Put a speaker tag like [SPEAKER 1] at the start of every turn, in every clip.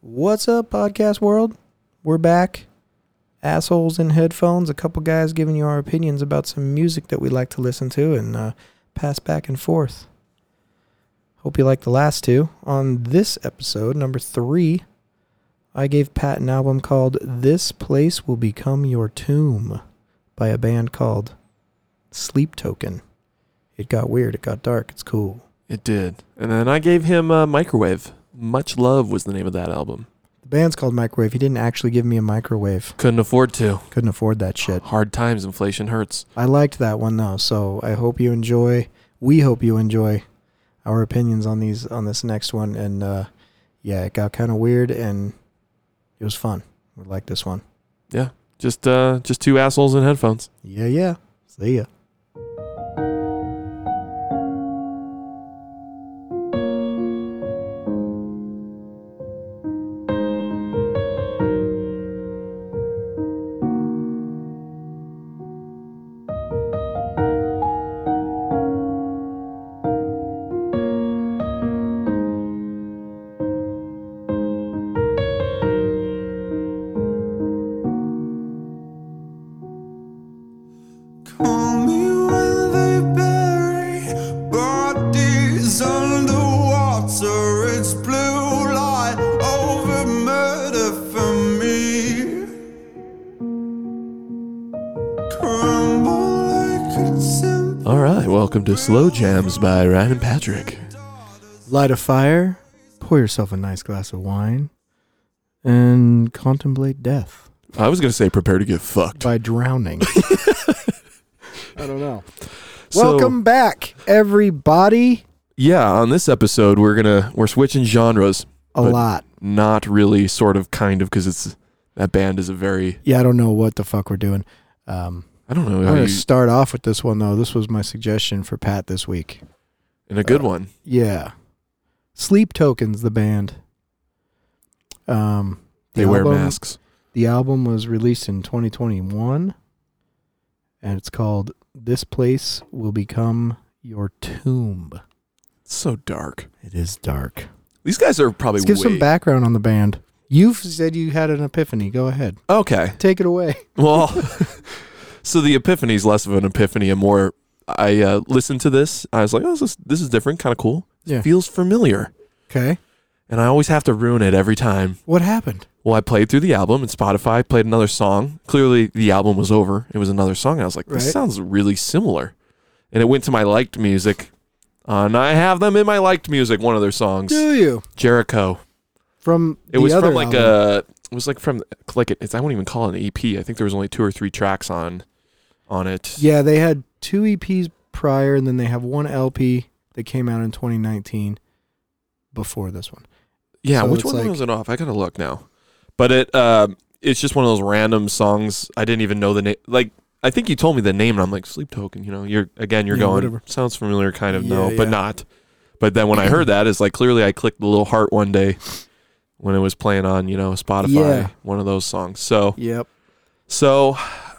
[SPEAKER 1] What's up, podcast world? We're back. Assholes in headphones, a couple guys giving you our opinions about some music that we like to listen to and uh, pass back and forth. Hope you like the last two. On this episode, number three, I gave Pat an album called This Place Will Become Your Tomb by a band called Sleep Token. It got weird, it got dark, it's cool.
[SPEAKER 2] It did. And then I gave him uh, Microwave. Much Love was the name of that album.
[SPEAKER 1] The band's called Microwave. He didn't actually give me a microwave.
[SPEAKER 2] Couldn't afford to.
[SPEAKER 1] Couldn't afford that shit.
[SPEAKER 2] Hard times, inflation hurts.
[SPEAKER 1] I liked that one though, so I hope you enjoy. We hope you enjoy our opinions on these on this next one. And uh, yeah, it got kind of weird, and it was fun. We like this one.
[SPEAKER 2] Just uh just two assholes in headphones.
[SPEAKER 1] Yeah, yeah. See ya.
[SPEAKER 3] Call me when they bury bodies underwater. It's blue light over murder for me. Crumble like a simple
[SPEAKER 2] All right, welcome to Slow Jams by Ryan and Patrick.
[SPEAKER 1] Light a fire, pour yourself a nice glass of wine, and contemplate death
[SPEAKER 2] I was gonna say prepare to get fucked.
[SPEAKER 1] by drowning. I don't know.
[SPEAKER 2] So-
[SPEAKER 1] Welcome back, everybody.
[SPEAKER 2] yeah, on this episode we're gonna we're switching genres.
[SPEAKER 1] A
[SPEAKER 2] But-
[SPEAKER 1] lot.
[SPEAKER 2] Not really, sort of, kind of, because it's that band is a very
[SPEAKER 1] Yeah, I don't know what the fuck we're doing. Um,
[SPEAKER 2] I don't know
[SPEAKER 1] I'm
[SPEAKER 2] how
[SPEAKER 1] going
[SPEAKER 2] you,
[SPEAKER 1] to start off with this one, though. This was my suggestion for Pat this week.
[SPEAKER 2] and a good one.
[SPEAKER 1] Yeah. Sleep Tokens, the band. Um, the
[SPEAKER 2] They wear
[SPEAKER 1] album-
[SPEAKER 2] masks.
[SPEAKER 1] The album was released in 2021, and it's called This Place Will Become Your Tomb.
[SPEAKER 2] It's so dark.
[SPEAKER 1] It is dark.
[SPEAKER 2] These guys are probably
[SPEAKER 1] Let's give some
[SPEAKER 2] way-
[SPEAKER 1] background on the band. You've said you had an epiphany. Go ahead.
[SPEAKER 2] Okay.
[SPEAKER 1] Take it away.
[SPEAKER 2] Well, so the epiphany is less of an epiphany and more. I uh, listened to this. I was like, oh, this is, this is different, kind of cool.
[SPEAKER 1] Yeah.
[SPEAKER 2] Feels familiar.
[SPEAKER 1] Okay.
[SPEAKER 2] And I always have to ruin it every time.
[SPEAKER 1] What happened?
[SPEAKER 2] Well, I played through the album and Spotify played another song. Clearly, the album was over. It was another song. And I was like, this
[SPEAKER 1] Right.
[SPEAKER 2] sounds really similar. And it went to my liked music. Uh, and I have them in my liked music, one of their songs,
[SPEAKER 1] Do you?
[SPEAKER 2] Jericho.
[SPEAKER 1] From
[SPEAKER 2] It
[SPEAKER 1] the
[SPEAKER 2] was
[SPEAKER 1] other
[SPEAKER 2] from like
[SPEAKER 1] album.
[SPEAKER 2] a. It was like from like it, it's. I won't even call it an EP. I think there was only two or three tracks on, on it.
[SPEAKER 1] Yeah, they had two EPs prior, and then they have one LP that came out in 2019 before this one.
[SPEAKER 2] Yeah,
[SPEAKER 1] So
[SPEAKER 2] which
[SPEAKER 1] it's
[SPEAKER 2] one
[SPEAKER 1] like-
[SPEAKER 2] was it off? I gotta look now. But it um, it's just one of those random songs. I didn't even know the name. Like I think you told me the name, and I'm like Sleep Token. You know, you're again, you're
[SPEAKER 1] Yeah,
[SPEAKER 2] going
[SPEAKER 1] whatever.
[SPEAKER 2] sounds familiar, kind of no,
[SPEAKER 1] Yeah, yeah.
[SPEAKER 2] but not. But then when I heard that, it's like clearly I clicked the little heart one day when it was playing on you know Spotify,
[SPEAKER 1] Yeah.
[SPEAKER 2] one of those songs. So
[SPEAKER 1] Yep.
[SPEAKER 2] so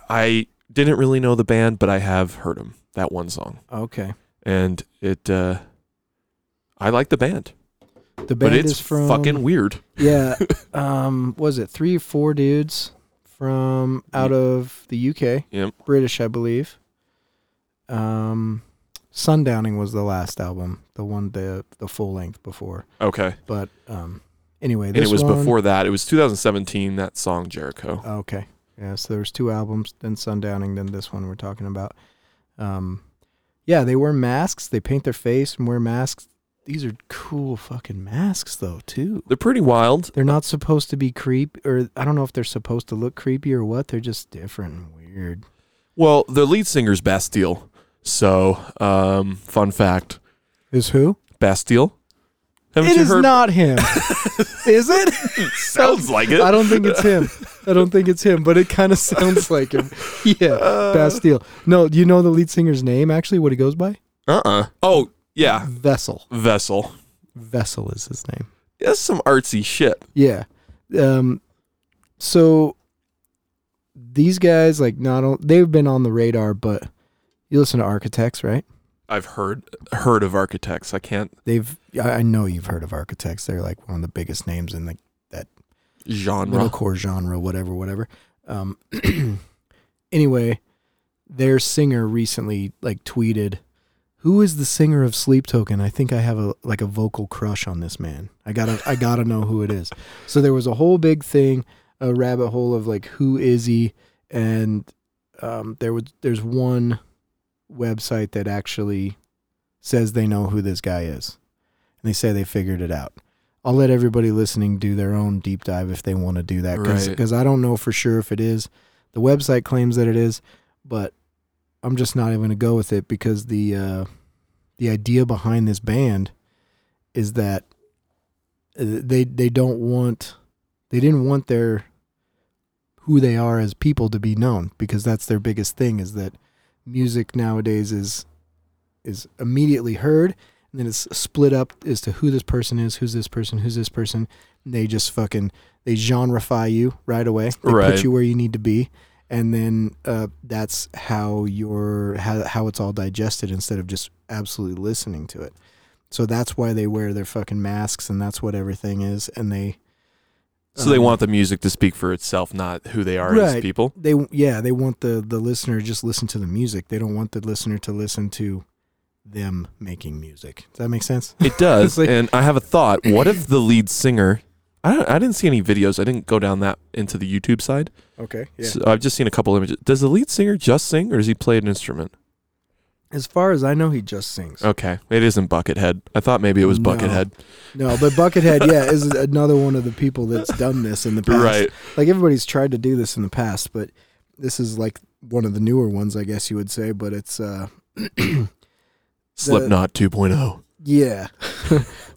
[SPEAKER 2] I didn't really know the band, but I have heard them that one song,
[SPEAKER 1] Okay.
[SPEAKER 2] and it. uh I like the band,
[SPEAKER 1] The band
[SPEAKER 2] but it's
[SPEAKER 1] is from
[SPEAKER 2] fucking weird.
[SPEAKER 1] yeah. Um, was it three or four dudes from out of the UK?
[SPEAKER 2] Mm. Yep.
[SPEAKER 1] British, I believe. Um, Sundowning was the last album, the one the the full length before.
[SPEAKER 2] Okay.
[SPEAKER 1] But um, anyway,
[SPEAKER 2] and
[SPEAKER 1] this
[SPEAKER 2] it was
[SPEAKER 1] one- Oh.
[SPEAKER 2] before that. It was 2017. That song Jericho.
[SPEAKER 1] Okay. Yeah, so there was two albums, then Sundowning, then this one we're talking about. Um, yeah, they wear masks. They paint their face and wear masks. These are cool fucking masks, though, too.
[SPEAKER 2] They're pretty wild.
[SPEAKER 1] They're not supposed to be creep, or I don't know if they're supposed to look creepy or what. They're just different and weird.
[SPEAKER 2] Well, the lead singer's Bastille. So, um, fun fact,
[SPEAKER 1] Is who?
[SPEAKER 2] Bastille. Haven't
[SPEAKER 1] It
[SPEAKER 2] you
[SPEAKER 1] is
[SPEAKER 2] heard?
[SPEAKER 1] not him, is it?
[SPEAKER 2] sounds like it.
[SPEAKER 1] I don't think it's him. I don't think it's him, but it kind of sounds like him. Yeah, Bastille. No, do you know the lead singer's name actually? What he goes by?
[SPEAKER 2] Uh. uh Oh
[SPEAKER 1] Uh,
[SPEAKER 2] yeah,
[SPEAKER 1] Vessel.
[SPEAKER 2] Vessel.
[SPEAKER 1] Vessel is his name.
[SPEAKER 2] That's some artsy shit.
[SPEAKER 1] Yeah. Um so these guys like not on, they've been on the radar but you listen to Architects, right?
[SPEAKER 2] I've heard heard of Architects. I can't.
[SPEAKER 1] They've I I know you've heard of Architects. They're like one of the biggest names in the that
[SPEAKER 2] genre.
[SPEAKER 1] metalcore genre, whatever, whatever. Um, anyway, their singer recently like tweeted, "Who is the singer of Sleep Token? I think I have a like a vocal crush on this man. I gotta I gotta know who it is." So there was a whole big thing, a rabbit hole of like who is he, and um, there was there's one website that actually says they know who this guy is, and they say they figured it out. I'll let everybody listening do their own deep dive if they want to do that
[SPEAKER 2] Right.
[SPEAKER 1] because I don't know for sure if it is. The website claims that it is, but I'm just not even going to go with it because the uh, the idea behind this band is that uh, they they don't want they didn't want their who they are as people to be known because that's their biggest thing is that music nowadays is is immediately heard and then it's split up as to who this person is, who's this person, who's this person. And they just fucking they genreify you right away. They
[SPEAKER 2] Right.
[SPEAKER 1] put you where you need to be, and then uh, that's how your how how it's all digested instead of just absolutely listening to it. So that's why they wear their fucking masks, and that's what everything is. And they
[SPEAKER 2] So they
[SPEAKER 1] um,
[SPEAKER 2] want the music to speak for itself, not who they are as
[SPEAKER 1] Right.
[SPEAKER 2] people.
[SPEAKER 1] they yeah they want the the listener to just listen to the music. They don't want the listener to listen to them making music. Does that make sense?
[SPEAKER 2] It does.
[SPEAKER 1] like-
[SPEAKER 2] and I have a thought. What if the lead singer? I don't, I didn't see any videos. I didn't go down that into the YouTube side.
[SPEAKER 1] Okay.
[SPEAKER 2] So I've just seen a couple images. Does the lead singer just sing, or does he play an instrument?
[SPEAKER 1] As far as I know, he just sings.
[SPEAKER 2] Okay, it isn't Buckethead. I thought maybe it was
[SPEAKER 1] No.
[SPEAKER 2] Buckethead.
[SPEAKER 1] No, but Buckethead, yeah, is another one of the people that's done this in the past.
[SPEAKER 2] Right.
[SPEAKER 1] Like everybody's tried to do this in the past, but this is like one of the newer ones, I guess you would say. But it's uh,
[SPEAKER 2] Slipknot oh. 2.0.
[SPEAKER 1] yeah,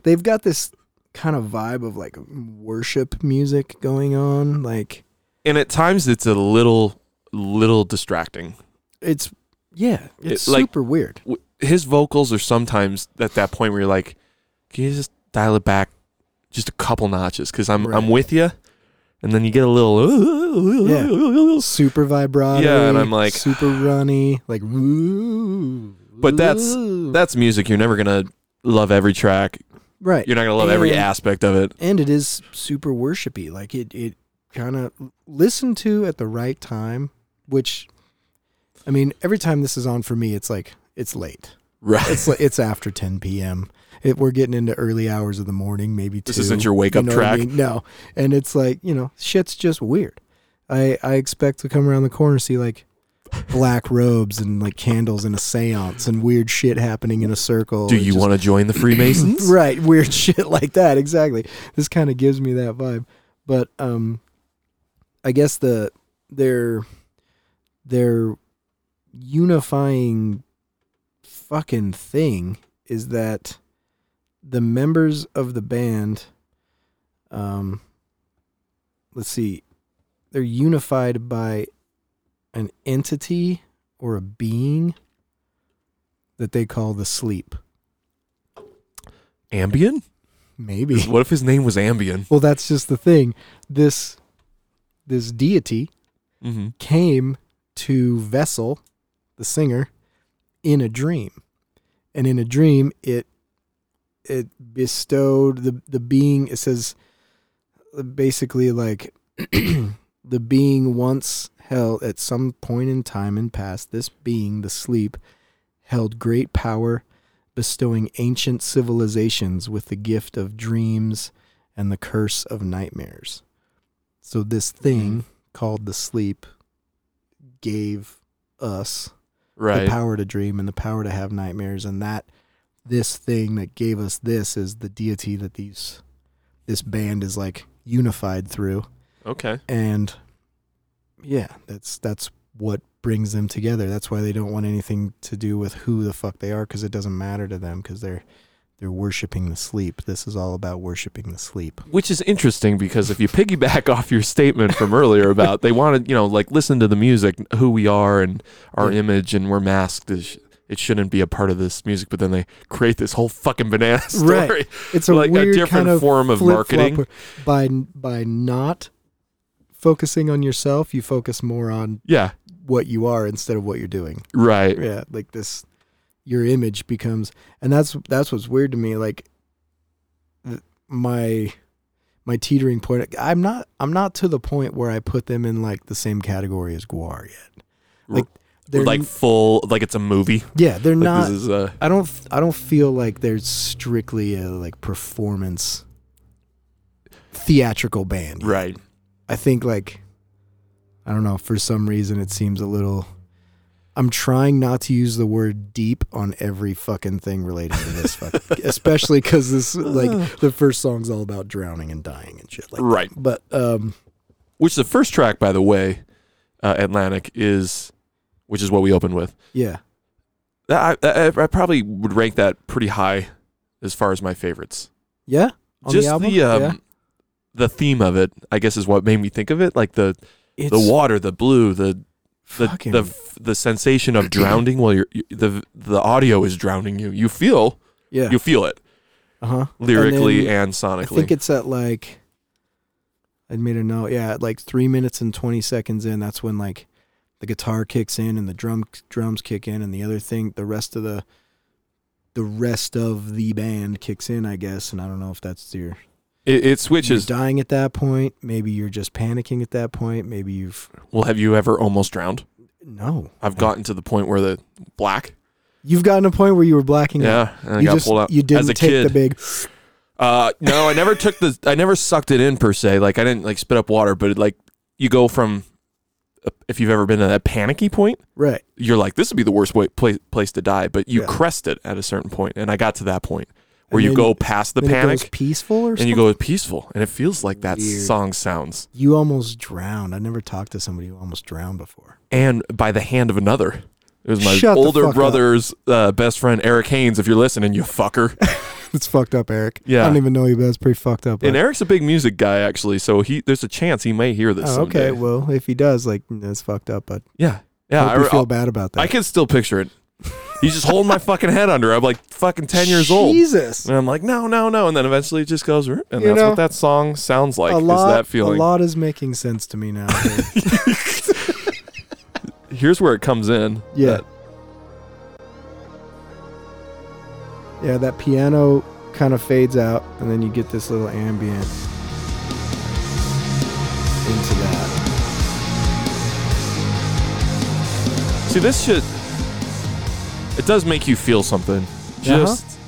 [SPEAKER 1] they've got this kind of vibe of like worship music going on. Like
[SPEAKER 2] And at times it's a little, little distracting.
[SPEAKER 1] it's yeah, it's
[SPEAKER 2] It- like-
[SPEAKER 1] super weird.
[SPEAKER 2] W- His vocals are sometimes at that point where you're like, can you just dial it back just a couple notches? Because I'm, I'm
[SPEAKER 1] Right.
[SPEAKER 2] with you. And then you get a little,
[SPEAKER 1] Super vibrato.
[SPEAKER 2] Yeah, and I'm like-
[SPEAKER 1] super runny. Like, ooh,
[SPEAKER 2] But that's-
[SPEAKER 1] ooh.
[SPEAKER 2] that's music. You're never going to love every track.
[SPEAKER 1] right.
[SPEAKER 2] You're not going to love every
[SPEAKER 1] And-
[SPEAKER 2] aspect of it.
[SPEAKER 1] and it is super worshipy. Like it, it kind of listen to at the right time. Which, I mean, every time this is on for me, it's like it's late.
[SPEAKER 2] Right.
[SPEAKER 1] It's like, it's after 10 p.m. It, we're getting into early hours of the morning, maybe.
[SPEAKER 2] This
[SPEAKER 1] two,
[SPEAKER 2] isn't your wake
[SPEAKER 1] you
[SPEAKER 2] up
[SPEAKER 1] know what I
[SPEAKER 2] track.
[SPEAKER 1] mean? No, and it's like you know, shit's just weird. I I expect to come around the corner and see like black robes and like candles and a séance and weird shit happening in a circle.
[SPEAKER 2] Do
[SPEAKER 1] and
[SPEAKER 2] you
[SPEAKER 1] just-
[SPEAKER 2] want to join the Freemasons?
[SPEAKER 1] right weird shit like that exactly this kind of gives me that vibe but um i guess the their their unifying fucking thing is that the members of the band um let's see they're unified by an entity or a being that they call the sleep
[SPEAKER 2] Ambien?
[SPEAKER 1] maybe
[SPEAKER 2] What if his name was Ambien?
[SPEAKER 1] Well, that's just the thing. This this deity
[SPEAKER 2] Mm-hmm.
[SPEAKER 1] came to Vessel, the singer, in a dream. And in a dream it it bestowed the the being it says basically like the being once held at some point in time and past this being the sleep held great power bestowing ancient civilizations with the gift of dreams and the curse of nightmares so this thing called the sleep gave us the
[SPEAKER 2] Right.
[SPEAKER 1] power to dream and the power to have nightmares and that this thing that gave us this is the deity that these this band is like unified through
[SPEAKER 2] Okay.
[SPEAKER 1] and yeah that's that's what brings them together that's why they don't want anything to do with who the fuck they are cuz it doesn't matter to them cuz they're they're worshiping the sleep this is all about worshiping the sleep
[SPEAKER 2] Which is interesting because if you piggyback off your statement from earlier about they wanted, you know, like listen to the music, who we are and our
[SPEAKER 1] Yeah.
[SPEAKER 2] image and we're masked, is, it shouldn't be a part of this music, but then they create this whole fucking banana story.
[SPEAKER 1] Right. it's a
[SPEAKER 2] Like a
[SPEAKER 1] weird
[SPEAKER 2] different
[SPEAKER 1] kind of
[SPEAKER 2] form of
[SPEAKER 1] flip-flop
[SPEAKER 2] marketing.
[SPEAKER 1] where by by not focusing on yourself you focus more on
[SPEAKER 2] Yeah.
[SPEAKER 1] what you are instead of what you're doing
[SPEAKER 2] Right.
[SPEAKER 1] yeah like this your image becomes and that's that's what's weird to me like th- my my teetering point. I'm not I'm not to the point where I put them in like the same category as Guar yet. Like they're
[SPEAKER 2] like full, like it's a movie.
[SPEAKER 1] yeah, they're
[SPEAKER 2] Like
[SPEAKER 1] not.
[SPEAKER 2] this is uh,
[SPEAKER 1] I don't f- I don't feel like they're strictly a like performance theatrical band. yet.
[SPEAKER 2] right.
[SPEAKER 1] I think like I don't know, for some reason it seems a little I'm trying not to use the word deep on every fucking thing related to this fucking, especially cuz this
[SPEAKER 2] Uh.
[SPEAKER 1] like the first song's all about drowning and dying and shit like that.
[SPEAKER 2] Right.
[SPEAKER 1] But um
[SPEAKER 2] Which the first track, by the way, uh, Atlantic is, which is what we opened with.
[SPEAKER 1] yeah.
[SPEAKER 2] That- I, I, I probably would rank that pretty high as far as my favorites.
[SPEAKER 1] Yeah? On
[SPEAKER 2] Just
[SPEAKER 1] the album?
[SPEAKER 2] um,
[SPEAKER 1] yeah.
[SPEAKER 2] the theme of it, I guess, is what made me think of it. Like the
[SPEAKER 1] It's
[SPEAKER 2] the water, the blue, the the
[SPEAKER 1] fucking
[SPEAKER 2] the f- the sensation of drowning while you're you, the the audio is drowning you. You feel
[SPEAKER 1] yeah.
[SPEAKER 2] you feel it
[SPEAKER 1] uh-huh.
[SPEAKER 2] lyrically
[SPEAKER 1] then
[SPEAKER 2] and,
[SPEAKER 1] I
[SPEAKER 2] sonically.
[SPEAKER 1] think it's at like I made a note. Yeah, at like three minutes and twenty seconds in, that's when like the guitar kicks in and the drum drums kick in, and the other thing, the rest of the the rest of the band kicks in, I guess. And I don't know if that's your
[SPEAKER 2] it, it switches.
[SPEAKER 1] you're dying at that point. Maybe you're just panicking at that point. Maybe you've
[SPEAKER 2] Well, have you ever almost drowned?
[SPEAKER 1] no.
[SPEAKER 2] I've gotten to the point where the black.
[SPEAKER 1] You've gotten a point where you were blacking out.
[SPEAKER 2] Yeah, and I
[SPEAKER 1] you
[SPEAKER 2] got
[SPEAKER 1] just
[SPEAKER 2] pulled out
[SPEAKER 1] you didn't
[SPEAKER 2] as a
[SPEAKER 1] take
[SPEAKER 2] kid.
[SPEAKER 1] the big.
[SPEAKER 2] Uh, no, I never took the. I never sucked it in per se. Like I didn't like spit up water, but like you go from, uh, if you've ever been to that panicky point,
[SPEAKER 1] Right.
[SPEAKER 2] you're like, this would be the worst way, place, place to die. But you
[SPEAKER 1] Yeah.
[SPEAKER 2] crest it at a certain point, and I got to that point where
[SPEAKER 1] And
[SPEAKER 2] you
[SPEAKER 1] then-
[SPEAKER 2] go past the
[SPEAKER 1] Then it goes
[SPEAKER 2] panic
[SPEAKER 1] peaceful or
[SPEAKER 2] and
[SPEAKER 1] something.
[SPEAKER 2] you go peaceful, and it feels like that
[SPEAKER 1] Weird.
[SPEAKER 2] song sounds,
[SPEAKER 1] you almost drowned. I never talked to somebody who almost drowned before.
[SPEAKER 2] and by the hand of another. It was my
[SPEAKER 1] Shut the fuck
[SPEAKER 2] older
[SPEAKER 1] up.
[SPEAKER 2] brother's uh, best friend, Eric Haynes. If you're listening, you fucker.
[SPEAKER 1] It's fucked up, Eric.
[SPEAKER 2] Yeah.
[SPEAKER 1] I don't even know you, but it's pretty fucked up.
[SPEAKER 2] and
[SPEAKER 1] But-
[SPEAKER 2] Eric's a big music guy, actually. So he, there's a chance he may hear this.
[SPEAKER 1] oh, okay.
[SPEAKER 2] someday.
[SPEAKER 1] Well, if he does, like, that's fucked up, but
[SPEAKER 2] Yeah. Yeah.
[SPEAKER 1] I hope you
[SPEAKER 2] I-
[SPEAKER 1] feel bad about that.
[SPEAKER 2] I can still picture it. He's just holding my fucking head under. I'm like fucking 10 years old.
[SPEAKER 1] Jesus.
[SPEAKER 2] And I'm like, no, no, no. And then eventually it just goes, "Rrrt," and
[SPEAKER 1] You
[SPEAKER 2] that's
[SPEAKER 1] know,
[SPEAKER 2] what that song sounds like
[SPEAKER 1] a lot,
[SPEAKER 2] is that feeling.
[SPEAKER 1] A lot is making sense to me now. dude.
[SPEAKER 2] Here's where it comes in.
[SPEAKER 1] yeah.
[SPEAKER 2] That-
[SPEAKER 1] Yeah, that piano kind of fades out, and then you get this little ambient into that.
[SPEAKER 2] see, this shit, it does make you feel something.
[SPEAKER 1] Uh-huh.
[SPEAKER 2] Just,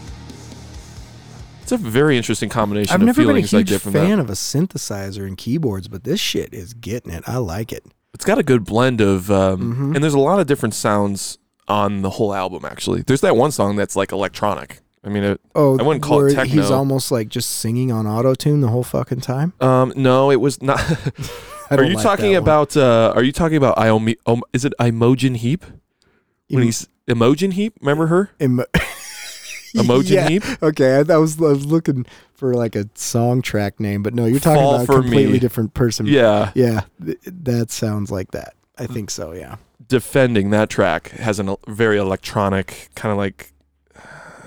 [SPEAKER 2] it's a very interesting combination
[SPEAKER 1] I've
[SPEAKER 2] of
[SPEAKER 1] never been a
[SPEAKER 2] feelings I
[SPEAKER 1] huge
[SPEAKER 2] get from that.
[SPEAKER 1] fan of a synthesizer and keyboards, but this shit is getting it. I like it.
[SPEAKER 2] It's got a good blend of, um,
[SPEAKER 1] Mhm.
[SPEAKER 2] and there's a lot of different sounds on the whole album, actually. There's that one song that's like electronic. I mean, it,
[SPEAKER 1] Oh,
[SPEAKER 2] I wouldn't call it
[SPEAKER 1] where He's
[SPEAKER 2] techno.
[SPEAKER 1] almost like just singing on auto tune the whole fucking time.
[SPEAKER 2] um, no, it was not.
[SPEAKER 1] I
[SPEAKER 2] Are
[SPEAKER 1] don't
[SPEAKER 2] you
[SPEAKER 1] like
[SPEAKER 2] talking
[SPEAKER 1] that one.
[SPEAKER 2] about? Uh, are you talking about Iomi? Um, is it Imogen Heap? When
[SPEAKER 1] Em-
[SPEAKER 2] he's Imogen Heap, remember her?
[SPEAKER 1] em-
[SPEAKER 2] Emoji
[SPEAKER 1] Yeah,
[SPEAKER 2] Heap?
[SPEAKER 1] Okay, I, I was I was looking for like a song track name, but no, you're talking
[SPEAKER 2] Fall
[SPEAKER 1] about a
[SPEAKER 2] for
[SPEAKER 1] completely
[SPEAKER 2] Me.
[SPEAKER 1] different person.
[SPEAKER 2] Yeah, Mm.
[SPEAKER 1] yeah, th- that sounds like that. I think so. Yeah,
[SPEAKER 2] defending that track has a very electronic kind of like.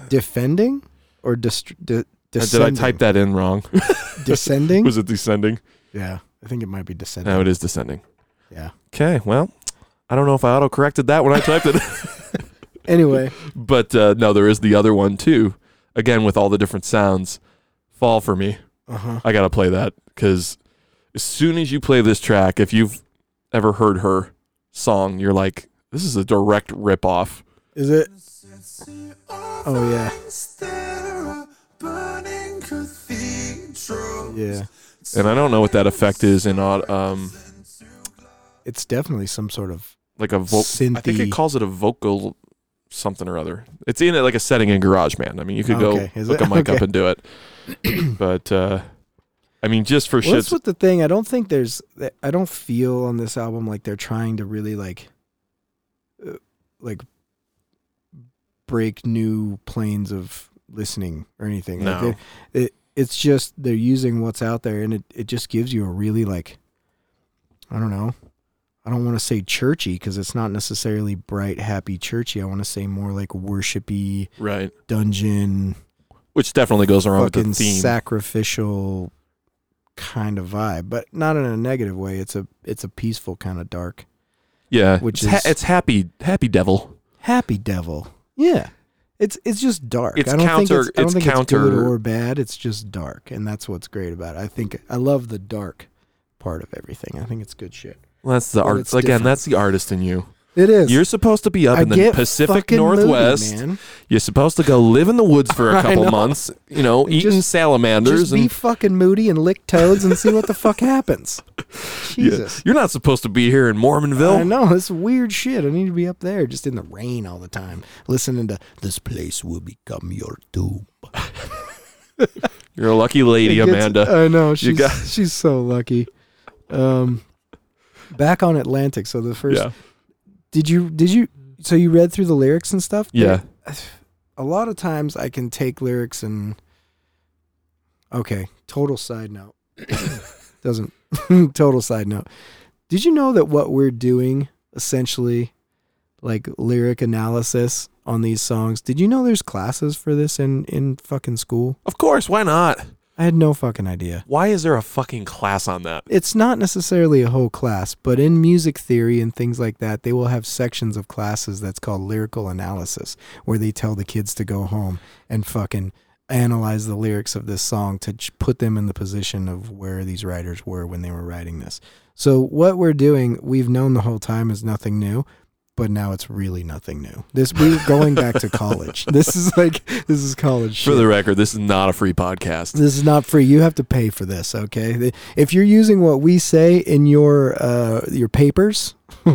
[SPEAKER 1] defending or dist- de-
[SPEAKER 2] Uh, Did I
[SPEAKER 1] descending? Mm.
[SPEAKER 2] type that in wrong?
[SPEAKER 1] descending?
[SPEAKER 2] Was it descending?
[SPEAKER 1] yeah, I think it might be descending.
[SPEAKER 2] No, it is descending.
[SPEAKER 1] Yeah.
[SPEAKER 2] Okay, well, I don't know if I auto corrected that when I typed it,
[SPEAKER 1] Anyway,
[SPEAKER 2] but uh, no, there is the other one too. Again, with all the different sounds, fall for me.
[SPEAKER 1] uh huh.
[SPEAKER 2] I gotta play that because as soon as you play this track, if you've ever heard her song, you're like, this is a direct rip off.
[SPEAKER 1] Is it?
[SPEAKER 3] Oh
[SPEAKER 1] yeah.
[SPEAKER 3] Burning cathedral.
[SPEAKER 1] Yeah,
[SPEAKER 2] And I don't know what that effect is in au- um
[SPEAKER 1] it's definitely some sort of
[SPEAKER 2] like a vocal. I think
[SPEAKER 1] Synthy.
[SPEAKER 2] it calls it a vocal something or other. It's in it like a setting in GarageBand. I mean, you could
[SPEAKER 1] Okay,
[SPEAKER 2] go
[SPEAKER 1] is
[SPEAKER 2] look
[SPEAKER 1] it?
[SPEAKER 2] a mic up
[SPEAKER 1] Okay.
[SPEAKER 2] and do it. but uh, I mean, just for
[SPEAKER 1] Well, that's
[SPEAKER 2] shits,
[SPEAKER 1] what the thing. I don't think there's. I don't feel on this album like they're trying to really like, uh, like, break new planes of listening or anything. Like,
[SPEAKER 2] No.
[SPEAKER 1] it- it- it's just they're using what's out there, and it it just gives you a really like, I don't know. I don't want to say churchy because it's not necessarily bright, happy, churchy. I want to say more like worshipy,
[SPEAKER 2] right?
[SPEAKER 1] dungeon,
[SPEAKER 2] Which definitely goes around with
[SPEAKER 1] fucking
[SPEAKER 2] the theme.
[SPEAKER 1] sacrificial kind of vibe, but not in a negative way. It's a it's a peaceful kind of dark,
[SPEAKER 2] yeah,
[SPEAKER 1] which
[SPEAKER 2] it's, ha-
[SPEAKER 1] is-
[SPEAKER 2] it's happy, happy devil.
[SPEAKER 1] happy devil. Yeah, It's it's just dark.
[SPEAKER 2] It's
[SPEAKER 1] I don't
[SPEAKER 2] counter-
[SPEAKER 1] think it's, I don't
[SPEAKER 2] it's
[SPEAKER 1] think it's good
[SPEAKER 2] counter-
[SPEAKER 1] or bad. It's just dark, and that's what's great about it. I think I love the dark part of everything. I think it's good shit.
[SPEAKER 2] Well, that's the
[SPEAKER 1] Well,
[SPEAKER 2] art.
[SPEAKER 1] it's
[SPEAKER 2] Again,
[SPEAKER 1] different.
[SPEAKER 2] that's the artist in you.
[SPEAKER 1] It is.
[SPEAKER 2] You're supposed to be up
[SPEAKER 1] I
[SPEAKER 2] in the
[SPEAKER 1] get
[SPEAKER 2] Pacific
[SPEAKER 1] fucking moody,
[SPEAKER 2] Northwest.
[SPEAKER 1] man.
[SPEAKER 2] You're supposed to go live in the woods for a
[SPEAKER 1] I
[SPEAKER 2] couple
[SPEAKER 1] know.
[SPEAKER 2] months. You know,
[SPEAKER 1] And
[SPEAKER 2] eating
[SPEAKER 1] just-
[SPEAKER 2] salamanders
[SPEAKER 1] Just be
[SPEAKER 2] and
[SPEAKER 1] fucking moody and lick toads and see what the fuck happens.
[SPEAKER 2] Yeah.
[SPEAKER 1] Jesus.
[SPEAKER 2] You're not supposed to be here in
[SPEAKER 1] I
[SPEAKER 2] Mormonville.
[SPEAKER 1] know this is weird shit. I need to be up there, just in the rain all the time, listening to "This Place Will Become Your Tomb."
[SPEAKER 2] You're a lucky lady,
[SPEAKER 1] It gets-
[SPEAKER 2] Amanda.
[SPEAKER 1] I know she's
[SPEAKER 2] got-
[SPEAKER 1] she's so lucky. Um, back on Atlantic. So the first
[SPEAKER 2] yeah.
[SPEAKER 1] did you did you so you read through the lyrics and stuff
[SPEAKER 2] Yeah.
[SPEAKER 1] a lot of times i can take lyrics and okay total side note doesn't total side note did you know that what we're doing essentially like lyric analysis on these songs did you know there's classes for this in in fucking school
[SPEAKER 2] Of course, why not?
[SPEAKER 1] i had no fucking idea
[SPEAKER 2] Why is there a fucking class on that?
[SPEAKER 1] it's not necessarily a whole class, but in music theory and things like that, they will have sections of classes that's called lyrical analysis, where they tell the kids to go home and fucking analyze the lyrics of this song to ch- put them in the position of where these writers were when they were writing this. So what we're doing, we've known the whole time is nothing new, but now it's really nothing new. This we're going back to college. This is like this is college
[SPEAKER 2] For
[SPEAKER 1] shit.
[SPEAKER 2] the record, this is not a free podcast.
[SPEAKER 1] This is not free. You have to pay for this, okay? The- If you're using what we say in your uh, your papers,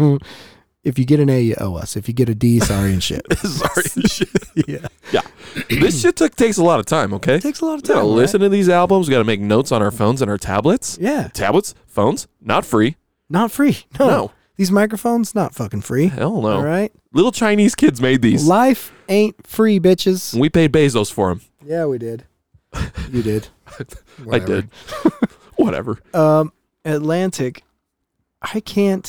[SPEAKER 1] if you get an A, you owe us. If you get a D, sorry and shit.
[SPEAKER 2] Sorry.
[SPEAKER 1] yeah,
[SPEAKER 2] this shit took takes a lot of time, okay?
[SPEAKER 1] it takes a lot of
[SPEAKER 2] We
[SPEAKER 1] time.
[SPEAKER 2] gotta
[SPEAKER 1] right?
[SPEAKER 2] listen to these albums. We gotta make notes on our phones and our tablets.
[SPEAKER 1] Yeah,
[SPEAKER 2] Tablets, phones, not free.
[SPEAKER 1] not free. No.
[SPEAKER 2] No.
[SPEAKER 1] these microphones not fucking free.
[SPEAKER 2] Hell no.
[SPEAKER 1] All right,
[SPEAKER 2] Little Chinese kids made these.
[SPEAKER 1] life ain't free, bitches.
[SPEAKER 2] And we paid Bezos for them.
[SPEAKER 1] Yeah, we did. You did.
[SPEAKER 2] I
[SPEAKER 1] Whatever.
[SPEAKER 2] did. Whatever.
[SPEAKER 1] Um, Atlantic. I can't.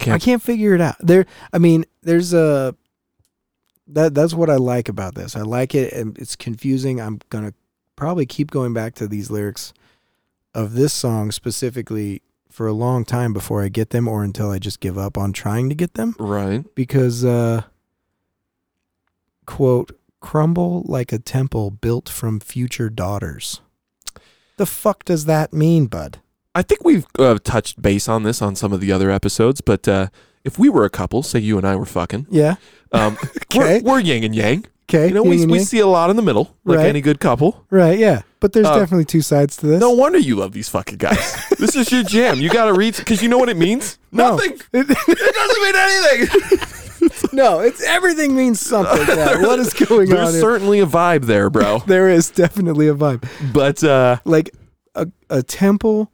[SPEAKER 1] I
[SPEAKER 2] Can't,
[SPEAKER 1] can't figure it out. There, I mean, there's a that that's what I like about this. I like it, and it's confusing. I'm gonna probably keep going back to these lyrics of this song specifically for a long time before I get them, or until I just give up on trying to get them
[SPEAKER 2] right.
[SPEAKER 1] because uh quote crumble like a temple built from future daughters. The fuck does that mean, bud?
[SPEAKER 2] I think we've uh, touched base on this on some of the other episodes, but uh, if we were a couple, say you and I were fucking,
[SPEAKER 1] Yeah.
[SPEAKER 2] um,
[SPEAKER 1] Okay.
[SPEAKER 2] we're, we're yin and yang.
[SPEAKER 1] Okay.
[SPEAKER 2] You know, we, we see a lot in the middle, like
[SPEAKER 1] Right.
[SPEAKER 2] any good couple.
[SPEAKER 1] right, yeah. Oh. But there's
[SPEAKER 2] Uh,
[SPEAKER 1] definitely two sides to this.
[SPEAKER 2] No wonder you love these fucking guys. this is your jam. You got to read because you know what it means.
[SPEAKER 1] No.
[SPEAKER 2] Nothing. It doesn't mean anything.
[SPEAKER 1] no, it's everything means something. Dad. what is going on?
[SPEAKER 2] There's
[SPEAKER 1] here?
[SPEAKER 2] certainly a vibe there, bro.
[SPEAKER 1] there is definitely a vibe,
[SPEAKER 2] But uh,
[SPEAKER 1] like a, a temple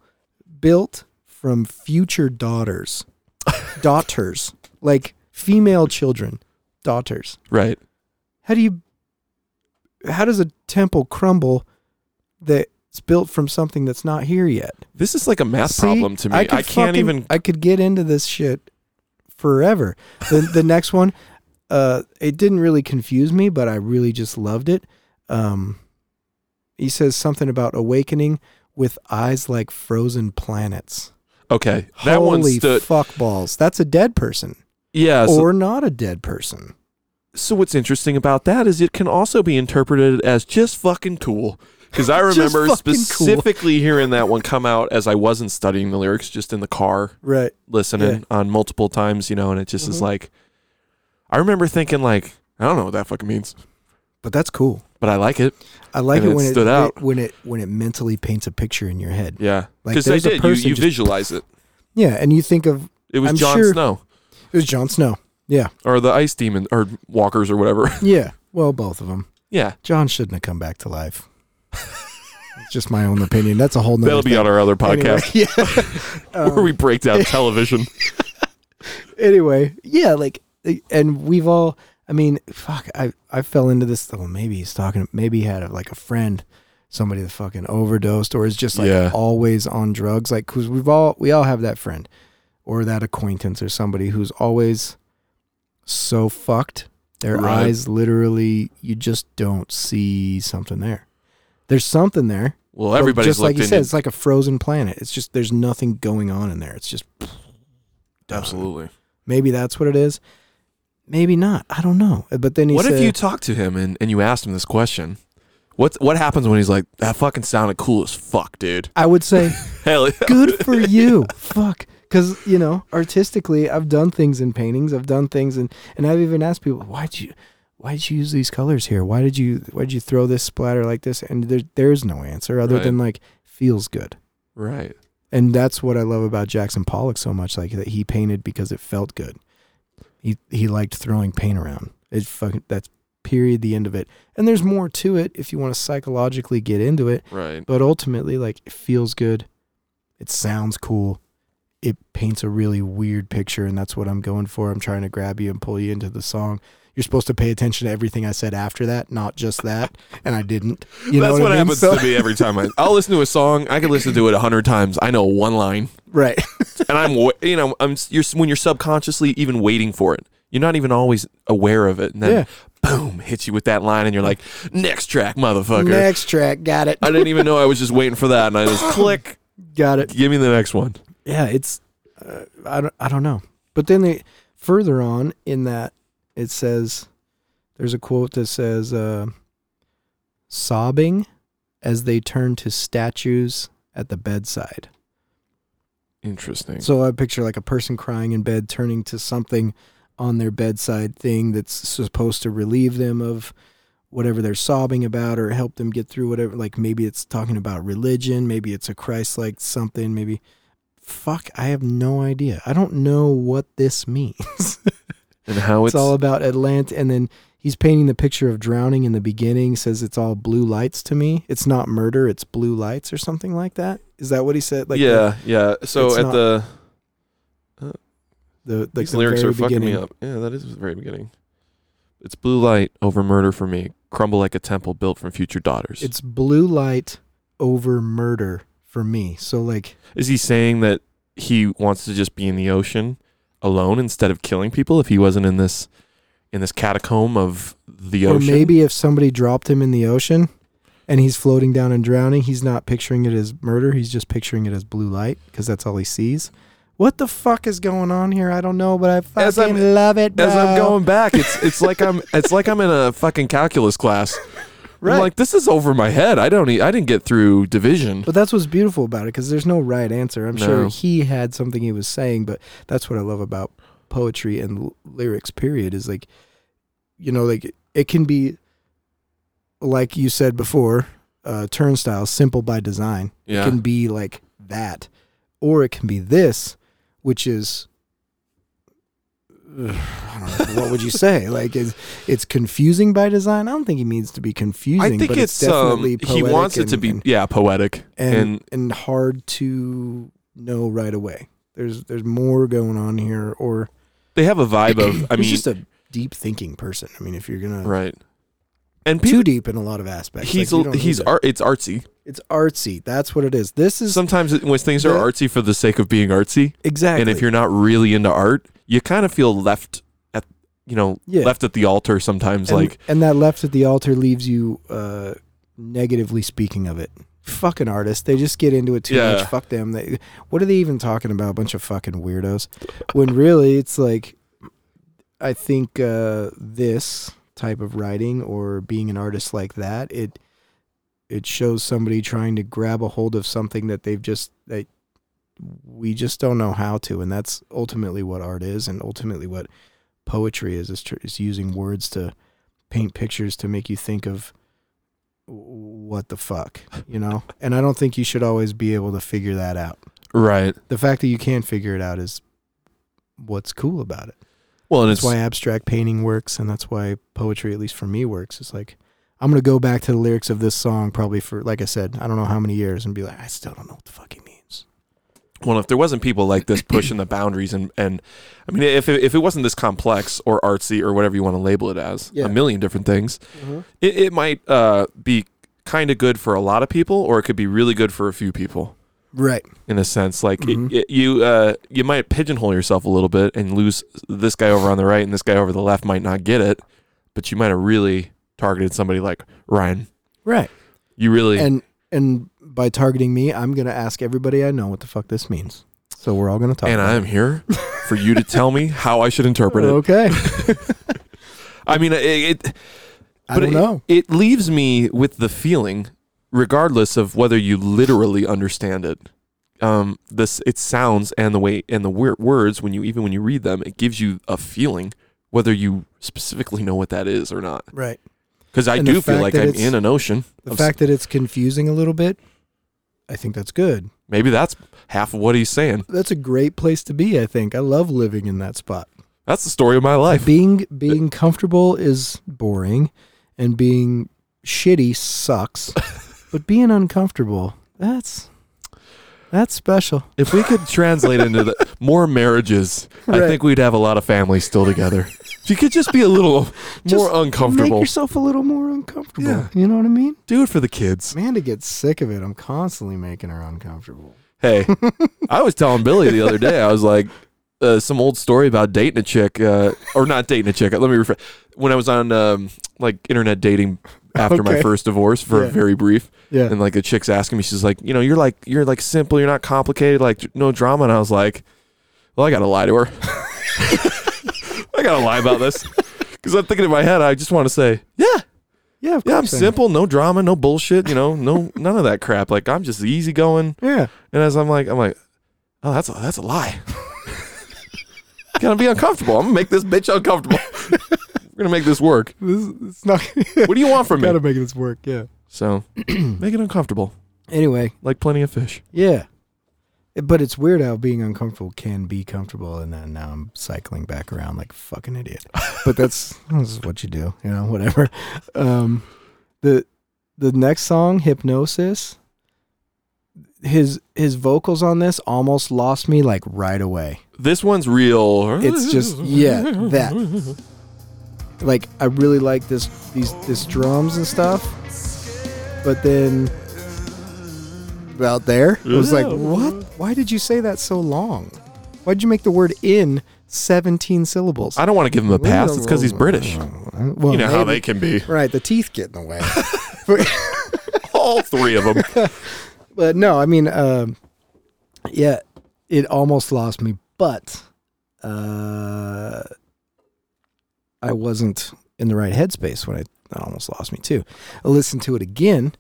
[SPEAKER 1] built from future daughters, daughters, like female children, daughters.
[SPEAKER 2] right,
[SPEAKER 1] How do you? How does a temple crumble that's built from something that's not here yet?
[SPEAKER 2] this is like a math
[SPEAKER 1] See,
[SPEAKER 2] problem to me. I,
[SPEAKER 1] could
[SPEAKER 2] can't
[SPEAKER 1] fucking-
[SPEAKER 2] even.
[SPEAKER 1] I could get into this shit forever. The the next one, uh, it didn't really confuse me, but I really just loved it. Um, he says something about awakening with eyes like frozen planets.
[SPEAKER 2] Okay, that one
[SPEAKER 1] Holy
[SPEAKER 2] stood.
[SPEAKER 1] fuck balls! That's a dead person,
[SPEAKER 2] yeah. So,
[SPEAKER 1] or not a dead person.
[SPEAKER 2] so what's interesting about that is it can also be interpreted as just fucking cool. Because I
[SPEAKER 1] Just
[SPEAKER 2] remember
[SPEAKER 1] fucking cool.
[SPEAKER 2] specifically hearing that one come out as I wasn't studying the lyrics, just in the car.
[SPEAKER 1] Right.
[SPEAKER 2] listening on multiple times, you know, and it just
[SPEAKER 1] Mm-hmm.
[SPEAKER 2] is like I remember thinking like, I don't know what that fucking means,
[SPEAKER 1] But that's cool.
[SPEAKER 2] but I like it.
[SPEAKER 1] I like
[SPEAKER 2] And
[SPEAKER 1] it
[SPEAKER 2] it
[SPEAKER 1] when it,
[SPEAKER 2] stood out.
[SPEAKER 1] when it when it mentally paints a picture in your head.
[SPEAKER 2] Yeah.
[SPEAKER 1] Like,
[SPEAKER 2] Because
[SPEAKER 1] there's a
[SPEAKER 2] I did. You,
[SPEAKER 1] person
[SPEAKER 2] you
[SPEAKER 1] just-
[SPEAKER 2] visualize it.
[SPEAKER 1] Yeah, and you think of
[SPEAKER 2] It was
[SPEAKER 1] I'm
[SPEAKER 2] Jon
[SPEAKER 1] sure-
[SPEAKER 2] Snow
[SPEAKER 1] it was Jon Snow. Yeah,
[SPEAKER 2] or the ice demon or walkers or whatever.
[SPEAKER 1] yeah. Well, both of them.
[SPEAKER 2] yeah.
[SPEAKER 1] John shouldn't have come back to life. It's just my own opinion. That's a whole nother
[SPEAKER 2] That'll be on our other podcast
[SPEAKER 1] Anyway, yeah.
[SPEAKER 2] where
[SPEAKER 1] Um,
[SPEAKER 2] we break down television.
[SPEAKER 1] anyway, yeah, like, and we've all. I mean, fuck. I I fell into this. Well, maybe he's talking. Maybe he had a, like a friend, somebody that fucking overdosed, or is just like
[SPEAKER 2] Yeah.
[SPEAKER 1] always on drugs. Like, cause we've all we all have that friend, or that acquaintance, or somebody who's always so fucked. Their
[SPEAKER 2] Right.
[SPEAKER 1] eyes literally, you just don't see something there. There's something there.
[SPEAKER 2] Well,
[SPEAKER 1] But
[SPEAKER 2] everybody's
[SPEAKER 1] just like
[SPEAKER 2] looked
[SPEAKER 1] you
[SPEAKER 2] in
[SPEAKER 1] said, it's like a frozen planet. It's just there's nothing going on in there. It's just
[SPEAKER 2] Absolutely.
[SPEAKER 1] maybe that's what it is. Maybe not. I don't know. Uh, But then he
[SPEAKER 2] What
[SPEAKER 1] said,
[SPEAKER 2] if you talked to him and, and you asked him this question? What what happens when he's like that? Fucking sounded cool as fuck, dude.
[SPEAKER 1] I would say,
[SPEAKER 2] Hell, yeah.
[SPEAKER 1] good for you. Fuck. Because, you know, artistically, I've done things in paintings. I've done things in, and I've even asked people, why'd you, why'd you use these colors here? Why did you, why'd you throw this splatter like this? And there, there's no answer other
[SPEAKER 2] Right.
[SPEAKER 1] than like, feels good.
[SPEAKER 2] right?
[SPEAKER 1] And that's what I love about Jackson Pollock so much, like that he painted because it felt good. He he liked throwing paint around. It fucking that's period the end of it. And there's more to it if you want to psychologically get into it,
[SPEAKER 2] Right.
[SPEAKER 1] but ultimately like it feels good. It sounds cool. It paints a really weird picture and that's what I'm going for. I'm trying to grab you and pull you into the song. You're supposed to pay attention to everything I said after that, not just that, and I didn't. You know
[SPEAKER 2] That's
[SPEAKER 1] what,
[SPEAKER 2] what,
[SPEAKER 1] I mean?
[SPEAKER 2] happens
[SPEAKER 1] So-
[SPEAKER 2] to me every time. I, I'll listen to a song. I could listen to it a hundred times. I know one line,
[SPEAKER 1] Right.
[SPEAKER 2] and I'm wa- you know I'm s- you're s- when you're subconsciously even waiting for it. You're not even always aware of it, and then boom, hits you with that line, and you're like, next track, motherfucker.
[SPEAKER 1] Next track, got it.
[SPEAKER 2] I didn't even know I was just waiting for that, and I just click.
[SPEAKER 1] Got it.
[SPEAKER 2] Give me the next one.
[SPEAKER 1] yeah, it's uh, I don't I don't know. But then they further on in that it says there's a quote that says uh, sobbing as they turn to statues at the bedside.
[SPEAKER 2] Interesting.
[SPEAKER 1] So I picture like a person crying in bed turning to something on their bedside thing that's supposed to relieve them of whatever they're sobbing about or help them get through whatever like maybe it's talking about religion, maybe it's a Christ like something, maybe fuck, I have no idea. I don't know what this means.
[SPEAKER 2] and how
[SPEAKER 1] it's all about Atlanta and then he's painting the picture of drowning in the beginning says it's all blue lights to me. It's not murder, it's blue lights or something like that. Is that what he said? Like the-
[SPEAKER 2] yeah, yeah. So
[SPEAKER 1] it's
[SPEAKER 2] at
[SPEAKER 1] not-
[SPEAKER 2] the
[SPEAKER 1] the, like
[SPEAKER 2] these
[SPEAKER 1] the
[SPEAKER 2] lyrics
[SPEAKER 1] very
[SPEAKER 2] are fucking
[SPEAKER 1] beginning.
[SPEAKER 2] me up. Yeah, that is the very beginning. It's blue light over murder for me. Crumble like a temple built from future daughters.
[SPEAKER 1] It's blue light over murder for me. So like
[SPEAKER 2] is he saying that he wants to just be in the ocean alone instead of killing people if he wasn't in this in this catacomb of the
[SPEAKER 1] or
[SPEAKER 2] ocean?
[SPEAKER 1] maybe if somebody dropped him in the ocean and he's floating down and drowning, he's not picturing it as murder, he's just picturing it as blue light because that's all he sees. What the fuck is going on here? I don't know, but I fucking
[SPEAKER 2] As I'm-
[SPEAKER 1] love it.
[SPEAKER 2] As I'm
[SPEAKER 1] bro.
[SPEAKER 2] going back, it's it's like I'm it's like I'm in a fucking calculus class.
[SPEAKER 1] Right.
[SPEAKER 2] I'm like this is over my head. I don't e- I didn't get through division.
[SPEAKER 1] But that's what's beautiful about it because there's no right answer. I'm sure
[SPEAKER 2] No.
[SPEAKER 1] he had something he was saying, but that's what I love about poetry and l- lyrics, period, is like, you know, like it can be, like you said before, uh, turnstile, simple by design. It
[SPEAKER 2] Yeah.
[SPEAKER 1] can be like that, or it can be this, which is. Ugh, I don't know, what would you say? Like, it's, it's confusing by design. I don't think he means to be confusing.
[SPEAKER 2] I think
[SPEAKER 1] but
[SPEAKER 2] it's,
[SPEAKER 1] it's, definitely
[SPEAKER 2] um, he
[SPEAKER 1] poetic
[SPEAKER 2] wants it to
[SPEAKER 1] and-
[SPEAKER 2] be
[SPEAKER 1] and-
[SPEAKER 2] yeah poetic
[SPEAKER 1] and,
[SPEAKER 2] and
[SPEAKER 1] and hard to know right away. There's there's more going on here, or
[SPEAKER 2] they have a vibe of I
[SPEAKER 1] he's
[SPEAKER 2] mean
[SPEAKER 1] just a deep thinking person. I mean, if you're gonna
[SPEAKER 2] right and
[SPEAKER 1] too
[SPEAKER 2] people,
[SPEAKER 1] deep in a lot of aspects,
[SPEAKER 2] he's
[SPEAKER 1] like, you
[SPEAKER 2] a-
[SPEAKER 1] don't
[SPEAKER 2] he's
[SPEAKER 1] need that.
[SPEAKER 2] art it's artsy
[SPEAKER 1] it's artsy. That's what it is. This is
[SPEAKER 2] sometimes it, when things are
[SPEAKER 1] the-
[SPEAKER 2] artsy for the sake of being artsy
[SPEAKER 1] exactly.
[SPEAKER 2] and if you're not really into art you kind of feel left at you know
[SPEAKER 1] Yeah.
[SPEAKER 2] left at the altar sometimes
[SPEAKER 1] and,
[SPEAKER 2] like
[SPEAKER 1] and that left at the altar leaves you uh, negatively speaking of it. Fucking artists, they just get into it too
[SPEAKER 2] Yeah.
[SPEAKER 1] much. Fuck them. They, what are they even talking about? A bunch of fucking weirdos. When really, it's like, I think uh, this type of writing or being an artist like that, it it shows somebody trying to grab a hold of something that they've just that we just don't know how to, and that's ultimately what art is, and ultimately what poetry is is, tr- is using words to paint pictures to make you think of w- what the fuck, you know? and I don't think you should always be able to figure that out.
[SPEAKER 2] right
[SPEAKER 1] The fact that you can figure it out is what's cool about it.
[SPEAKER 2] well and
[SPEAKER 1] That's
[SPEAKER 2] it's
[SPEAKER 1] why abstract painting works and that's why poetry at least for me works. It's like I'm going to go back to the lyrics of this song probably for like I said, I don't know how many years and be like I still don't know what the fuck it means.
[SPEAKER 2] well if there wasn't people like this pushing the boundaries and and i mean if it, if it wasn't this complex or artsy or whatever you want to label it as
[SPEAKER 1] Yeah.
[SPEAKER 2] a million different things it, it might uh, be kind of good for a lot of people or it could be really good for a few people
[SPEAKER 1] Right.
[SPEAKER 2] in a sense like it-
[SPEAKER 1] Mhm.
[SPEAKER 2] it- you uh, you might pigeonhole yourself a little bit and lose this guy over on the right and this guy over the left might not get it but you might have really targeted somebody like ryan
[SPEAKER 1] Right.
[SPEAKER 2] you really
[SPEAKER 1] And and by targeting me, I'm going to ask everybody I know what the fuck this means. So we're all going to talk
[SPEAKER 2] and
[SPEAKER 1] about it.
[SPEAKER 2] i'm here for you to tell me how i should interpret it
[SPEAKER 1] Okay.
[SPEAKER 2] I mean, it. it
[SPEAKER 1] I
[SPEAKER 2] but
[SPEAKER 1] don't
[SPEAKER 2] it,
[SPEAKER 1] know.
[SPEAKER 2] It leaves me with the feeling, regardless of whether you literally understand it. Um, this it sounds and the way and the wor- words when you even when you read them, it gives you a feeling whether you specifically know what that is or not.
[SPEAKER 1] Right.
[SPEAKER 2] Because I
[SPEAKER 1] And the
[SPEAKER 2] do feel
[SPEAKER 1] fact
[SPEAKER 2] like
[SPEAKER 1] that
[SPEAKER 2] I'm
[SPEAKER 1] it's-
[SPEAKER 2] in an ocean.
[SPEAKER 1] The
[SPEAKER 2] of s-
[SPEAKER 1] fact that it's confusing a little bit, I think that's good.
[SPEAKER 2] maybe that's half of what he's saying.
[SPEAKER 1] That's a great place to be, I think. I love living in that spot.
[SPEAKER 2] That's the story of my life.
[SPEAKER 1] Being being comfortable is boring and being shitty sucks. but being uncomfortable, that's that's special.
[SPEAKER 2] If we could translate into the, more marriages, I
[SPEAKER 1] Right.
[SPEAKER 2] think we'd have a lot of families still together. If you could just be a little more
[SPEAKER 1] Make
[SPEAKER 2] uncomfortable,
[SPEAKER 1] yourself a little more uncomfortable.
[SPEAKER 2] Yeah.
[SPEAKER 1] You know what I mean?
[SPEAKER 2] do it for the kids.
[SPEAKER 1] Amanda gets sick of it. I'm constantly making her uncomfortable.
[SPEAKER 2] Hey, I was telling Billy the other day, I was like, uh, some old story about dating a chick, uh, or not dating a chick. Let me rephrase. When I was on um, like internet dating after my
[SPEAKER 1] Okay.
[SPEAKER 2] first divorce for
[SPEAKER 1] Yeah.
[SPEAKER 2] a very brief,
[SPEAKER 1] Yeah.
[SPEAKER 2] and like the chick's asking me, she's like, you know, you're like, you're like simple, you're not complicated, like no drama. And I was like, well, I gotta lie to her. I gotta lie about this because I'm thinking in my head, I just want to say, yeah,
[SPEAKER 1] yeah, of
[SPEAKER 2] yeah, I'm
[SPEAKER 1] course I am.
[SPEAKER 2] simple, no drama, no bullshit, you know, no none of that crap. Like I'm just easygoing.
[SPEAKER 1] Yeah.
[SPEAKER 2] And as I'm like, I'm like, oh, that's a, that's a lie. Gonna be uncomfortable. I'm gonna make this bitch uncomfortable. We're gonna make this work.
[SPEAKER 1] This it's not
[SPEAKER 2] What do you want from me?
[SPEAKER 1] gotta make this work, yeah.
[SPEAKER 2] So make it uncomfortable,
[SPEAKER 1] Anyway,
[SPEAKER 2] like plenty of fish.
[SPEAKER 1] Yeah. It- But it's weird how being uncomfortable can be comfortable, and then now I'm cycling back around like a fucking idiot. But that's this is what you do, you know. Whatever. Um, the the next song, Hypnosis. His his vocals on this almost lost me like right away.
[SPEAKER 2] This one's real.
[SPEAKER 1] It's just yeah that. Like I really like this these this drums and stuff, but then about there I was like,
[SPEAKER 2] Yeah.
[SPEAKER 1] what? Why did you say that so long? Why'd you make the word in seventeen syllables?
[SPEAKER 2] I don't want to give him a pass. It's because he's British.
[SPEAKER 1] Well,
[SPEAKER 2] You know how they
[SPEAKER 1] maybe-
[SPEAKER 2] can be.
[SPEAKER 1] right the teeth get in the way.
[SPEAKER 2] All three of them.
[SPEAKER 1] but no, I mean, um, yeah, it almost lost me, but uh, I wasn't in the right headspace when it, that almost lost me too. I listened to it again.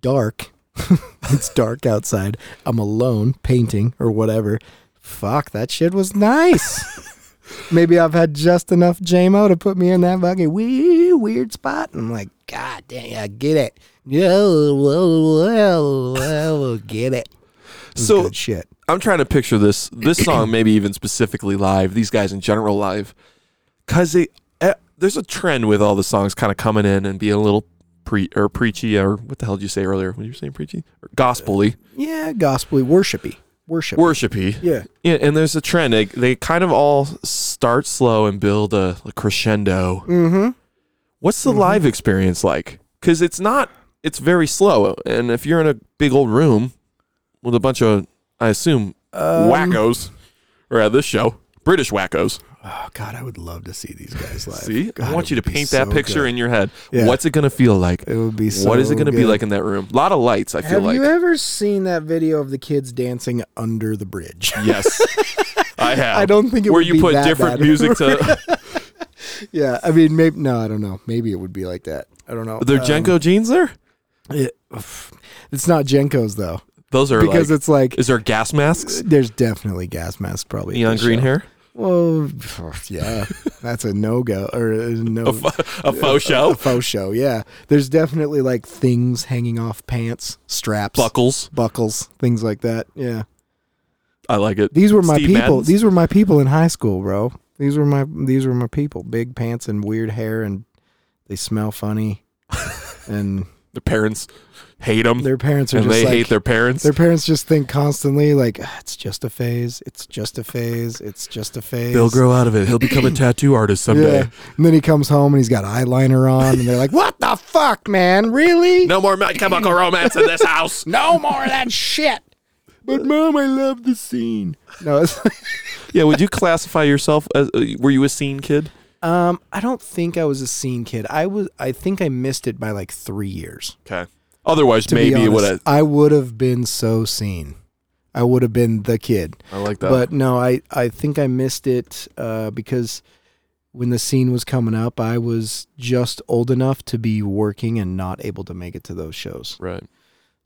[SPEAKER 1] Dark. it's dark outside. I'm alone painting or whatever. Fuck, that shit was nice. Maybe I've had just enough JMO to put me in that fucking wee weird spot. And I'm like, God damn, I get it. Yeah, well, well, well, get it. This is
[SPEAKER 2] So-
[SPEAKER 1] good shit.
[SPEAKER 2] I'm trying to picture this this song, maybe even specifically live. These guys in general live, because they eh, there's a trend with all the songs kind of coming in and being a little pre or preachy or what the hell did you say earlier? When you were saying preachy or gospely,
[SPEAKER 1] Yeah, gospelly, worshipy, worship.
[SPEAKER 2] worshipy.
[SPEAKER 1] yeah,
[SPEAKER 2] Yeah, and there's a trend. They, they kind of all start slow and build a, a crescendo. Mm-hmm. What's
[SPEAKER 1] Mm-hmm.
[SPEAKER 2] the live experience like? Because it's not. It's very slow, and if you're in a big old room with a bunch of, I assume,
[SPEAKER 1] Um,
[SPEAKER 2] wackos, or at this show, British wackos.
[SPEAKER 1] Oh God, I would love to see these guys live.
[SPEAKER 2] See,
[SPEAKER 1] God,
[SPEAKER 2] I want
[SPEAKER 1] it
[SPEAKER 2] you to
[SPEAKER 1] would be
[SPEAKER 2] paint that
[SPEAKER 1] so
[SPEAKER 2] picture
[SPEAKER 1] good.
[SPEAKER 2] in your head.
[SPEAKER 1] Yeah.
[SPEAKER 2] What's it gonna feel like?
[SPEAKER 1] It would be. So
[SPEAKER 2] what is it gonna be
[SPEAKER 1] good.
[SPEAKER 2] like in that room? A lot of lights. I feel
[SPEAKER 1] Have
[SPEAKER 2] like.
[SPEAKER 1] you ever seen that video of the kids dancing under the bridge?
[SPEAKER 2] yes. I have.
[SPEAKER 1] I don't think it
[SPEAKER 2] where
[SPEAKER 1] would
[SPEAKER 2] you
[SPEAKER 1] be
[SPEAKER 2] put
[SPEAKER 1] that
[SPEAKER 2] different
[SPEAKER 1] bad.
[SPEAKER 2] music to
[SPEAKER 1] yeah, I mean, maybe no, I don't know. Maybe it would be like that. I don't know.
[SPEAKER 2] their
[SPEAKER 1] Um,
[SPEAKER 2] Jenko jeans there.
[SPEAKER 1] it- oof. it's not Jenko's though,
[SPEAKER 2] Those are
[SPEAKER 1] because
[SPEAKER 2] like,
[SPEAKER 1] it's like
[SPEAKER 2] Is there gas masks?
[SPEAKER 1] there's definitely gas masks probably. at
[SPEAKER 2] Neon
[SPEAKER 1] this
[SPEAKER 2] green
[SPEAKER 1] show.
[SPEAKER 2] hair?
[SPEAKER 1] Well, yeah, that's a no go or a no.
[SPEAKER 2] A, f- a faux show?
[SPEAKER 1] a faux show. Yeah, there's definitely like things hanging off pants, straps,
[SPEAKER 2] Buckles.
[SPEAKER 1] buckles, things like that. Yeah,
[SPEAKER 2] I like it.
[SPEAKER 1] these were my
[SPEAKER 2] Steve
[SPEAKER 1] people.
[SPEAKER 2] Madden's?
[SPEAKER 1] These were my people in high school, bro. These were my these were my people. Big pants and weird hair, and they smell funny, and
[SPEAKER 2] Their parents hate them.
[SPEAKER 1] their parents are
[SPEAKER 2] and
[SPEAKER 1] just
[SPEAKER 2] they
[SPEAKER 1] like,
[SPEAKER 2] hate their parents.
[SPEAKER 1] Their parents just think constantly like "Ah, it's just a phase. It's just a phase. It's just a phase.
[SPEAKER 2] They'll grow out of it. He'll become a tattoo artist someday.
[SPEAKER 1] Yeah. And then he comes home and he's got eyeliner on, and they're like, "What the fuck, man? Really?
[SPEAKER 2] No more My Chemical Romance in this house.
[SPEAKER 1] No more of that shit. But mom, I love the scene. No, it's
[SPEAKER 2] Yeah, would you classify yourself as, uh, were you a scene kid?
[SPEAKER 1] um, I don't think I was a scene kid. I was. I think I missed it by like three years.
[SPEAKER 2] Okay. Otherwise,
[SPEAKER 1] To be
[SPEAKER 2] maybe it would
[SPEAKER 1] honest.
[SPEAKER 2] have.
[SPEAKER 1] I would have been so seen. I would have been the kid.
[SPEAKER 2] I like that.
[SPEAKER 1] But no, I I think I missed it uh, because when the scene was coming up, I was just old enough to be working and not able to make it to those shows.
[SPEAKER 2] Right.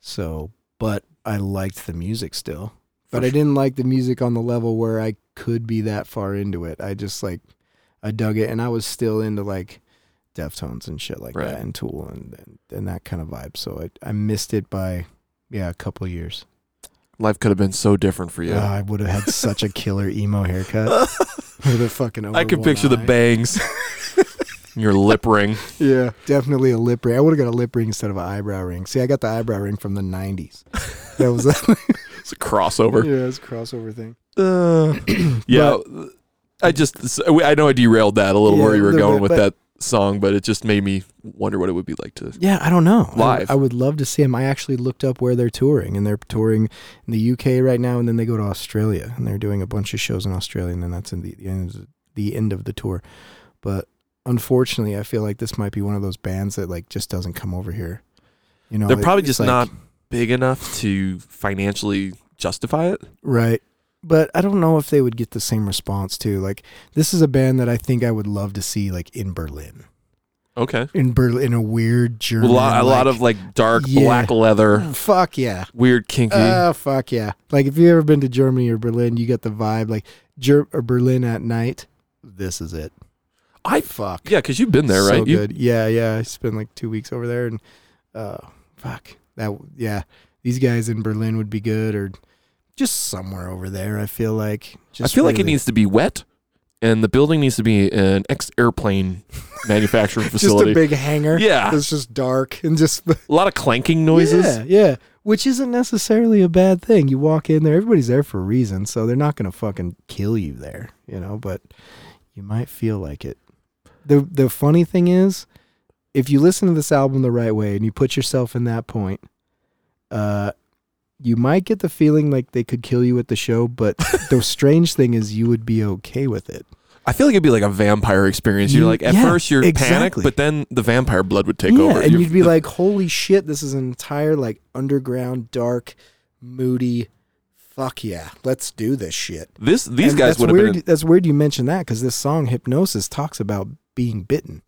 [SPEAKER 1] So, but I liked the music still.
[SPEAKER 2] For
[SPEAKER 1] But I
[SPEAKER 2] sure.
[SPEAKER 1] didn't like the music on the level where I could be that far into it. I just like I dug it and I was still into like Deftones and shit like
[SPEAKER 2] Right.
[SPEAKER 1] that and Tool and, and and that kind of vibe. So I I missed it by yeah, a couple years.
[SPEAKER 2] Life could have been so different for you.
[SPEAKER 1] Yeah. I would have had such a killer emo haircut. with a fucking
[SPEAKER 2] I
[SPEAKER 1] over
[SPEAKER 2] can
[SPEAKER 1] one
[SPEAKER 2] picture the
[SPEAKER 1] eye.
[SPEAKER 2] bangs. Your lip ring.
[SPEAKER 1] Yeah, definitely a lip ring. I would have got a lip ring instead of an eyebrow ring. See, I got the eyebrow ring from the '90s. That was a,
[SPEAKER 2] It's a crossover.
[SPEAKER 1] yeah, it's a crossover thing.
[SPEAKER 2] Uh, yeah. I just, s- I know I derailed that a little
[SPEAKER 1] Yeah,
[SPEAKER 2] where you were
[SPEAKER 1] a little
[SPEAKER 2] going
[SPEAKER 1] bit,
[SPEAKER 2] with
[SPEAKER 1] but-
[SPEAKER 2] that song, but it just made me wonder what it would be like to.
[SPEAKER 1] Yeah, I don't know. I-
[SPEAKER 2] Live.
[SPEAKER 1] I, would love to see them. I actually looked up where they're touring, and they're touring in the UK right now, and then they go to Australia, and they're doing a bunch of shows in Australia, and then that's in the, the end of the end of the tour. But unfortunately, I feel like this might be one of those bands that like just doesn't come over here. You know,
[SPEAKER 2] They're
[SPEAKER 1] it-
[SPEAKER 2] probably
[SPEAKER 1] it's
[SPEAKER 2] just
[SPEAKER 1] like-
[SPEAKER 2] not big enough to financially justify it.
[SPEAKER 1] Right. But I don't know if they would get the same response too. Like this is a band that I think I would love to see like in Berlin.
[SPEAKER 2] Okay.
[SPEAKER 1] In Berlin in a weird
[SPEAKER 2] A
[SPEAKER 1] German
[SPEAKER 2] lot, a lot
[SPEAKER 1] like-
[SPEAKER 2] of like dark
[SPEAKER 1] Yeah.
[SPEAKER 2] black leather,
[SPEAKER 1] fuck yeah.
[SPEAKER 2] weird kinky.
[SPEAKER 1] Oh fuck yeah. Like if you've ever been to Germany or Berlin, you get the vibe like Ger- or Berlin at night. This is it.
[SPEAKER 2] I
[SPEAKER 1] fuck.
[SPEAKER 2] yeah, because you've been there,
[SPEAKER 1] so
[SPEAKER 2] right? You-
[SPEAKER 1] good. Yeah, yeah. I spent like two weeks over there, and uh, fuck that. w- Yeah, these guys in Berlin would be good, or just somewhere over there. I feel like.
[SPEAKER 2] I
[SPEAKER 1] Just
[SPEAKER 2] feel like it
[SPEAKER 1] really-
[SPEAKER 2] needs to be wet, and the building needs to be an ex-airplane manufacturing
[SPEAKER 1] just
[SPEAKER 2] facility.
[SPEAKER 1] a big hangar.
[SPEAKER 2] yeah,
[SPEAKER 1] it's just dark and just the
[SPEAKER 2] a lot of clanking noises.
[SPEAKER 1] Yeah, yeah. Which isn't necessarily a bad thing. You walk in there, everybody's there for a reason, so they're not gonna fucking kill you there, you know. But you might feel like it. the The funny thing is, if you listen to this album the right way and you put yourself in that point, uh, you might get the feeling like they could kill you at the show. But the strange thing is, you would be okay with it.
[SPEAKER 2] I feel like it'd be like a vampire experience. You're
[SPEAKER 1] You-
[SPEAKER 2] like at
[SPEAKER 1] yeah,
[SPEAKER 2] first you're
[SPEAKER 1] exactly.
[SPEAKER 2] panicked, but then the vampire blood would take
[SPEAKER 1] yeah,
[SPEAKER 2] over.
[SPEAKER 1] and
[SPEAKER 2] You're-
[SPEAKER 1] you'd be
[SPEAKER 2] the-
[SPEAKER 1] like, "Holy shit! This is an entire like underground, dark, moody. Fuck yeah, let's do this shit."
[SPEAKER 2] this these
[SPEAKER 1] And
[SPEAKER 2] guys
[SPEAKER 1] that's
[SPEAKER 2] would have
[SPEAKER 1] weird.
[SPEAKER 2] been. in-
[SPEAKER 1] That's weird. You mentioned that because this song "Hypnosis" talks about being bitten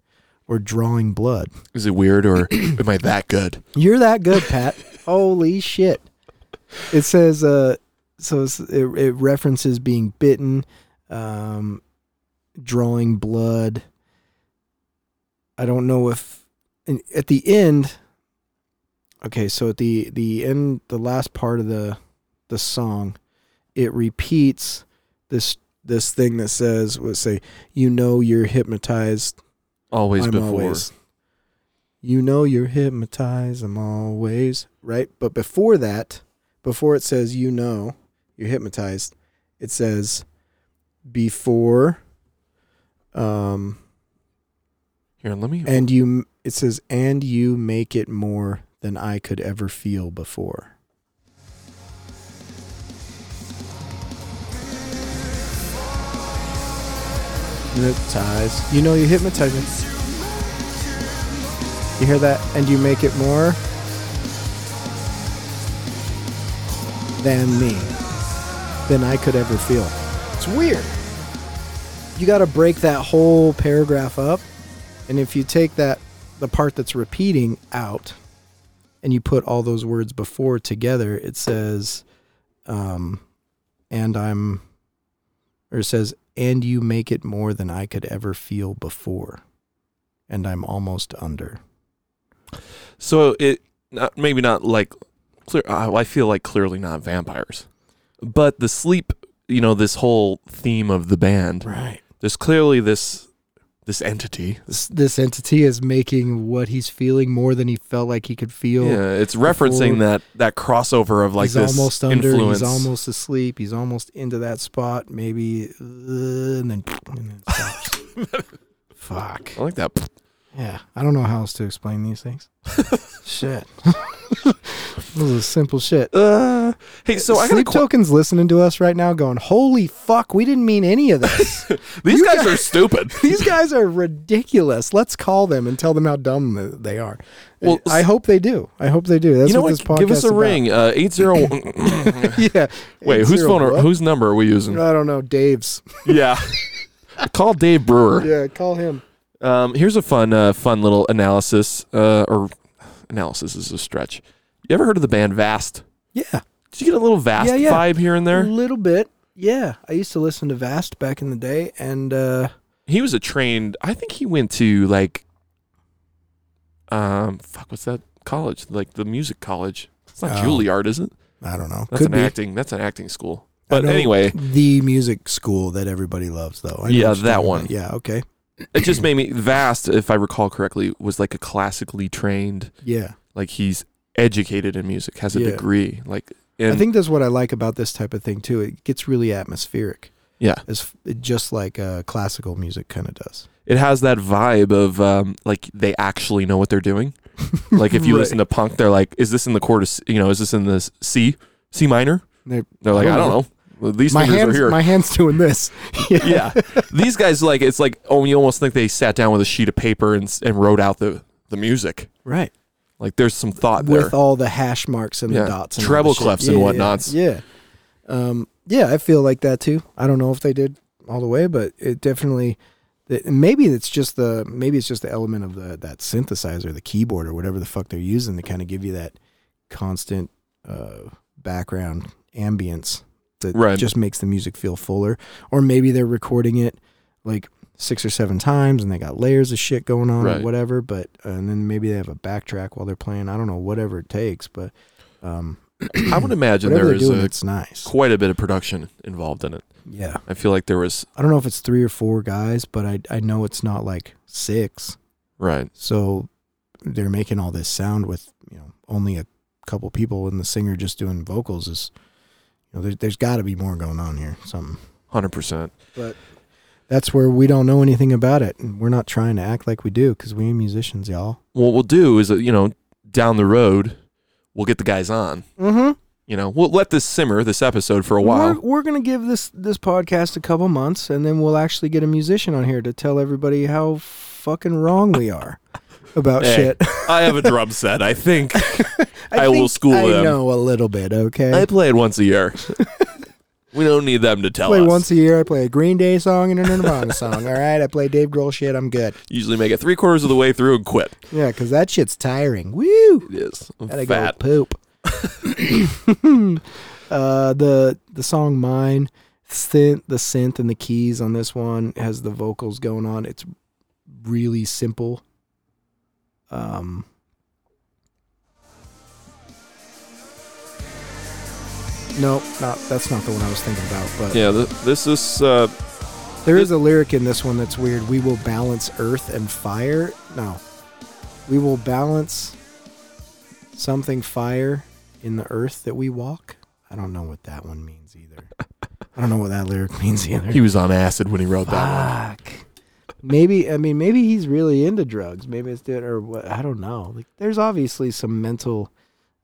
[SPEAKER 1] or drawing blood.
[SPEAKER 2] Is it weird or am I that good?
[SPEAKER 1] You're that good, Pat. Holy shit! It says, uh, so it's- it, it references being bitten, um, drawing blood. I don't know if and at the end. Okay, so at the the end, the last part of the the song, it repeats this this thing that says, "Let's say you know you're hypnotized
[SPEAKER 2] Always
[SPEAKER 1] I'm
[SPEAKER 2] before.
[SPEAKER 1] always- You know you're hypnotized. I'm always right, but before that, before it says you know you're hypnotized, it says before, um,
[SPEAKER 2] Here, let me.
[SPEAKER 1] and you. It says and you make it more than I could ever feel before. Hypnotized. You know you're hypnotized. You hear that? And you make it more than me, than I could ever feel. It's weird. You got to break that whole paragraph up. And if you take that, the part that's repeating out, and you put all those words before together, it says, um, and I'm, or it says, and you make it more than I could ever feel before. And I'm almost under.
[SPEAKER 2] So it not, maybe not like clear. Uh, I feel like clearly not vampires, but the sleep. You know this whole theme of the band.
[SPEAKER 1] Right.
[SPEAKER 2] There's clearly this this entity.
[SPEAKER 1] This, this entity is making what he's feeling more than he felt like he could feel.
[SPEAKER 2] Yeah, it's referencing
[SPEAKER 1] before-
[SPEAKER 2] that that crossover of like
[SPEAKER 1] he's
[SPEAKER 2] this
[SPEAKER 1] almost under.
[SPEAKER 2] influence.
[SPEAKER 1] He's almost asleep. He's almost into that spot. Maybe, uh, and then, and then stops. fuck.
[SPEAKER 2] I like that.
[SPEAKER 1] Yeah, I don't know how else to explain these things. shit, this is simple shit.
[SPEAKER 2] Uh, hey, so I got a
[SPEAKER 1] Sleep
[SPEAKER 2] qu-
[SPEAKER 1] tokens listening to us right now, going, "Holy fuck, we didn't mean any of this.
[SPEAKER 2] these
[SPEAKER 1] you
[SPEAKER 2] guys,
[SPEAKER 1] guys-
[SPEAKER 2] are stupid.
[SPEAKER 1] these guys are ridiculous. Let's call them and tell them how dumb th- they are."
[SPEAKER 2] Well,
[SPEAKER 1] I hope they do. I hope they do. That's
[SPEAKER 2] you know
[SPEAKER 1] what
[SPEAKER 2] what?
[SPEAKER 1] this podcast
[SPEAKER 2] Give us
[SPEAKER 1] is
[SPEAKER 2] a
[SPEAKER 1] about.
[SPEAKER 2] ring. Uh, eight zero. Wait,
[SPEAKER 1] yeah.
[SPEAKER 2] whose phone? Or,
[SPEAKER 1] Who's
[SPEAKER 2] whose number are we using?
[SPEAKER 1] I don't know. Dave's.
[SPEAKER 2] yeah. Call Dave Brewer.
[SPEAKER 1] Yeah, call him.
[SPEAKER 2] Um, here's a fun, uh, fun little analysis. Uh, or analysis is a stretch. You ever heard of the band Vast?
[SPEAKER 1] Yeah,
[SPEAKER 2] Did you get a little Vast
[SPEAKER 1] Yeah, Mm-hmm. yeah.
[SPEAKER 2] vibe here and
[SPEAKER 1] a
[SPEAKER 2] there?
[SPEAKER 1] little bit. Yeah, I used to listen to Vast back in the day, and uh,
[SPEAKER 2] He was a trained. I think he went to like, um, fuck, what's that college? Like the music college. It's not
[SPEAKER 1] Oh.
[SPEAKER 2] Juilliard, is it?
[SPEAKER 1] I don't know.
[SPEAKER 2] That's
[SPEAKER 1] Could
[SPEAKER 2] an
[SPEAKER 1] be
[SPEAKER 2] acting. That's an acting school.
[SPEAKER 1] I
[SPEAKER 2] But
[SPEAKER 1] know
[SPEAKER 2] anyway,
[SPEAKER 1] the music school that everybody loves, though. I know
[SPEAKER 2] Yeah,
[SPEAKER 1] what you're
[SPEAKER 2] that
[SPEAKER 1] talking
[SPEAKER 2] one.
[SPEAKER 1] about. Yeah, okay.
[SPEAKER 2] it just made me vast. If I recall correctly, was like a classically trained.
[SPEAKER 1] Yeah,
[SPEAKER 2] Like he's educated in music, has a
[SPEAKER 1] Yeah.
[SPEAKER 2] degree. Like, and
[SPEAKER 1] I think that's what I like about this type of thing too. It gets really atmospheric,
[SPEAKER 2] yeah,
[SPEAKER 1] as f- just like uh, classical music kind of does.
[SPEAKER 2] it has that vibe of um, like they actually know what they're doing. Like if you
[SPEAKER 1] Right.
[SPEAKER 2] listen to punk, they're like, "Is this in the chord? Of, C- you know, is this in the s- C C minor?"
[SPEAKER 1] They-
[SPEAKER 2] They're like,
[SPEAKER 1] I
[SPEAKER 2] "I
[SPEAKER 1] don't
[SPEAKER 2] don't know. Well, these
[SPEAKER 1] my
[SPEAKER 2] fingers
[SPEAKER 1] hands,
[SPEAKER 2] are here."
[SPEAKER 1] my hands doing this. yeah.
[SPEAKER 2] yeah, these guys like it's like oh, you almost think they sat down with a sheet of paper and s- and wrote out the the music.
[SPEAKER 1] right.
[SPEAKER 2] Like there's some thought there.
[SPEAKER 1] With all the hash marks and
[SPEAKER 2] Yeah.
[SPEAKER 1] the dots, and
[SPEAKER 2] Treble
[SPEAKER 1] all the shit.
[SPEAKER 2] clefs and
[SPEAKER 1] Yeah, yeah,
[SPEAKER 2] whatnots.
[SPEAKER 1] Yeah, um, yeah, I feel like that too. I don't know if they did all the way, but it definitely. It, maybe it's just the maybe it's just the element of the that synthesizer, the keyboard, or whatever the fuck they're using to kind of give you that constant uh, background ambience that
[SPEAKER 2] Right.
[SPEAKER 1] just makes the music feel fuller. Or maybe they're recording it like six or seven times and they got layers of shit going on
[SPEAKER 2] Right.
[SPEAKER 1] or whatever. But uh, and then maybe they have a backtrack while they're playing. I don't know, whatever it takes, but um,
[SPEAKER 2] I would imagine
[SPEAKER 1] whatever
[SPEAKER 2] there
[SPEAKER 1] they're
[SPEAKER 2] is
[SPEAKER 1] doing,
[SPEAKER 2] a,
[SPEAKER 1] it's nice.
[SPEAKER 2] quite a bit of production involved in it.
[SPEAKER 1] Yeah,
[SPEAKER 2] I feel like there was
[SPEAKER 1] I don't know if it's three or four guys, but I I know it's not like six.
[SPEAKER 2] right.
[SPEAKER 1] So they're making all this sound with you know only a couple people and the singer just doing vocals is you know there, there's got to be more going on here something
[SPEAKER 2] Hundred percent.
[SPEAKER 1] but that's where we don't know anything about it and we're not trying to act like we do because we ain't musicians y'all
[SPEAKER 2] What we'll do is, uh, you know, down the road, we'll get the guys on.
[SPEAKER 1] mm-hmm
[SPEAKER 2] You know, we'll let this simmer, this episode, for a while.
[SPEAKER 1] we're, we're gonna give this this podcast a couple months and then we'll actually get a musician on here to tell everybody how fucking wrong we are about
[SPEAKER 2] Hey,
[SPEAKER 1] shit
[SPEAKER 2] I have a drum set. I think I will
[SPEAKER 1] think
[SPEAKER 2] school
[SPEAKER 1] I
[SPEAKER 2] them.
[SPEAKER 1] know a little bit okay
[SPEAKER 2] I play it once a year. we don't need them to tell
[SPEAKER 1] play
[SPEAKER 2] us.
[SPEAKER 1] once a year. I play a Green Day song and a Nirvana song. All right, I play Dave Grohl shit. I'm good.
[SPEAKER 2] Usually make it three quarters of the way through and quit.
[SPEAKER 1] Yeah, because that shit's tiring. Woo!
[SPEAKER 2] It is. I'm
[SPEAKER 1] Gotta
[SPEAKER 2] fat.
[SPEAKER 1] go poop. uh, the the song "Mine," synth, the synth and the keys on this one has the vocals going on. It's really simple. Um, no, not that's not the one I was thinking about. But
[SPEAKER 2] Yeah, th- this is. Uh,
[SPEAKER 1] There is a lyric in this one that's weird. We will balance earth and fire. No. We will balance something fire in the earth that we walk. I don't know what that one means either. I don't know what that lyric means either.
[SPEAKER 2] he was on acid when he wrote that one.
[SPEAKER 1] Fuck. Maybe I mean maybe he's really into drugs. Maybe it's doing or what I don't know. Like there's obviously some mental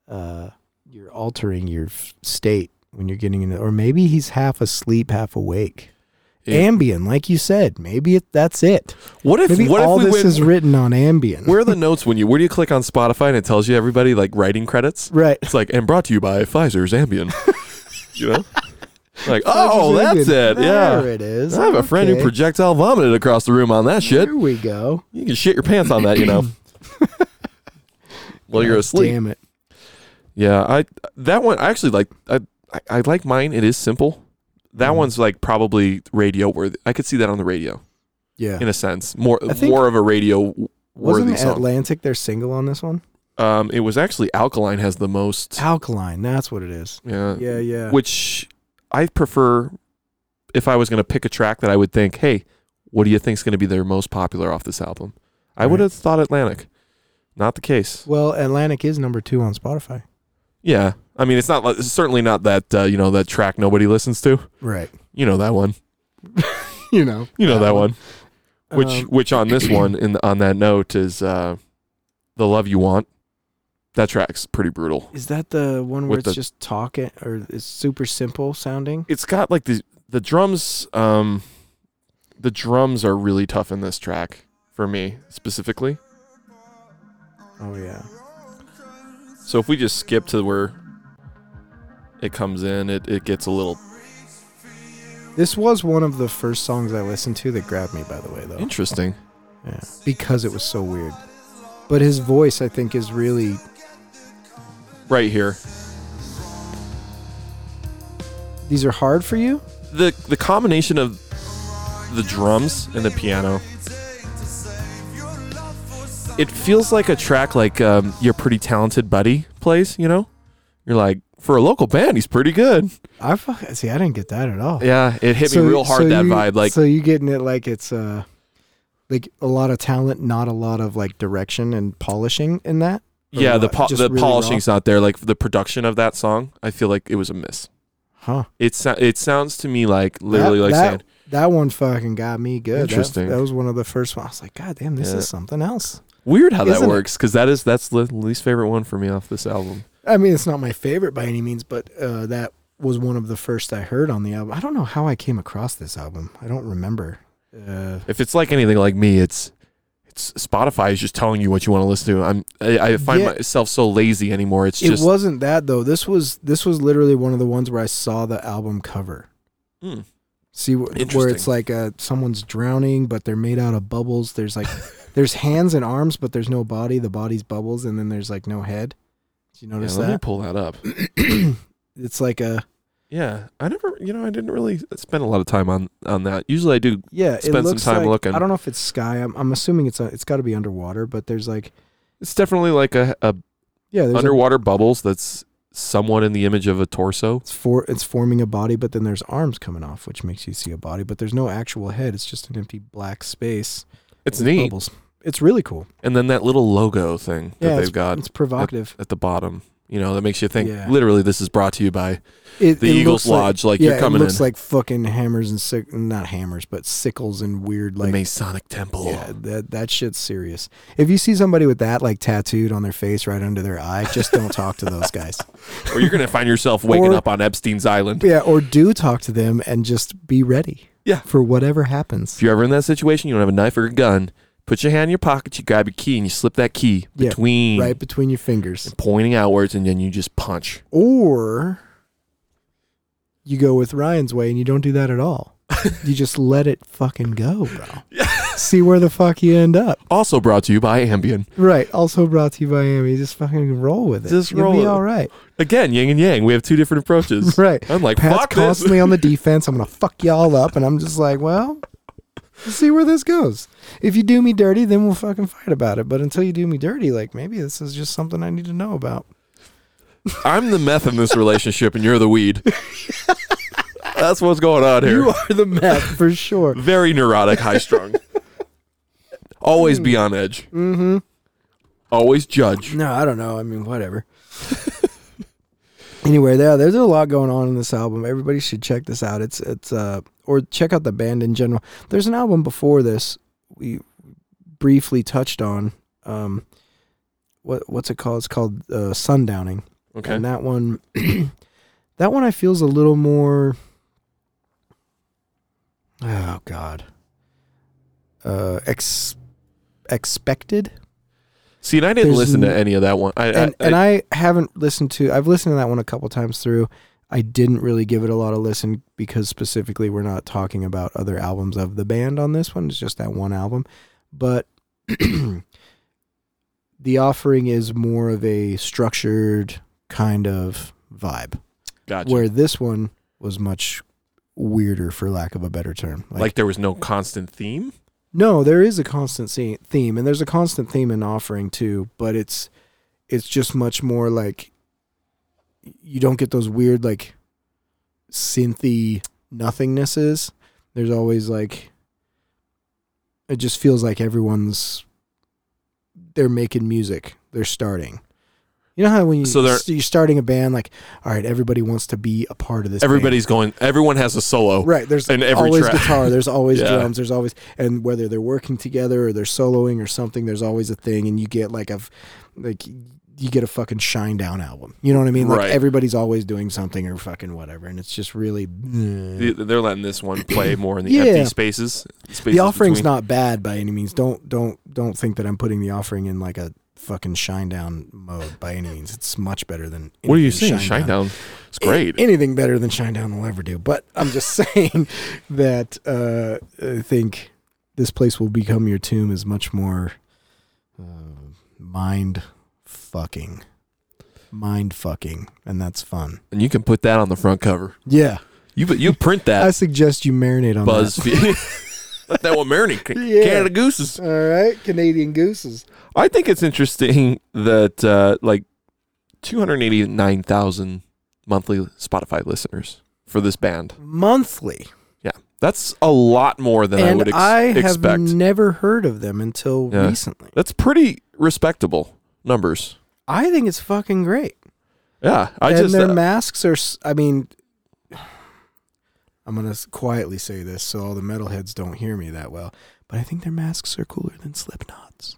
[SPEAKER 1] uh you're altering your f- state when you're getting into or maybe he's half asleep, half awake.
[SPEAKER 2] Yeah.
[SPEAKER 1] Ambien, like you said, maybe it, that's it.
[SPEAKER 2] What if?
[SPEAKER 1] Maybe
[SPEAKER 2] what
[SPEAKER 1] all
[SPEAKER 2] if we
[SPEAKER 1] this
[SPEAKER 2] went?
[SPEAKER 1] is written on Ambien.
[SPEAKER 2] where are the notes when you? Where do you click on Spotify and it tells you everybody like writing credits?
[SPEAKER 1] right.
[SPEAKER 2] It's like, and brought to you by Pfizer's Ambien. you know? Like, oh, that's
[SPEAKER 1] Ambien.
[SPEAKER 2] it.
[SPEAKER 1] There
[SPEAKER 2] Yeah.
[SPEAKER 1] it is.
[SPEAKER 2] I have a friend
[SPEAKER 1] Okay.
[SPEAKER 2] who projectile vomited across the room on that shit.
[SPEAKER 1] Here we go.
[SPEAKER 2] You can shit your pants on that, you know. While you're asleep.
[SPEAKER 1] Damn it.
[SPEAKER 2] Yeah, I that one I actually like I, I I like mine. It is simple. That one's like probably radio worthy. I could see that on the radio
[SPEAKER 1] Yeah.
[SPEAKER 2] in a sense. More
[SPEAKER 1] I think-
[SPEAKER 2] more of a radio worthy
[SPEAKER 1] Wasn't
[SPEAKER 2] song.
[SPEAKER 1] Atlantic their single on this one?
[SPEAKER 2] um it was actually Alkaline has the most
[SPEAKER 1] Alkaline. That's what it is.
[SPEAKER 2] yeah.
[SPEAKER 1] Yeah, yeah.
[SPEAKER 2] which I prefer if I was going to pick a track that I would think, hey, what do you think's going to be their most popular off this album? I would
[SPEAKER 1] Right.
[SPEAKER 2] have thought Atlantic. Not the case.
[SPEAKER 1] Well, Atlantic is number two on Spotify.
[SPEAKER 2] Yeah. I mean, it's not like- it's certainly not that uh, you know that track nobody listens to.
[SPEAKER 1] Right.
[SPEAKER 2] You know that one.
[SPEAKER 1] You know.
[SPEAKER 2] You know that one. Which
[SPEAKER 1] Um,
[SPEAKER 2] which on this one in on that note is uh The Love You Want. That track's pretty brutal.
[SPEAKER 1] is that the one where
[SPEAKER 2] with
[SPEAKER 1] it's
[SPEAKER 2] the-
[SPEAKER 1] just talking or it's super simple sounding?
[SPEAKER 2] It's got like the the drums um the drums are really tough in this track for me specifically.
[SPEAKER 1] Oh yeah.
[SPEAKER 2] So if we just skip to where it comes in, it, it gets a little
[SPEAKER 1] This was one of the first songs I listened to that grabbed me, by the way, though.
[SPEAKER 2] Interesting.
[SPEAKER 1] Yeah, because it was so weird. But his voice, I think, is really
[SPEAKER 2] Right here.
[SPEAKER 1] these are hard for you.
[SPEAKER 2] The the combination of the drums and the piano. It feels like a track like um, your pretty talented buddy plays, you know? You're like, for a local band, he's pretty good.
[SPEAKER 1] I fuck- see. I didn't get that at all.
[SPEAKER 2] Yeah, it hit me real hard that
[SPEAKER 1] you-
[SPEAKER 2] vibe. Like
[SPEAKER 1] so you getting it like it's uh like a lot of talent, not a lot of like direction and polishing in that. Or
[SPEAKER 2] yeah, the
[SPEAKER 1] what?
[SPEAKER 2] po-
[SPEAKER 1] Just
[SPEAKER 2] the
[SPEAKER 1] really raw?
[SPEAKER 2] polishing's not there. Like the production of that song, I feel like it was a miss.
[SPEAKER 1] Huh.
[SPEAKER 2] It so- it sounds to me like literally
[SPEAKER 1] that,
[SPEAKER 2] like
[SPEAKER 1] that,
[SPEAKER 2] saying,
[SPEAKER 1] that one fucking got me good. That-
[SPEAKER 2] Interesting.
[SPEAKER 1] That, was one of the first ones. I was like, God damn, this
[SPEAKER 2] Yeah.
[SPEAKER 1] is something else.
[SPEAKER 2] weird how that
[SPEAKER 1] Isn't it?
[SPEAKER 2] works because that is that's the least favorite one for me off this album.
[SPEAKER 1] I mean, it's not my favorite by any means, but uh, that was one of the first I heard on the album. I don't know how I came across this album. I don't remember. Uh,
[SPEAKER 2] If it's like anything like me, it's it's Spotify is just telling you what you want to listen to. I'm I, I find
[SPEAKER 1] Yeah.
[SPEAKER 2] myself so lazy anymore. It's
[SPEAKER 1] it
[SPEAKER 2] just
[SPEAKER 1] wasn't that though. This was this was literally one of the ones where I saw the album cover.
[SPEAKER 2] Hmm.
[SPEAKER 1] See wh- where it's
[SPEAKER 2] Interesting.
[SPEAKER 1] like uh someone's drowning, but they're made out of bubbles. There's like there's hands and arms, but there's no body. The body's bubbles, and then there's like no head. Do you
[SPEAKER 2] yeah,
[SPEAKER 1] notice
[SPEAKER 2] let me
[SPEAKER 1] that?
[SPEAKER 2] pull that up.
[SPEAKER 1] it's like a
[SPEAKER 2] Yeah, I never you know I didn't really spend a lot of time on on that. Usually I do.
[SPEAKER 1] yeah.
[SPEAKER 2] Spend
[SPEAKER 1] it
[SPEAKER 2] some
[SPEAKER 1] looks
[SPEAKER 2] time
[SPEAKER 1] like-
[SPEAKER 2] looking.
[SPEAKER 1] I don't know if it's sky. I'm, I'm assuming it's a, it's got to be underwater, but there's like
[SPEAKER 2] It's definitely like a, a
[SPEAKER 1] yeah, there's a-
[SPEAKER 2] underwater bubbles that's somewhat in the image of a torso.
[SPEAKER 1] it's for it's forming a body, but then there's arms coming off, which makes you see a body, but there's no actual head. It's just an empty black space.
[SPEAKER 2] It's
[SPEAKER 1] with
[SPEAKER 2] neat.
[SPEAKER 1] Bubbles. It's really cool.
[SPEAKER 2] And then that little logo thing that
[SPEAKER 1] Yeah,
[SPEAKER 2] they've got
[SPEAKER 1] It's provocative.
[SPEAKER 2] at the bottom, you know, that makes you think
[SPEAKER 1] Yeah.
[SPEAKER 2] literally this is brought to you by
[SPEAKER 1] It,
[SPEAKER 2] the
[SPEAKER 1] it looks
[SPEAKER 2] Eagles
[SPEAKER 1] like-
[SPEAKER 2] Lodge. Like,
[SPEAKER 1] yeah,
[SPEAKER 2] you're coming
[SPEAKER 1] it looks
[SPEAKER 2] in.
[SPEAKER 1] like fucking hammers and sick, not hammers, but sickles and weird
[SPEAKER 2] the
[SPEAKER 1] like.
[SPEAKER 2] Masonic Temple.
[SPEAKER 1] Yeah, that that shit's serious. If you see somebody with that like tattooed on their face right under their eye, just don't talk to those guys.
[SPEAKER 2] or you're going to find yourself waking
[SPEAKER 1] Or-
[SPEAKER 2] up on Epstein's Island.
[SPEAKER 1] Yeah, or do talk to them and just be ready.
[SPEAKER 2] Yeah.
[SPEAKER 1] For whatever happens.
[SPEAKER 2] If you're ever in that situation, you don't have a knife or a gun, put your hand in your pocket, you grab your key, and you slip that key
[SPEAKER 1] Yeah,
[SPEAKER 2] between
[SPEAKER 1] Right between your fingers.
[SPEAKER 2] pointing outwards, and then you just punch.
[SPEAKER 1] Or you go with Ryan's way and you don't do that at all. you just let it fucking go, bro. See where the fuck you end up.
[SPEAKER 2] Also brought to you by Ambien.
[SPEAKER 1] Right. Also brought to you by Amy. Just fucking roll with it.
[SPEAKER 2] Just
[SPEAKER 1] You'll
[SPEAKER 2] roll
[SPEAKER 1] be
[SPEAKER 2] with it.
[SPEAKER 1] all right.
[SPEAKER 2] Again, yin and yang. We have two different approaches.
[SPEAKER 1] Right.
[SPEAKER 2] I'm like,
[SPEAKER 1] Pat's
[SPEAKER 2] fuck this.
[SPEAKER 1] constantly on the defense. I'm gonna fuck y'all up, and I'm just like, well, let's see where this goes. If you do me dirty, then we'll fucking fight about it. But until you do me dirty, like maybe this is just something I need to know about.
[SPEAKER 2] I'm the meth in this relationship, and you're the weed. That's what's going on here.
[SPEAKER 1] You are the map for sure.
[SPEAKER 2] Very neurotic, high strung. Always
[SPEAKER 1] Hmm.
[SPEAKER 2] be on edge. Mm-hmm. Always judge.
[SPEAKER 1] No, I don't know. I mean, whatever. anyway, there there's a lot going on in this album. Everybody should check this out. It's it's uh or check out the band in general. There's an album before this we briefly touched on. Um, what what's it called? It's called uh, Sundowning,
[SPEAKER 2] Okay.
[SPEAKER 1] and that one that one I feel is a little more. Oh God. Uh, ex- expected.
[SPEAKER 2] See, and I didn't
[SPEAKER 1] There's
[SPEAKER 2] listen to
[SPEAKER 1] n-
[SPEAKER 2] any of that one. I,
[SPEAKER 1] and
[SPEAKER 2] I,
[SPEAKER 1] and I haven't listened to. I've listened to that one a couple times through. I didn't really give it a lot of listen because specifically we're not talking about other albums of the band on this one. It's just that one album, but the offering is more of a structured kind of vibe,
[SPEAKER 2] gotcha.
[SPEAKER 1] where this one was much weirder, for lack of a better term.
[SPEAKER 2] like, there was no constant theme.
[SPEAKER 1] No, there is a constant se- theme, and there's a constant theme in offering too, but it's it's just much more like you don't get those weird like synthy nothingnesses. There's always like it just feels like everyone's they're making music. They're starting. You know how when you
[SPEAKER 2] So they're-
[SPEAKER 1] you're starting a band, like all right, everybody wants to be a part of this. band.
[SPEAKER 2] Everybody's going. Everyone has a solo.
[SPEAKER 1] Right. There's
[SPEAKER 2] Oh, in every
[SPEAKER 1] always
[SPEAKER 2] track.
[SPEAKER 1] guitar. There's always
[SPEAKER 2] Yeah.
[SPEAKER 1] drums. There's always and whether they're working together or they're soloing or something, there's always a thing, and you get like a f- like you get a fucking shine down album. You know what I mean? Like
[SPEAKER 2] Right.
[SPEAKER 1] everybody's always doing something or fucking whatever, and it's just really.
[SPEAKER 2] Th- They're letting this one play more in the
[SPEAKER 1] Yeah.
[SPEAKER 2] empty spaces. spaces
[SPEAKER 1] the offering's
[SPEAKER 2] between.
[SPEAKER 1] not bad by any means. Don't don't don't think that I'm putting the offering in like a fucking shine down mode by any means. It's much better than
[SPEAKER 2] What are you
[SPEAKER 1] anything
[SPEAKER 2] saying? Shinedown. It's great.
[SPEAKER 1] anything better than Shine Down will ever do. But I'm just saying that uh, I think this place will become your tomb is much more uh, mind fucking, mind fucking, and that's fun.
[SPEAKER 2] and you can put that on the front cover.
[SPEAKER 1] Yeah,
[SPEAKER 2] You you print
[SPEAKER 1] I
[SPEAKER 2] that
[SPEAKER 1] suggest you marinate on that.
[SPEAKER 2] BuzzFeed. that one marinate Can-
[SPEAKER 1] Yeah.
[SPEAKER 2] Canada Gooses.
[SPEAKER 1] All right, Canadian gooses.
[SPEAKER 2] I think it's interesting that uh, like 289,000 monthly Spotify listeners for this band.
[SPEAKER 1] Monthly,
[SPEAKER 2] Yeah, that's a lot more than I
[SPEAKER 1] and
[SPEAKER 2] would ex-
[SPEAKER 1] I have
[SPEAKER 2] expect.
[SPEAKER 1] never heard of them until
[SPEAKER 2] Yeah.
[SPEAKER 1] recently.
[SPEAKER 2] that's pretty respectable numbers.
[SPEAKER 1] I think it's fucking great.
[SPEAKER 2] Yeah, I
[SPEAKER 1] and
[SPEAKER 2] just
[SPEAKER 1] their
[SPEAKER 2] uh,
[SPEAKER 1] masks are. s- I mean, I'm gonna s- quietly say this so all the metalheads don't hear me that well. But I think their masks are cooler than Slipknot's.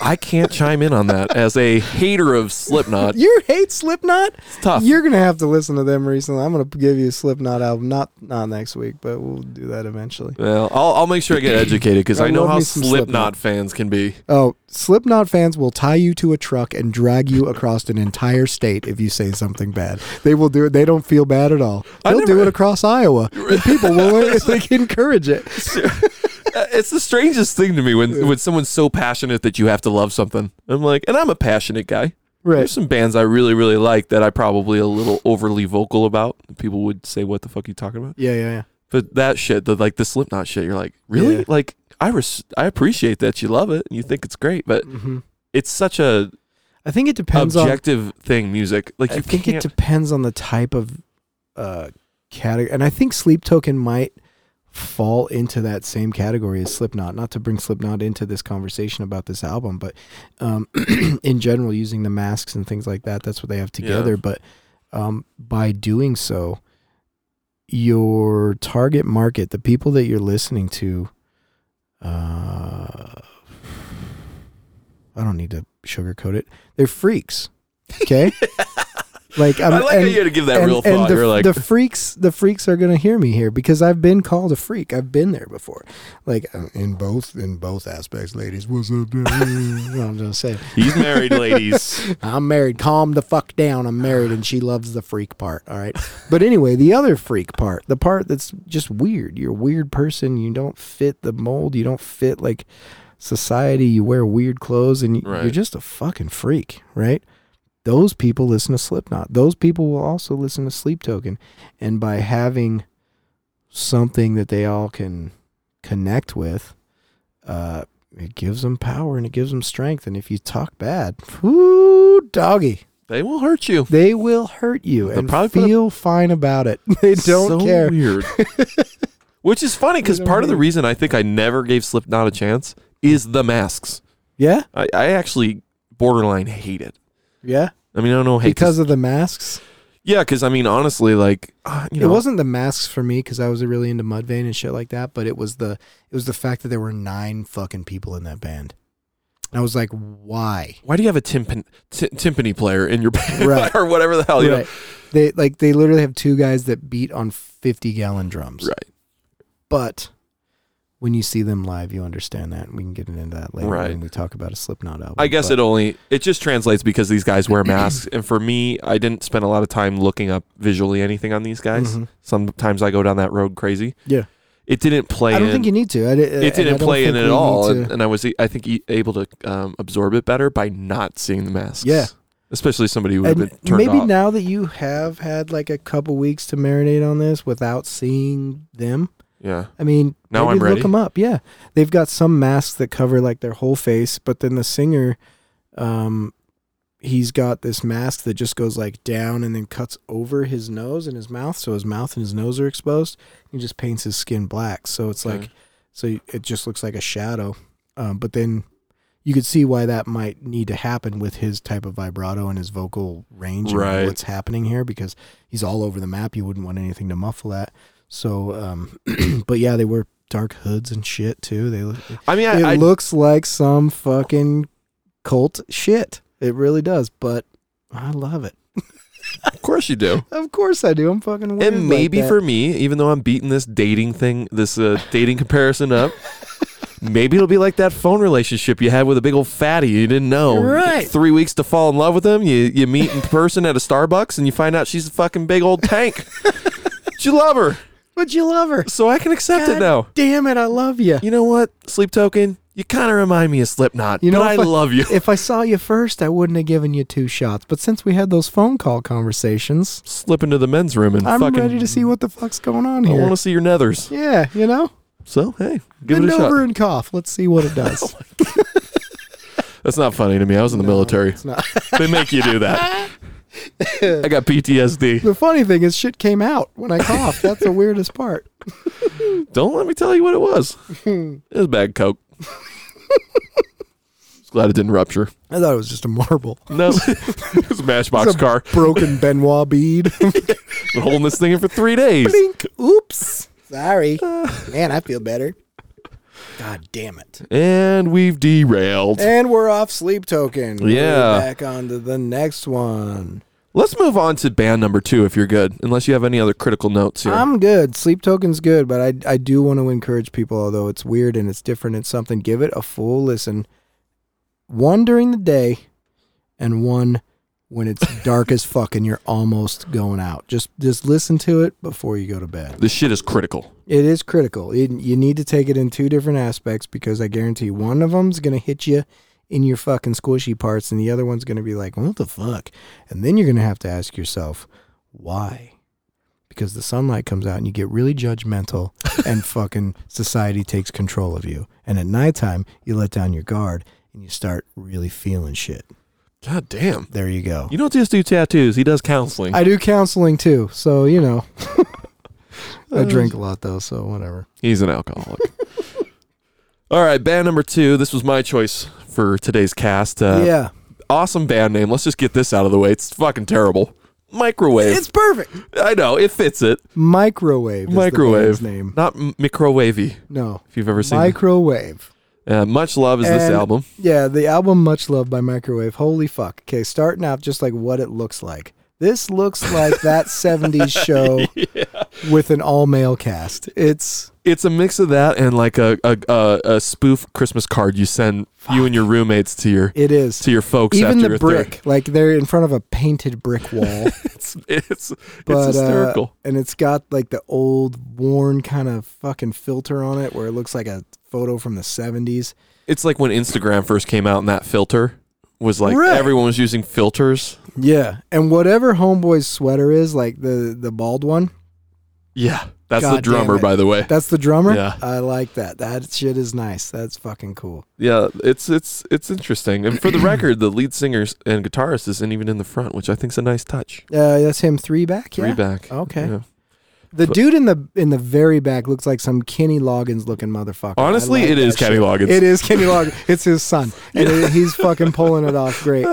[SPEAKER 2] I can't chime in on that as a hater of Slipknot.
[SPEAKER 1] You hate Slipknot?
[SPEAKER 2] It's tough.
[SPEAKER 1] You're gonna have to listen to them recently. I'm gonna give you a Slipknot album, not not next week, but we'll do that eventually.
[SPEAKER 2] well, I'll, I'll make sure I get educated because
[SPEAKER 1] I
[SPEAKER 2] I, know
[SPEAKER 1] love
[SPEAKER 2] how
[SPEAKER 1] me some
[SPEAKER 2] Slipknot,
[SPEAKER 1] Slipknot.
[SPEAKER 2] fans can be.
[SPEAKER 1] Oh, Slipknot fans will tie you to a truck and drag you across an entire state if you say something bad. They will do it. They don't feel bad at all.
[SPEAKER 2] I
[SPEAKER 1] They'll do
[SPEAKER 2] never-
[SPEAKER 1] it across Iowa. And people will if they can encourage it.
[SPEAKER 2] Uh, It's the strangest thing to me when when someone's so passionate that you have to love something. I'm like, and I'm a passionate guy.
[SPEAKER 1] Right.
[SPEAKER 2] There's some bands I really really like that I probably a little overly vocal about. People would say, "What the fuck are you talking about?"
[SPEAKER 1] Yeah, yeah, yeah.
[SPEAKER 2] But that shit, the like the Slipknot shit, you're like, really?
[SPEAKER 1] Yeah.
[SPEAKER 2] Like, I res- I appreciate that you love it and you think it's great, but it's such a
[SPEAKER 1] Mm-hmm. I think it depends
[SPEAKER 2] objective thing. Music, like
[SPEAKER 1] on.
[SPEAKER 2] you
[SPEAKER 1] I think
[SPEAKER 2] can't.
[SPEAKER 1] it depends on the type of uh, category, and I think Sleep Token might fall into that same category as Slipknot. Not to bring Slipknot into this conversation about this album, but um, in general, using the masks and things like that, that's what they have together. But um, by doing so, your target market, the people that you're listening to, uh, I don't need to sugarcoat it. They're freaks. Okay. like I'm,
[SPEAKER 2] I
[SPEAKER 1] um,
[SPEAKER 2] like
[SPEAKER 1] and,
[SPEAKER 2] how you had to give that
[SPEAKER 1] and-
[SPEAKER 2] real
[SPEAKER 1] and
[SPEAKER 2] thought.
[SPEAKER 1] the,
[SPEAKER 2] you're like,
[SPEAKER 1] the freaks, the freaks are going to hear me here because I've been called a freak. I've been there before. Like uh, in both, in both aspects, ladies. What's up? there? I'm just saying.
[SPEAKER 2] he's married, ladies.
[SPEAKER 1] I'm married. Calm the fuck down. I'm married, and she loves the freak part. All right. But anyway, the other freak part, the part that's just weird. You're a weird person. You don't fit the mold. You don't fit like society. You wear weird clothes, and y- you're
[SPEAKER 2] Right.
[SPEAKER 1] just a fucking freak, right? Those people listen to Slipknot. Those people will also listen to Sleep Token, and by having something that they all can connect with, uh, it gives them power and it gives them strength. And if you talk bad, whoo, doggy,
[SPEAKER 2] They will hurt you.
[SPEAKER 1] they will hurt you
[SPEAKER 2] They'll
[SPEAKER 1] and
[SPEAKER 2] probably put a-
[SPEAKER 1] feel fine about it. They don't
[SPEAKER 2] so
[SPEAKER 1] care.
[SPEAKER 2] Weird. Which is funny because
[SPEAKER 1] They don't
[SPEAKER 2] part of the
[SPEAKER 1] care.
[SPEAKER 2] reason I think I never gave Slipknot a chance is the masks.
[SPEAKER 1] Yeah,
[SPEAKER 2] I, I actually borderline hate it.
[SPEAKER 1] yeah.
[SPEAKER 2] I mean, I don't know hate
[SPEAKER 1] because of the masks.
[SPEAKER 2] Yeah, because I mean, honestly, like uh, you know,
[SPEAKER 1] It wasn't the masks for me because I was really into Mudvayne and shit like that. But it was the it was the fact that there were nine fucking people in that band. And I was like, why?
[SPEAKER 2] Why do you have a timpan- t- timpani player in your band
[SPEAKER 1] Right.
[SPEAKER 2] or whatever the hell? You
[SPEAKER 1] Right. They like they literally have two guys that beat on fifty gallon drums.
[SPEAKER 2] know? right,
[SPEAKER 1] But when you see them live, you understand that. And we can get into that later
[SPEAKER 2] Right.
[SPEAKER 1] when we talk about a Slipknot album.
[SPEAKER 2] I guess
[SPEAKER 1] but-
[SPEAKER 2] it only it just translates because these guys wear masks, and for me, I didn't spend a lot of time looking up visually anything on these guys.
[SPEAKER 1] Mhm.
[SPEAKER 2] Sometimes I go down that road crazy.
[SPEAKER 1] Yeah.
[SPEAKER 2] it didn't play.
[SPEAKER 1] I don't
[SPEAKER 2] in.
[SPEAKER 1] think you need to. I, di- and I
[SPEAKER 2] it didn't
[SPEAKER 1] don't
[SPEAKER 2] play in
[SPEAKER 1] think
[SPEAKER 2] at
[SPEAKER 1] we
[SPEAKER 2] all,
[SPEAKER 1] need
[SPEAKER 2] and,
[SPEAKER 1] to-
[SPEAKER 2] and I was I think e- able to um, absorb it better by not seeing the masks.
[SPEAKER 1] Yeah.
[SPEAKER 2] especially somebody who would have
[SPEAKER 1] And
[SPEAKER 2] been turned
[SPEAKER 1] maybe
[SPEAKER 2] off.
[SPEAKER 1] now that you have had like a couple weeks to marinate on this without seeing them,
[SPEAKER 2] yeah,
[SPEAKER 1] I mean,
[SPEAKER 2] Now
[SPEAKER 1] maybe
[SPEAKER 2] I'm
[SPEAKER 1] look
[SPEAKER 2] ready.
[SPEAKER 1] them up. Yeah, they've got some masks that cover like their whole face, but then the singer, um, he's got this mask that just goes like down and then cuts over his nose and his mouth, so his mouth and his nose are exposed. He just paints his skin black, so it's
[SPEAKER 2] Okay.
[SPEAKER 1] like, so it just looks like a shadow. Um, but then you could see why that might need to happen with his type of vibrato and his vocal range
[SPEAKER 2] Right.
[SPEAKER 1] and what's happening here because he's all over the map. You wouldn't want anything to muffle that. So, um, but yeah, they wear dark hoods and shit too. They look,
[SPEAKER 2] I mean,
[SPEAKER 1] it
[SPEAKER 2] I, I
[SPEAKER 1] looks like some fucking cult shit. It really does, but I love it.
[SPEAKER 2] of course you do.
[SPEAKER 1] Of course I do. I'm fucking weird.
[SPEAKER 2] And maybe
[SPEAKER 1] like that.
[SPEAKER 2] for me, even though I'm beating this dating thing, this uh, dating comparison up, Maybe it'll be like that phone relationship you had with a big old fatty you didn't know.
[SPEAKER 1] Right.
[SPEAKER 2] Three weeks to fall in love with him. You you meet in person at a Starbucks and you find out she's a fucking big old tank. But you love her,
[SPEAKER 1] But you love her.
[SPEAKER 2] so I can accept it
[SPEAKER 1] God
[SPEAKER 2] now.
[SPEAKER 1] Damn it, I love you.
[SPEAKER 2] You know what, Sleep Token? You kind of remind me of Slipknot.
[SPEAKER 1] You know,
[SPEAKER 2] but I
[SPEAKER 1] if I-
[SPEAKER 2] love you.
[SPEAKER 1] If I saw you first, I wouldn't have given you two shots. But since we had those phone call conversations,
[SPEAKER 2] Slip into the men's room and
[SPEAKER 1] I'm
[SPEAKER 2] fucking.
[SPEAKER 1] ready to see what the fuck's going on
[SPEAKER 2] I
[SPEAKER 1] here.
[SPEAKER 2] want to see your nethers.
[SPEAKER 1] yeah, you know?
[SPEAKER 2] So hey, give
[SPEAKER 1] Bend
[SPEAKER 2] it a
[SPEAKER 1] over
[SPEAKER 2] shot.
[SPEAKER 1] and cough. Let's see what it does.
[SPEAKER 2] That's not funny to me. I was in the military.
[SPEAKER 1] It's not.
[SPEAKER 2] They make you do that. I got PTSD.
[SPEAKER 1] The funny thing is, shit came out when I coughed. That's the weirdest part.
[SPEAKER 2] Don't let me tell you what it was. It was bad coke. Just glad it didn't rupture.
[SPEAKER 1] I thought it was just a marble.
[SPEAKER 2] No, it was a Matchbox
[SPEAKER 1] It's a
[SPEAKER 2] car.
[SPEAKER 1] Broken Benoit bead.
[SPEAKER 2] Been holding this thing in for three days.
[SPEAKER 1] Blink. Oops. Sorry. Man, I feel better. God damn it.
[SPEAKER 2] And we've derailed.
[SPEAKER 1] And we're off sleep token. We're
[SPEAKER 2] Yeah.
[SPEAKER 1] back on to the next one.
[SPEAKER 2] Let's move on to band number two if you're good, unless you have any other critical notes here.
[SPEAKER 1] I'm good. Sleep token's good, but I I do want to encourage people, although it's weird and it's different, it's something. Give it a full listen. One during the day and one when it's dark as fuck and you're almost going out. Just just listen to it before you go to bed.
[SPEAKER 2] this shit is critical.
[SPEAKER 1] It is critical. It, you need to take it in two different aspects because I guarantee one of them's going to hit you in your fucking squishy parts, and the other one's going to be like, "What the fuck?" And then you're going to have to ask yourself, "Why?" Because the sunlight comes out and you get really judgmental, and fucking society takes control of you. And at nighttime, you let down your guard and you start really feeling shit.
[SPEAKER 2] God damn.
[SPEAKER 1] There you go.
[SPEAKER 2] You don't just do tattoos. He does counseling.
[SPEAKER 1] I do counseling too, so you know. I drink a lot though, so whatever.
[SPEAKER 2] He's an alcoholic. All right, band number two. This was my choice for today's cast. Uh,
[SPEAKER 1] yeah,
[SPEAKER 2] Awesome band name. Let's just get this out of the way. It's fucking terrible. Microwave.
[SPEAKER 1] it's perfect.
[SPEAKER 2] I know it fits it.
[SPEAKER 1] Microwave. Is
[SPEAKER 2] Microwave.
[SPEAKER 1] The band's name.
[SPEAKER 2] Not m- microwavy.
[SPEAKER 1] No.
[SPEAKER 2] If you've ever seen.
[SPEAKER 1] Microwave.
[SPEAKER 2] uh, Much love is this
[SPEAKER 1] And-
[SPEAKER 2] album.
[SPEAKER 1] Yeah, the album Much Love by Microwave. Holy fuck. Okay, starting out just like what it looks like. This looks like that 70s show with an all male cast. It's
[SPEAKER 2] It's a mix of that and like a a, a, a spoof Christmas card you send you and your roommates to your
[SPEAKER 1] it is.
[SPEAKER 2] to your folks.
[SPEAKER 1] Even
[SPEAKER 2] after
[SPEAKER 1] the
[SPEAKER 2] your
[SPEAKER 1] brick,
[SPEAKER 2] Third.
[SPEAKER 1] like they're in front of a painted brick wall.
[SPEAKER 2] It's it's
[SPEAKER 1] But,
[SPEAKER 2] it's
[SPEAKER 1] uh,
[SPEAKER 2] hysterical.
[SPEAKER 1] and it's got like the old worn kind of fucking filter on it where it looks like a photo from the 70s.
[SPEAKER 2] It's like when Instagram first came out and that filter was like
[SPEAKER 1] Right.
[SPEAKER 2] everyone was using filters.
[SPEAKER 1] Yeah. And whatever Homeboy's sweater is, like the the bald one,
[SPEAKER 2] Yeah. That's the
[SPEAKER 1] God damn
[SPEAKER 2] drummer,
[SPEAKER 1] it.
[SPEAKER 2] by the way.
[SPEAKER 1] That's the drummer.
[SPEAKER 2] Yeah.
[SPEAKER 1] I like that. That shit is nice. That's fucking cool.
[SPEAKER 2] Yeah, it's it's it's interesting. And for the record, the lead singer and guitarist isn't even in the front, which I think's a nice touch.
[SPEAKER 1] Uh, that's him three back. Yeah.
[SPEAKER 2] Three back.
[SPEAKER 1] Okay.
[SPEAKER 2] Yeah.
[SPEAKER 1] The dude in the in the very back looks like some Kenny Loggins looking motherfucker. I
[SPEAKER 2] Honestly,
[SPEAKER 1] like
[SPEAKER 2] it
[SPEAKER 1] that
[SPEAKER 2] is Kenny
[SPEAKER 1] shit.
[SPEAKER 2] Loggins.
[SPEAKER 1] It is Kenny Loggins. It's his son, and it- he's fucking pulling it off great.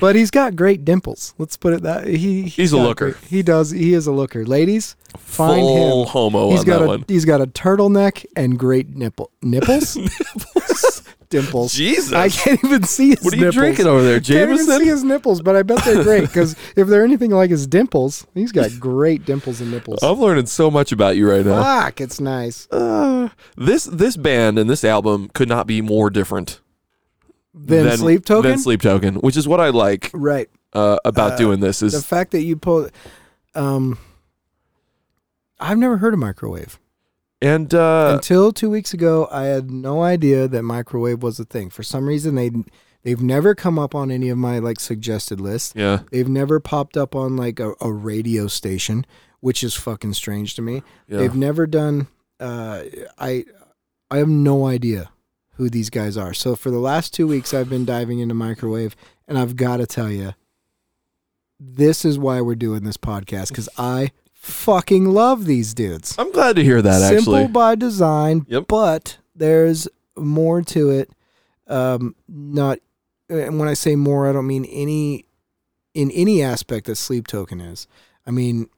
[SPEAKER 1] But he's got great dimples. Let's put it that he
[SPEAKER 2] He's a
[SPEAKER 1] got
[SPEAKER 2] looker.
[SPEAKER 1] great- he does. He is a looker. Ladies, find
[SPEAKER 2] Full
[SPEAKER 1] him.
[SPEAKER 2] homo
[SPEAKER 1] He's
[SPEAKER 2] on
[SPEAKER 1] got
[SPEAKER 2] that
[SPEAKER 1] a
[SPEAKER 2] one.
[SPEAKER 1] he's got a turtleneck and great nipple nipples dimples.
[SPEAKER 2] Jesus.
[SPEAKER 1] I can't even see his
[SPEAKER 2] what are you
[SPEAKER 1] nipples.
[SPEAKER 2] drinking over there,
[SPEAKER 1] Can't even see
[SPEAKER 2] Jameson?
[SPEAKER 1] his nipples, but I bet they're great because if they're anything like his dimples, he's got great dimples and nipples.
[SPEAKER 2] I'm learning so much about you right now.
[SPEAKER 1] Fuck, it's nice.
[SPEAKER 2] Uh, this this band and this album could not be more different
[SPEAKER 1] Then sleep token.
[SPEAKER 2] Than Sleep Token, which is what I like
[SPEAKER 1] right.
[SPEAKER 2] uh, about doing this is
[SPEAKER 1] The fact that you pull, um, I've never heard of microwave
[SPEAKER 2] and uh,
[SPEAKER 1] until two weeks ago. I had no idea that microwave was a thing. For some reason, they they've never come up on any of my like suggested lists.
[SPEAKER 2] yeah,
[SPEAKER 1] They've never popped up on like a, a radio station, which is fucking strange to me.
[SPEAKER 2] Yeah.
[SPEAKER 1] They've never done. Uh, I I have no idea who these guys are. So for the last two weeks, I've been diving into microwave, and I've got to tell you, this is why we're doing this podcast because I fucking love these dudes.
[SPEAKER 2] I'm glad to hear that
[SPEAKER 1] Simple
[SPEAKER 2] actually.
[SPEAKER 1] by design,
[SPEAKER 2] Yep.
[SPEAKER 1] but there's more to it. Um, not, and when I say more, I don't mean any in any aspect that Sleep Token is. I mean,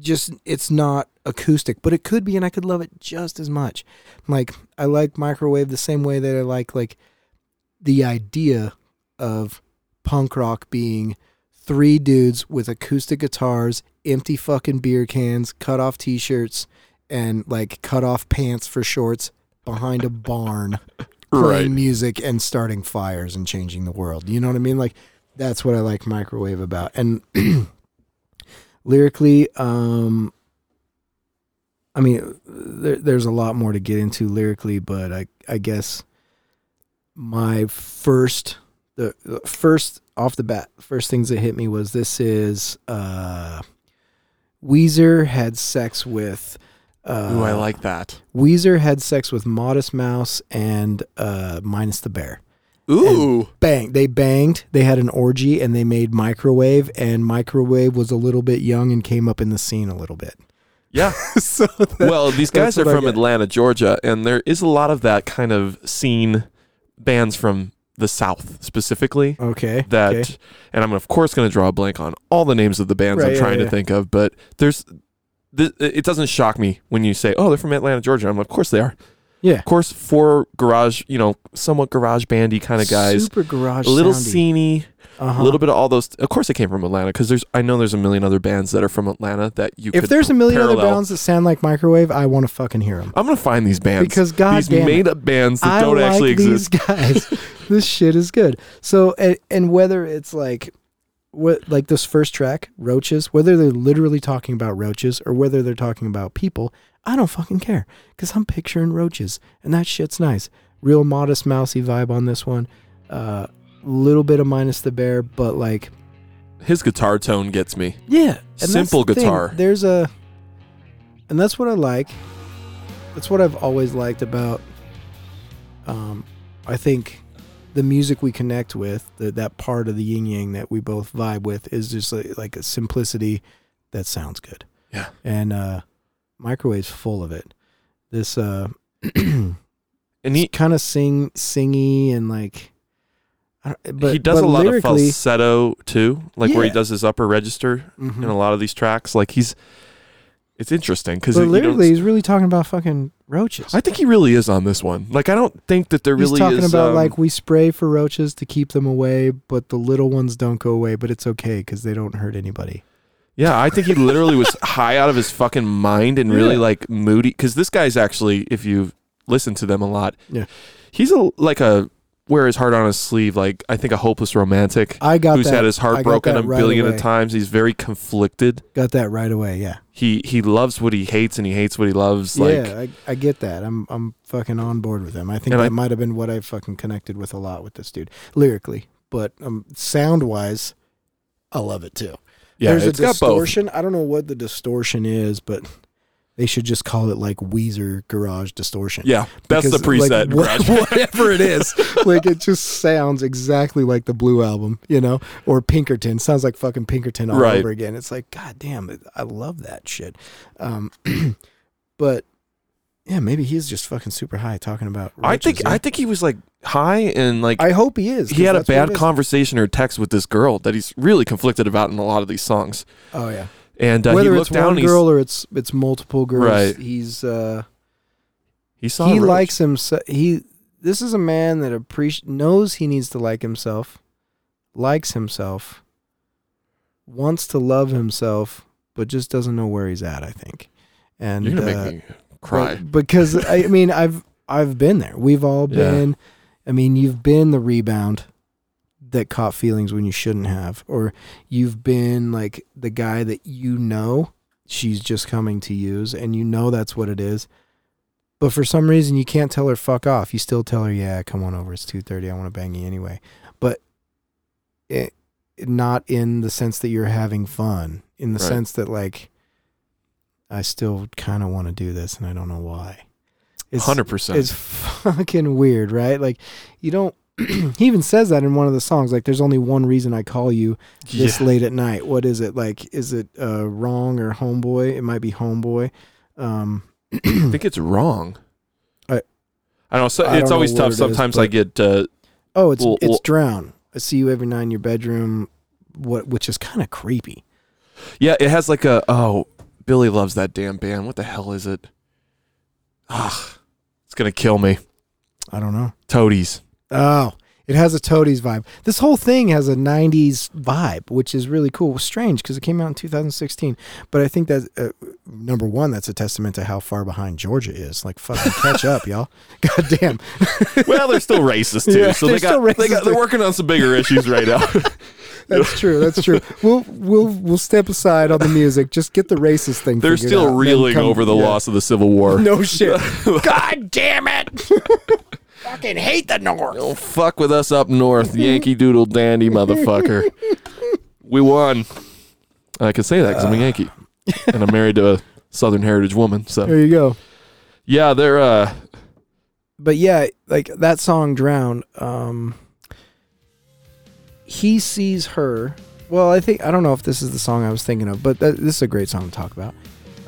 [SPEAKER 1] just it's not acoustic, but it could be, and I could love it just as much. Like I like microwave the same way that I like like the idea of punk rock being three dudes with acoustic guitars, empty fucking beer cans, cut off t-shirts, and like cut off pants for shorts behind a barn
[SPEAKER 2] Right.
[SPEAKER 1] playing music and starting fires and changing the world. You know what I mean? Like that's what I like microwave about. And lyrically, um I mean, there, there's a lot more to get into lyrically, but I I guess my first the, the first off the bat, first things that hit me was this is uh Weezer had sex with uh
[SPEAKER 2] Ooh, I like that.
[SPEAKER 1] Weezer had sex with Modest Mouse and uh, Minus the Bear.
[SPEAKER 2] Ooh.
[SPEAKER 1] Bang. They banged. They had an orgy and they made Microwave, and Microwave was a little bit young and came up in the scene a little bit.
[SPEAKER 2] yeah.
[SPEAKER 1] so that-
[SPEAKER 2] Well, these guys
[SPEAKER 1] that's
[SPEAKER 2] are
[SPEAKER 1] what I
[SPEAKER 2] from
[SPEAKER 1] get.
[SPEAKER 2] Atlanta, Georgia, and there is a lot of that kind of scene bands from the South specifically.
[SPEAKER 1] Okay.
[SPEAKER 2] that
[SPEAKER 1] okay.
[SPEAKER 2] and I'm of course going to draw a blank on all the names of the bands
[SPEAKER 1] Right,
[SPEAKER 2] I'm
[SPEAKER 1] yeah,
[SPEAKER 2] trying
[SPEAKER 1] yeah.
[SPEAKER 2] to think of, but there's th- it doesn't shock me when you say, "Oh, they're from Atlanta, Georgia." I'm like, "Of course they are."
[SPEAKER 1] Yeah.
[SPEAKER 2] Of course, four garage, you know, somewhat garage bandy kind of guys,
[SPEAKER 1] Super garage.
[SPEAKER 2] a little
[SPEAKER 1] soundy.
[SPEAKER 2] sceney,
[SPEAKER 1] Uh-huh.
[SPEAKER 2] a little bit of all those. Of course, they came from Atlanta because there's I know there's a million other bands that are from Atlanta that you.
[SPEAKER 1] If
[SPEAKER 2] could
[SPEAKER 1] there's a million other
[SPEAKER 2] parallel.
[SPEAKER 1] bands that sound like Microwave, I want to fucking hear them.
[SPEAKER 2] I'm gonna find these bands
[SPEAKER 1] Because God
[SPEAKER 2] these
[SPEAKER 1] damn it.
[SPEAKER 2] made up bands that
[SPEAKER 1] I
[SPEAKER 2] don't
[SPEAKER 1] like
[SPEAKER 2] actually
[SPEAKER 1] these
[SPEAKER 2] exist.
[SPEAKER 1] guys. this shit is good. So and, and whether it's like what like this first track, roaches, whether they're literally talking about roaches or whether they're talking about people, I don't fucking care cuz I'm picturing roaches and that shit's nice. Real modest mousy vibe on this one. Uh little bit of minus the bear, but like
[SPEAKER 2] His guitar tone gets me.
[SPEAKER 1] yeah, and that's
[SPEAKER 2] Simple
[SPEAKER 1] the thing.
[SPEAKER 2] guitar.
[SPEAKER 1] There's a, and that's what I like. That's what I've always liked about. Um, I think the music we connect with, the, that part of the yin yang that we both vibe with, is just like, like a simplicity that sounds good.
[SPEAKER 2] Yeah.
[SPEAKER 1] and uh, microwave's full of it. This uh,
[SPEAKER 2] And he,
[SPEAKER 1] kind of sing singy and like, I don't, but
[SPEAKER 2] he does
[SPEAKER 1] but
[SPEAKER 2] a lot of
[SPEAKER 1] lyrically,
[SPEAKER 2] falsetto too, like where he
[SPEAKER 1] Yeah.
[SPEAKER 2] does his upper register
[SPEAKER 1] Mhm.
[SPEAKER 2] in a lot of these tracks. Like he's, it's interesting because
[SPEAKER 1] but lyrically, he's really talking about fucking roaches.
[SPEAKER 2] I think he really is on this one. Like I don't think that there really
[SPEAKER 1] He's talking
[SPEAKER 2] is.
[SPEAKER 1] about
[SPEAKER 2] um,
[SPEAKER 1] like we spray for roaches to keep them away, but the little ones don't go away. But it's okay because they don't hurt anybody.
[SPEAKER 2] yeah, I think he literally was high out of his fucking mind and really
[SPEAKER 1] Yeah.
[SPEAKER 2] like moody. Because this guy's actually, if you listen to them a lot,
[SPEAKER 1] Yeah.
[SPEAKER 2] he's a like a wear his heart on his sleeve. Like I think a hopeless romantic
[SPEAKER 1] I got
[SPEAKER 2] who's
[SPEAKER 1] that.
[SPEAKER 2] had his
[SPEAKER 1] I
[SPEAKER 2] heart
[SPEAKER 1] got
[SPEAKER 2] broken
[SPEAKER 1] that
[SPEAKER 2] a
[SPEAKER 1] right
[SPEAKER 2] billion
[SPEAKER 1] away.
[SPEAKER 2] of times. He's very conflicted.
[SPEAKER 1] Got that right away. Yeah,
[SPEAKER 2] He he loves what he hates and he hates what he loves. Like
[SPEAKER 1] yeah. I, I get that. I'm I'm fucking on board with him. I think
[SPEAKER 2] And
[SPEAKER 1] that
[SPEAKER 2] I-
[SPEAKER 1] might have been what I fucking connected with a lot with this dude lyrically, but um, sound wise, I love it too. There's
[SPEAKER 2] it's
[SPEAKER 1] a distortion. I don't know what the distortion is, but they should just call it like Weezer garage distortion.
[SPEAKER 2] Yeah, that's the
[SPEAKER 1] Because,
[SPEAKER 2] preset.
[SPEAKER 1] like, what-
[SPEAKER 2] garage.
[SPEAKER 1] whatever it is, like it just sounds exactly like the Blue album, you know, or Pinkerton. Sounds like fucking Pinkerton all
[SPEAKER 2] Right.
[SPEAKER 1] over again. It's like, god damn, it- I love that shit. Um, but yeah, maybe he's just fucking super high talking about.
[SPEAKER 2] I
[SPEAKER 1] roaches,
[SPEAKER 2] think
[SPEAKER 1] yeah.
[SPEAKER 2] I think he was like high and like
[SPEAKER 1] I hope he is.
[SPEAKER 2] he
[SPEAKER 1] 'cause
[SPEAKER 2] had a
[SPEAKER 1] that's what
[SPEAKER 2] bad
[SPEAKER 1] it is.
[SPEAKER 2] conversation or text with this girl that he's really conflicted about in a lot of these songs.
[SPEAKER 1] Oh yeah,
[SPEAKER 2] And uh, he
[SPEAKER 1] whether
[SPEAKER 2] looked
[SPEAKER 1] it's
[SPEAKER 2] down
[SPEAKER 1] one
[SPEAKER 2] and he's-
[SPEAKER 1] girl or it's it's multiple girls,
[SPEAKER 2] Right.
[SPEAKER 1] he's uh,
[SPEAKER 2] he saw
[SPEAKER 1] he
[SPEAKER 2] a roach.
[SPEAKER 1] likes himself. He this is a man that appreci- knows he needs to like himself, likes himself, wants to love himself, but just doesn't know where he's at. I think, and
[SPEAKER 2] You're gonna
[SPEAKER 1] uh,
[SPEAKER 2] make me cry.
[SPEAKER 1] but- because I mean I've I've been there. We've all
[SPEAKER 2] Yeah.
[SPEAKER 1] been. I mean, you've been the rebound that caught feelings when you shouldn't have, or you've been like the guy that you know she's just coming to use, and you know that's what it is. But for some reason, you can't tell her fuck off. You still tell her, yeah, come on over. It's two thirty. I want to bang you anyway. But it, not in the sense that you're having fun. In the
[SPEAKER 2] Right.
[SPEAKER 1] sense that like, I still kind of want to do this, and I don't know why. It's-
[SPEAKER 2] Hundred percent.
[SPEAKER 1] is fucking weird, right? Like you don't. he even says that in one of the songs. Like there's only one reason I call you this
[SPEAKER 2] Yeah.
[SPEAKER 1] late at night. What is it like? Is it uh, wrong or homeboy? It might be homeboy. Um,
[SPEAKER 2] I think it's wrong.
[SPEAKER 1] I-
[SPEAKER 2] I don't know. So,
[SPEAKER 1] I
[SPEAKER 2] it's
[SPEAKER 1] don't
[SPEAKER 2] always
[SPEAKER 1] know
[SPEAKER 2] tough.
[SPEAKER 1] what it is,
[SPEAKER 2] Sometimes I
[SPEAKER 1] but-
[SPEAKER 2] get uh,
[SPEAKER 1] oh, it's
[SPEAKER 2] Well,
[SPEAKER 1] it's
[SPEAKER 2] well-
[SPEAKER 1] drown. I see you every night in your bedroom. What which is kind of creepy.
[SPEAKER 2] yeah. It has like a oh Billy loves that damn band. What the hell is it? Ah, it's gonna kill me.
[SPEAKER 1] I don't know.
[SPEAKER 2] Toadies.
[SPEAKER 1] Oh It has a Toadies vibe. This whole thing has a 90s vibe, which is really cool. Strange because it came out in 2016. But I think that, uh, number one, that's a testament to how far behind Georgia is. Like, fucking catch up, y'all. God damn.
[SPEAKER 2] Well, they're still racist too.
[SPEAKER 1] Yeah,
[SPEAKER 2] so they
[SPEAKER 1] they're still
[SPEAKER 2] got, they
[SPEAKER 1] racist,
[SPEAKER 2] got they're
[SPEAKER 1] too.
[SPEAKER 2] working on some bigger issues right now.
[SPEAKER 1] That's true. That's true. We'll we'll we'll step aside on the music. Just get the racist thing.
[SPEAKER 2] They're
[SPEAKER 1] figured
[SPEAKER 2] still
[SPEAKER 1] out, then
[SPEAKER 2] reeling
[SPEAKER 1] come-
[SPEAKER 2] over the
[SPEAKER 1] yeah.
[SPEAKER 2] loss of the Civil War.
[SPEAKER 1] No shit.
[SPEAKER 2] God damn it! Fucking hate the North. Don't fuck with us up north, Yankee Doodle Dandy motherfucker. We won. I can say that
[SPEAKER 1] Uh.
[SPEAKER 2] because I'm a Yankee, and I'm married to a Southern heritage woman. So
[SPEAKER 1] There you go.
[SPEAKER 2] yeah, they're uh,
[SPEAKER 1] but yeah, like that song "Drown." Um, he sees her. Well, I think I don't know if this is the song I was thinking of, but that, this is a great song to talk about.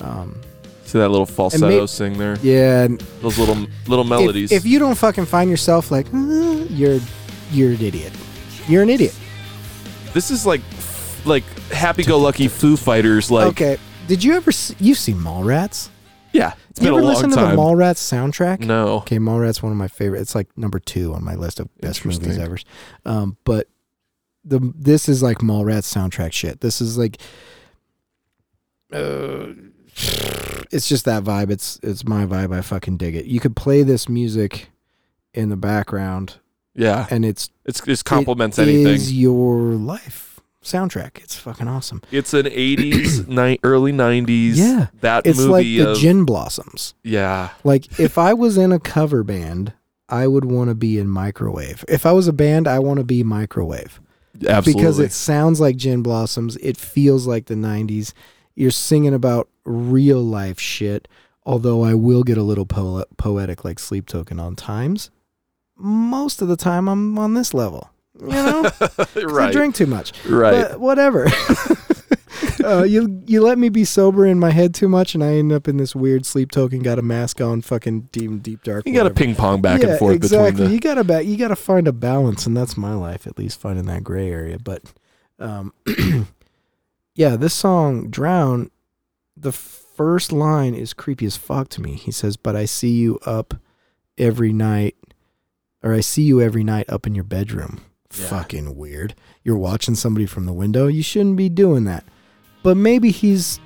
[SPEAKER 1] Um,
[SPEAKER 2] see that little falsetto
[SPEAKER 1] may-
[SPEAKER 2] sing there.
[SPEAKER 1] yeah, and
[SPEAKER 2] Those little little melodies.
[SPEAKER 1] if, if you don't fucking find yourself like, "Uh," you're you're an idiot. You're an idiot.
[SPEAKER 2] this is like f- like happy-go-lucky Foo Fighters. Like
[SPEAKER 1] okay. Did you ever see, you've seen Mallrats?
[SPEAKER 2] yeah, it's
[SPEAKER 1] You
[SPEAKER 2] been
[SPEAKER 1] ever
[SPEAKER 2] a long
[SPEAKER 1] listen to
[SPEAKER 2] time.
[SPEAKER 1] the Mallrats soundtrack?
[SPEAKER 2] no,
[SPEAKER 1] Okay, Mallrats one of my favorite. It's like number two on my list of best movies
[SPEAKER 2] Interesting.
[SPEAKER 1] ever. Um, but the this is like Mallrats soundtrack shit. This is like, uh, it's just that vibe. It's it's my vibe. I fucking dig it. You could play this music in the background,
[SPEAKER 2] yeah,
[SPEAKER 1] and it's
[SPEAKER 2] it's it complements
[SPEAKER 1] it
[SPEAKER 2] anything.
[SPEAKER 1] Is your life soundtrack? It's fucking awesome.
[SPEAKER 2] It's an 80s, ni- early 90s.
[SPEAKER 1] Yeah.
[SPEAKER 2] That
[SPEAKER 1] It's like
[SPEAKER 2] movie
[SPEAKER 1] the
[SPEAKER 2] of.
[SPEAKER 1] Gin Blossoms.
[SPEAKER 2] yeah.
[SPEAKER 1] Like if I was in a cover band, I would want to be in microwave. If I was a band, I want to be microwave
[SPEAKER 2] Absolutely.
[SPEAKER 1] because it sounds like Gin Blossoms. It feels like the '90s. You're singing about real life shit. Although I will get a little po- poetic, like Sleep Token, on times. Most of the time, I'm on this level. You know, 'Cause I
[SPEAKER 2] right.
[SPEAKER 1] drink too much.
[SPEAKER 2] right.
[SPEAKER 1] But whatever. uh, you you let me be sober in my head too much, and I end up in this weird sleep token. Got a mask on, fucking deep deep dark.
[SPEAKER 2] you got to
[SPEAKER 1] whatever.
[SPEAKER 2] ping pong back
[SPEAKER 1] Yeah,
[SPEAKER 2] and forth
[SPEAKER 1] exactly.
[SPEAKER 2] between the.
[SPEAKER 1] you gotta ba- you gotta find a balance, and that's my life at least finding that gray area. But, um, yeah, this song "Drown," the first line is creepy as fuck to me. He says, "But I see you up every night, or I see you every night up in your bedroom."
[SPEAKER 2] Yeah.
[SPEAKER 1] Fucking weird. You're watching somebody from the window. You shouldn't be doing that. But maybe he's.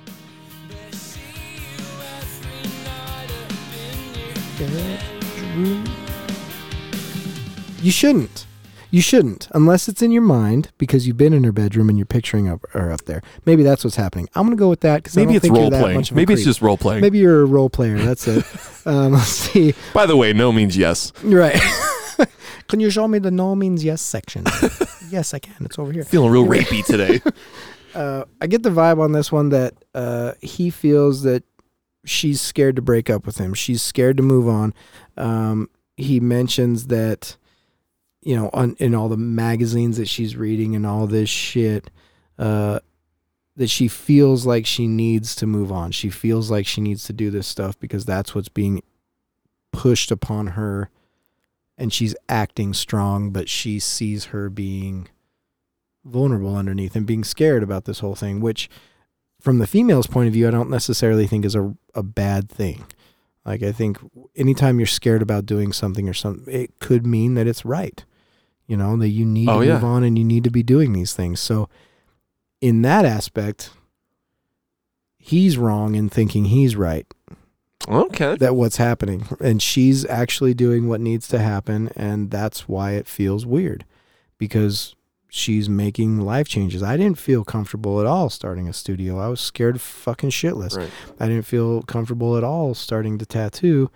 [SPEAKER 1] You shouldn't. You shouldn't, unless it's in your mind because you've been in her bedroom and you're picturing up, her up there. Maybe that's what's happening. I'm gonna go with that because I
[SPEAKER 2] Maybe
[SPEAKER 1] don't
[SPEAKER 2] it's
[SPEAKER 1] think
[SPEAKER 2] role
[SPEAKER 1] you're that
[SPEAKER 2] playing.
[SPEAKER 1] much of a
[SPEAKER 2] Maybe it's
[SPEAKER 1] creep.
[SPEAKER 2] just role playing.
[SPEAKER 1] maybe you're a role player. That's it. um, let's see.
[SPEAKER 2] By the way, no means yes.
[SPEAKER 1] Right. can you show me the no means yes section? yes, I can. It's over here.
[SPEAKER 2] Feeling real rapey today.
[SPEAKER 1] Uh, I get the vibe on this one that uh, he feels that she's scared to break up with him. She's scared to move on. Um, he mentions that, you know, on, in all the magazines that she's reading and all this shit, uh, that she feels like she needs to move on. She feels like she needs to do this stuff because that's what's being pushed upon her. And she's acting strong, but she sees her being vulnerable underneath and being scared about this whole thing, which from the female's point of view, I don't necessarily think is a, a bad thing. Like I think anytime you're scared about doing something or something, it could mean that it's right. You know, that you need
[SPEAKER 2] Oh,
[SPEAKER 1] to
[SPEAKER 2] yeah.
[SPEAKER 1] move on and you need to be doing these things. So in that aspect, he's wrong in thinking he's right
[SPEAKER 2] okay.
[SPEAKER 1] that what's happening and she's actually doing what needs to happen and that's why it feels weird because she's making life changes i didn't feel comfortable at all starting a studio i was scared fucking shitless
[SPEAKER 2] Right.
[SPEAKER 1] i didn't feel comfortable at all starting to tattoo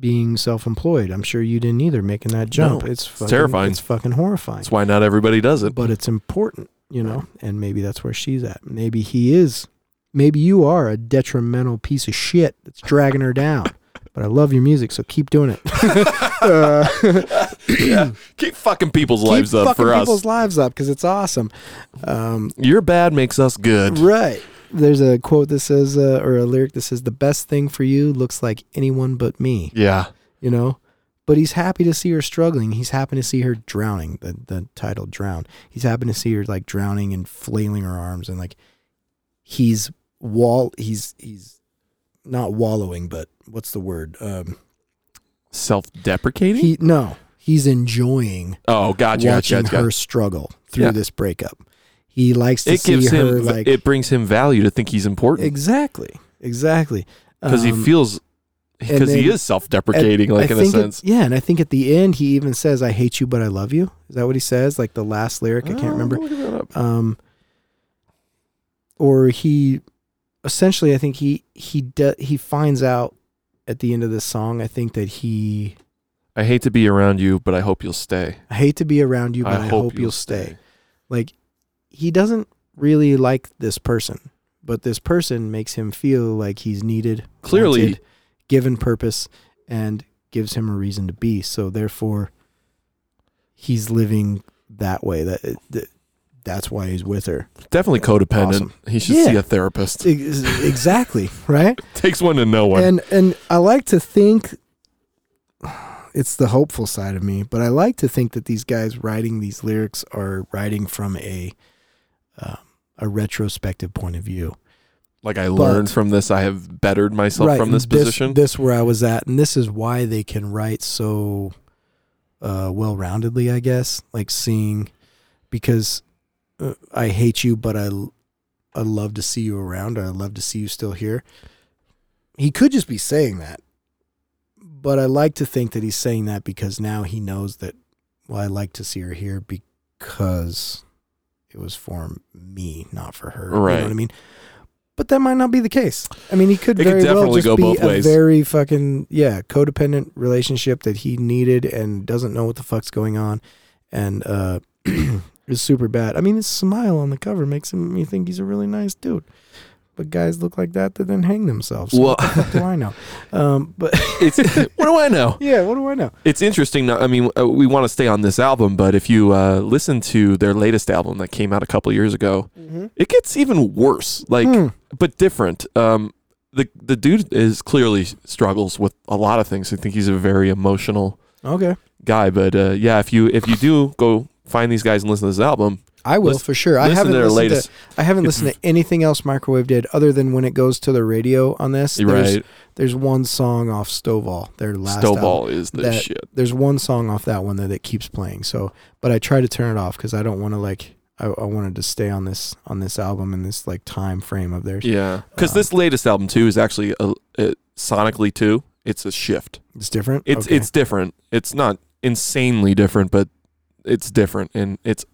[SPEAKER 1] being self-employed i'm sure you didn't either making that jump it's, fucking,
[SPEAKER 2] terrifying.
[SPEAKER 1] it's fucking horrifying
[SPEAKER 2] That's why not everybody does it.
[SPEAKER 1] but it's important, you know, and maybe that's where she's at. Maybe he is, maybe you are a detrimental piece of shit that's dragging her down. But I love your music, so keep doing it. Uh,
[SPEAKER 2] Keep fucking people's
[SPEAKER 1] keep
[SPEAKER 2] lives up
[SPEAKER 1] fucking
[SPEAKER 2] for us.
[SPEAKER 1] people's lives up because it's awesome. Um,
[SPEAKER 2] Your bad makes us good.
[SPEAKER 1] right. There's a quote that says, uh, or a lyric that says, "The best thing for you looks like anyone but me."
[SPEAKER 2] Yeah.
[SPEAKER 1] You know. But he's happy to see her struggling. He's happy to see her drowning. The the title "Drown." He's happy to see her like drowning and flailing her arms and like he's wall he's he's not wallowing but what's the word um
[SPEAKER 2] Self deprecating?
[SPEAKER 1] he no he's enjoying
[SPEAKER 2] Oh, gotcha, gotcha,
[SPEAKER 1] watching
[SPEAKER 2] gotcha.
[SPEAKER 1] her struggle through
[SPEAKER 2] Yeah.
[SPEAKER 1] this breakup. He likes to
[SPEAKER 2] It
[SPEAKER 1] see
[SPEAKER 2] gives
[SPEAKER 1] her
[SPEAKER 2] him,
[SPEAKER 1] like
[SPEAKER 2] it brings him value to think he's important
[SPEAKER 1] exactly, exactly
[SPEAKER 2] because
[SPEAKER 1] Um,
[SPEAKER 2] he feels, because
[SPEAKER 1] then
[SPEAKER 2] he is
[SPEAKER 1] at-
[SPEAKER 2] self-deprecating,
[SPEAKER 1] I
[SPEAKER 2] like in a
[SPEAKER 1] think it-
[SPEAKER 2] sense.
[SPEAKER 1] yeah, and I think at the end he even says, "I hate you, but I love you." Is that what he says? Like the last lyric, I
[SPEAKER 2] Oh,
[SPEAKER 1] can't remember.
[SPEAKER 2] look at that up.
[SPEAKER 1] um, or he essentially i think he he de- he finds out at the end of this song i think that he
[SPEAKER 2] I hate to be around you, but I hope you'll stay.
[SPEAKER 1] i hate to be around you but i, hope, you'll stay. like he doesn't really like this person but this person makes him feel like he's needed
[SPEAKER 2] Clearly-
[SPEAKER 1] wanted, given purpose and gives him a reason to be so therefore he's living that way that, that that's why he's with her
[SPEAKER 2] Definitely codependent.
[SPEAKER 1] Awesome.
[SPEAKER 2] He should
[SPEAKER 1] Yeah.
[SPEAKER 2] see a therapist.
[SPEAKER 1] Ex- exactly right
[SPEAKER 2] Takes one to know one.
[SPEAKER 1] And and I like to think it's the hopeful side of me, but I like to think that these guys writing these lyrics are writing from a um, a retrospective point of view.
[SPEAKER 2] like I learned from this, I have bettered myself from
[SPEAKER 1] and
[SPEAKER 2] this, position.
[SPEAKER 1] This where I was at, and this is why they can write so uh, well roundedly, I guess. Like seeing because uh, I hate you, but I l- I love to see you around. I love to see you still here. He could just be saying that, but I like to think that he's saying that because now he knows that. Well, I like to see her here because it was for me, not for her. You know
[SPEAKER 2] Right.
[SPEAKER 1] what I mean? But that might not be the case. I mean, he could
[SPEAKER 2] It could
[SPEAKER 1] very well
[SPEAKER 2] definitely
[SPEAKER 1] just
[SPEAKER 2] go
[SPEAKER 1] be
[SPEAKER 2] both
[SPEAKER 1] a
[SPEAKER 2] ways.
[SPEAKER 1] very fucking yeah codependent relationship that he needed and doesn't know what the fuck's going on, and uh, is super bad. I mean, his smile on the cover makes him me think he's a really nice dude. But guys look like that that then hang themselves. So
[SPEAKER 2] Well-
[SPEAKER 1] what the fuck do I know? Um, but
[SPEAKER 2] it's what do I know?
[SPEAKER 1] yeah, what do I know?
[SPEAKER 2] It's interesting. I mean, uh, we want to stay on this album, but if you uh, listen to their latest album that came out a couple years ago, it gets even worse. Like,
[SPEAKER 1] Hmm.
[SPEAKER 2] but different. Um, the the dude is clearly struggles with a lot of things. I think he's a very emotional
[SPEAKER 1] Okay,
[SPEAKER 2] guy. But uh, yeah, if you if you do go find these guys and listen to this album,
[SPEAKER 1] I will
[SPEAKER 2] Listen-
[SPEAKER 1] for sure. I
[SPEAKER 2] listen to
[SPEAKER 1] haven't
[SPEAKER 2] their
[SPEAKER 1] listened
[SPEAKER 2] latest.
[SPEAKER 1] to I haven't listened to anything else Microwave did other than when it goes to the radio on this. There's,
[SPEAKER 2] right?
[SPEAKER 1] there's one song off Stovall, their last album.
[SPEAKER 2] Snowball is the
[SPEAKER 1] that-
[SPEAKER 2] shit.
[SPEAKER 1] there's one song off that one that it keeps playing. So, but I try to turn it off because I don't want to like I, I wanted to stay on this on this album and this like time frame of theirs.
[SPEAKER 2] Yeah, because
[SPEAKER 1] Um,
[SPEAKER 2] this latest album too is actually a, it, sonically too. It's a shift.
[SPEAKER 1] It's different.
[SPEAKER 2] It's
[SPEAKER 1] Okay.
[SPEAKER 2] it's different. It's not insanely different, but it's different, and it's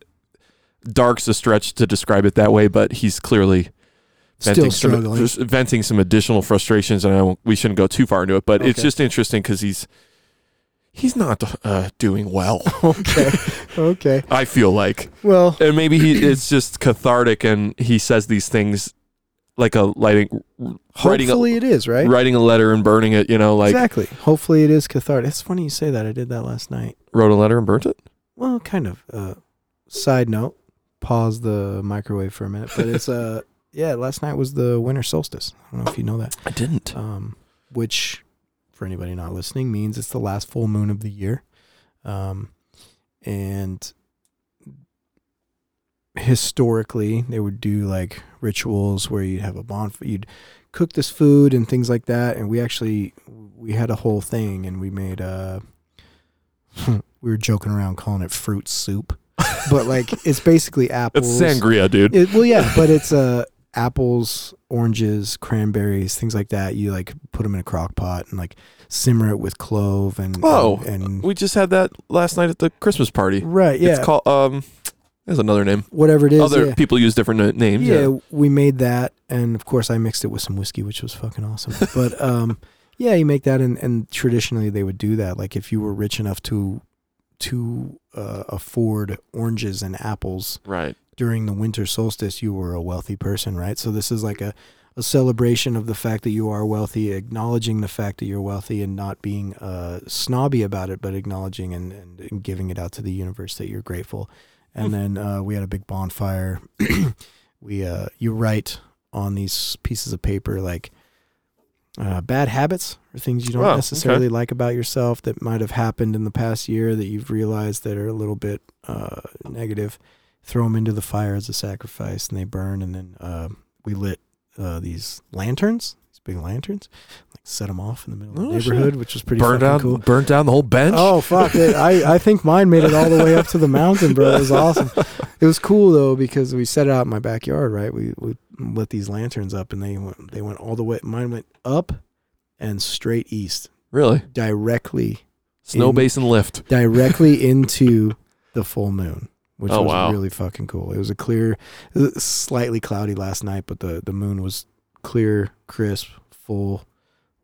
[SPEAKER 2] dark's a stretch to describe it that way. But he's clearly
[SPEAKER 1] still
[SPEAKER 2] venting
[SPEAKER 1] struggling.
[SPEAKER 2] some just venting some additional frustrations, and I won't, we shouldn't go too far into it. But it's
[SPEAKER 1] Okay.
[SPEAKER 2] just interesting because he's he's not uh, doing well.
[SPEAKER 1] okay, okay.
[SPEAKER 2] I feel like,
[SPEAKER 1] Well,
[SPEAKER 2] and maybe he it's just cathartic, and he says these things like a lighting writing a,
[SPEAKER 1] hopefully it is right.
[SPEAKER 2] writing a letter and burning it. You know, like
[SPEAKER 1] exactly. Hopefully it is cathartic. It's funny you say that. I did that last night.
[SPEAKER 2] wrote a letter and burnt it.
[SPEAKER 1] Well, kind of. Uh, side note. Pause the microwave for a minute, but it's uh yeah. Last night was the winter solstice. I don't know if you know that.
[SPEAKER 2] I didn't.
[SPEAKER 1] um, which for anybody not listening means it's the last full moon of the year. Um, and historically, they would do like rituals where you'd have a bonfire, you'd cook this food and things like that. And we actually we had a whole thing, and we made uh we were joking around calling it fruit soup, but like it's basically apples.
[SPEAKER 2] It's sangria, dude.
[SPEAKER 1] It, well, yeah, but it's uh, apples, oranges, cranberries, things like that. You like put them in a crock pot and like simmer it with clove and
[SPEAKER 2] Oh,
[SPEAKER 1] and,
[SPEAKER 2] we just had that last night at the Christmas party.
[SPEAKER 1] and right, yeah,
[SPEAKER 2] It's called um. There's another name.
[SPEAKER 1] whatever it is.
[SPEAKER 2] Other
[SPEAKER 1] yeah.
[SPEAKER 2] people use different na- names.
[SPEAKER 1] yeah, we made that, and of course I mixed it with some whiskey, which was fucking awesome. But um, yeah, you make that, and, and traditionally they would do that. Like if you were rich enough to to uh, afford oranges and apples,
[SPEAKER 2] Right.
[SPEAKER 1] during the winter solstice you were a wealthy person right so this is like a, a celebration of the fact that you are wealthy acknowledging the fact that you're wealthy and not being uh, snobby about it but acknowledging and, and, and giving it out to the universe that you're grateful and then uh, we had a big bonfire we uh, you write on these pieces of paper like uh, bad habits or things you don't
[SPEAKER 2] Oh,
[SPEAKER 1] necessarily like about yourself that might have happened in the past year that you've realized that are a little bit uh, negative throw them into the fire as a sacrifice and they burn and then uh, we lit uh, these lanterns these big lanterns, like set them off in the middle of the
[SPEAKER 2] Oh, shit.
[SPEAKER 1] neighborhood, which was pretty
[SPEAKER 2] Burned
[SPEAKER 1] fucking
[SPEAKER 2] down,
[SPEAKER 1] cool.
[SPEAKER 2] burnt down the whole bench.
[SPEAKER 1] Oh fuck! It, I I think mine made it all the way up to the mountain, bro. It was awesome. It was cool though because we set it out in my backyard, right? We we lit these lanterns up, and they went they went all the way. Mine went up and straight east,
[SPEAKER 2] really?
[SPEAKER 1] directly
[SPEAKER 2] Snow
[SPEAKER 1] In-
[SPEAKER 2] basin lift.
[SPEAKER 1] directly into the full moon, which
[SPEAKER 2] Oh,
[SPEAKER 1] was
[SPEAKER 2] wow.
[SPEAKER 1] really fucking cool. It was a clear, it was slightly cloudy last night, but the the moon was clear, crisp, full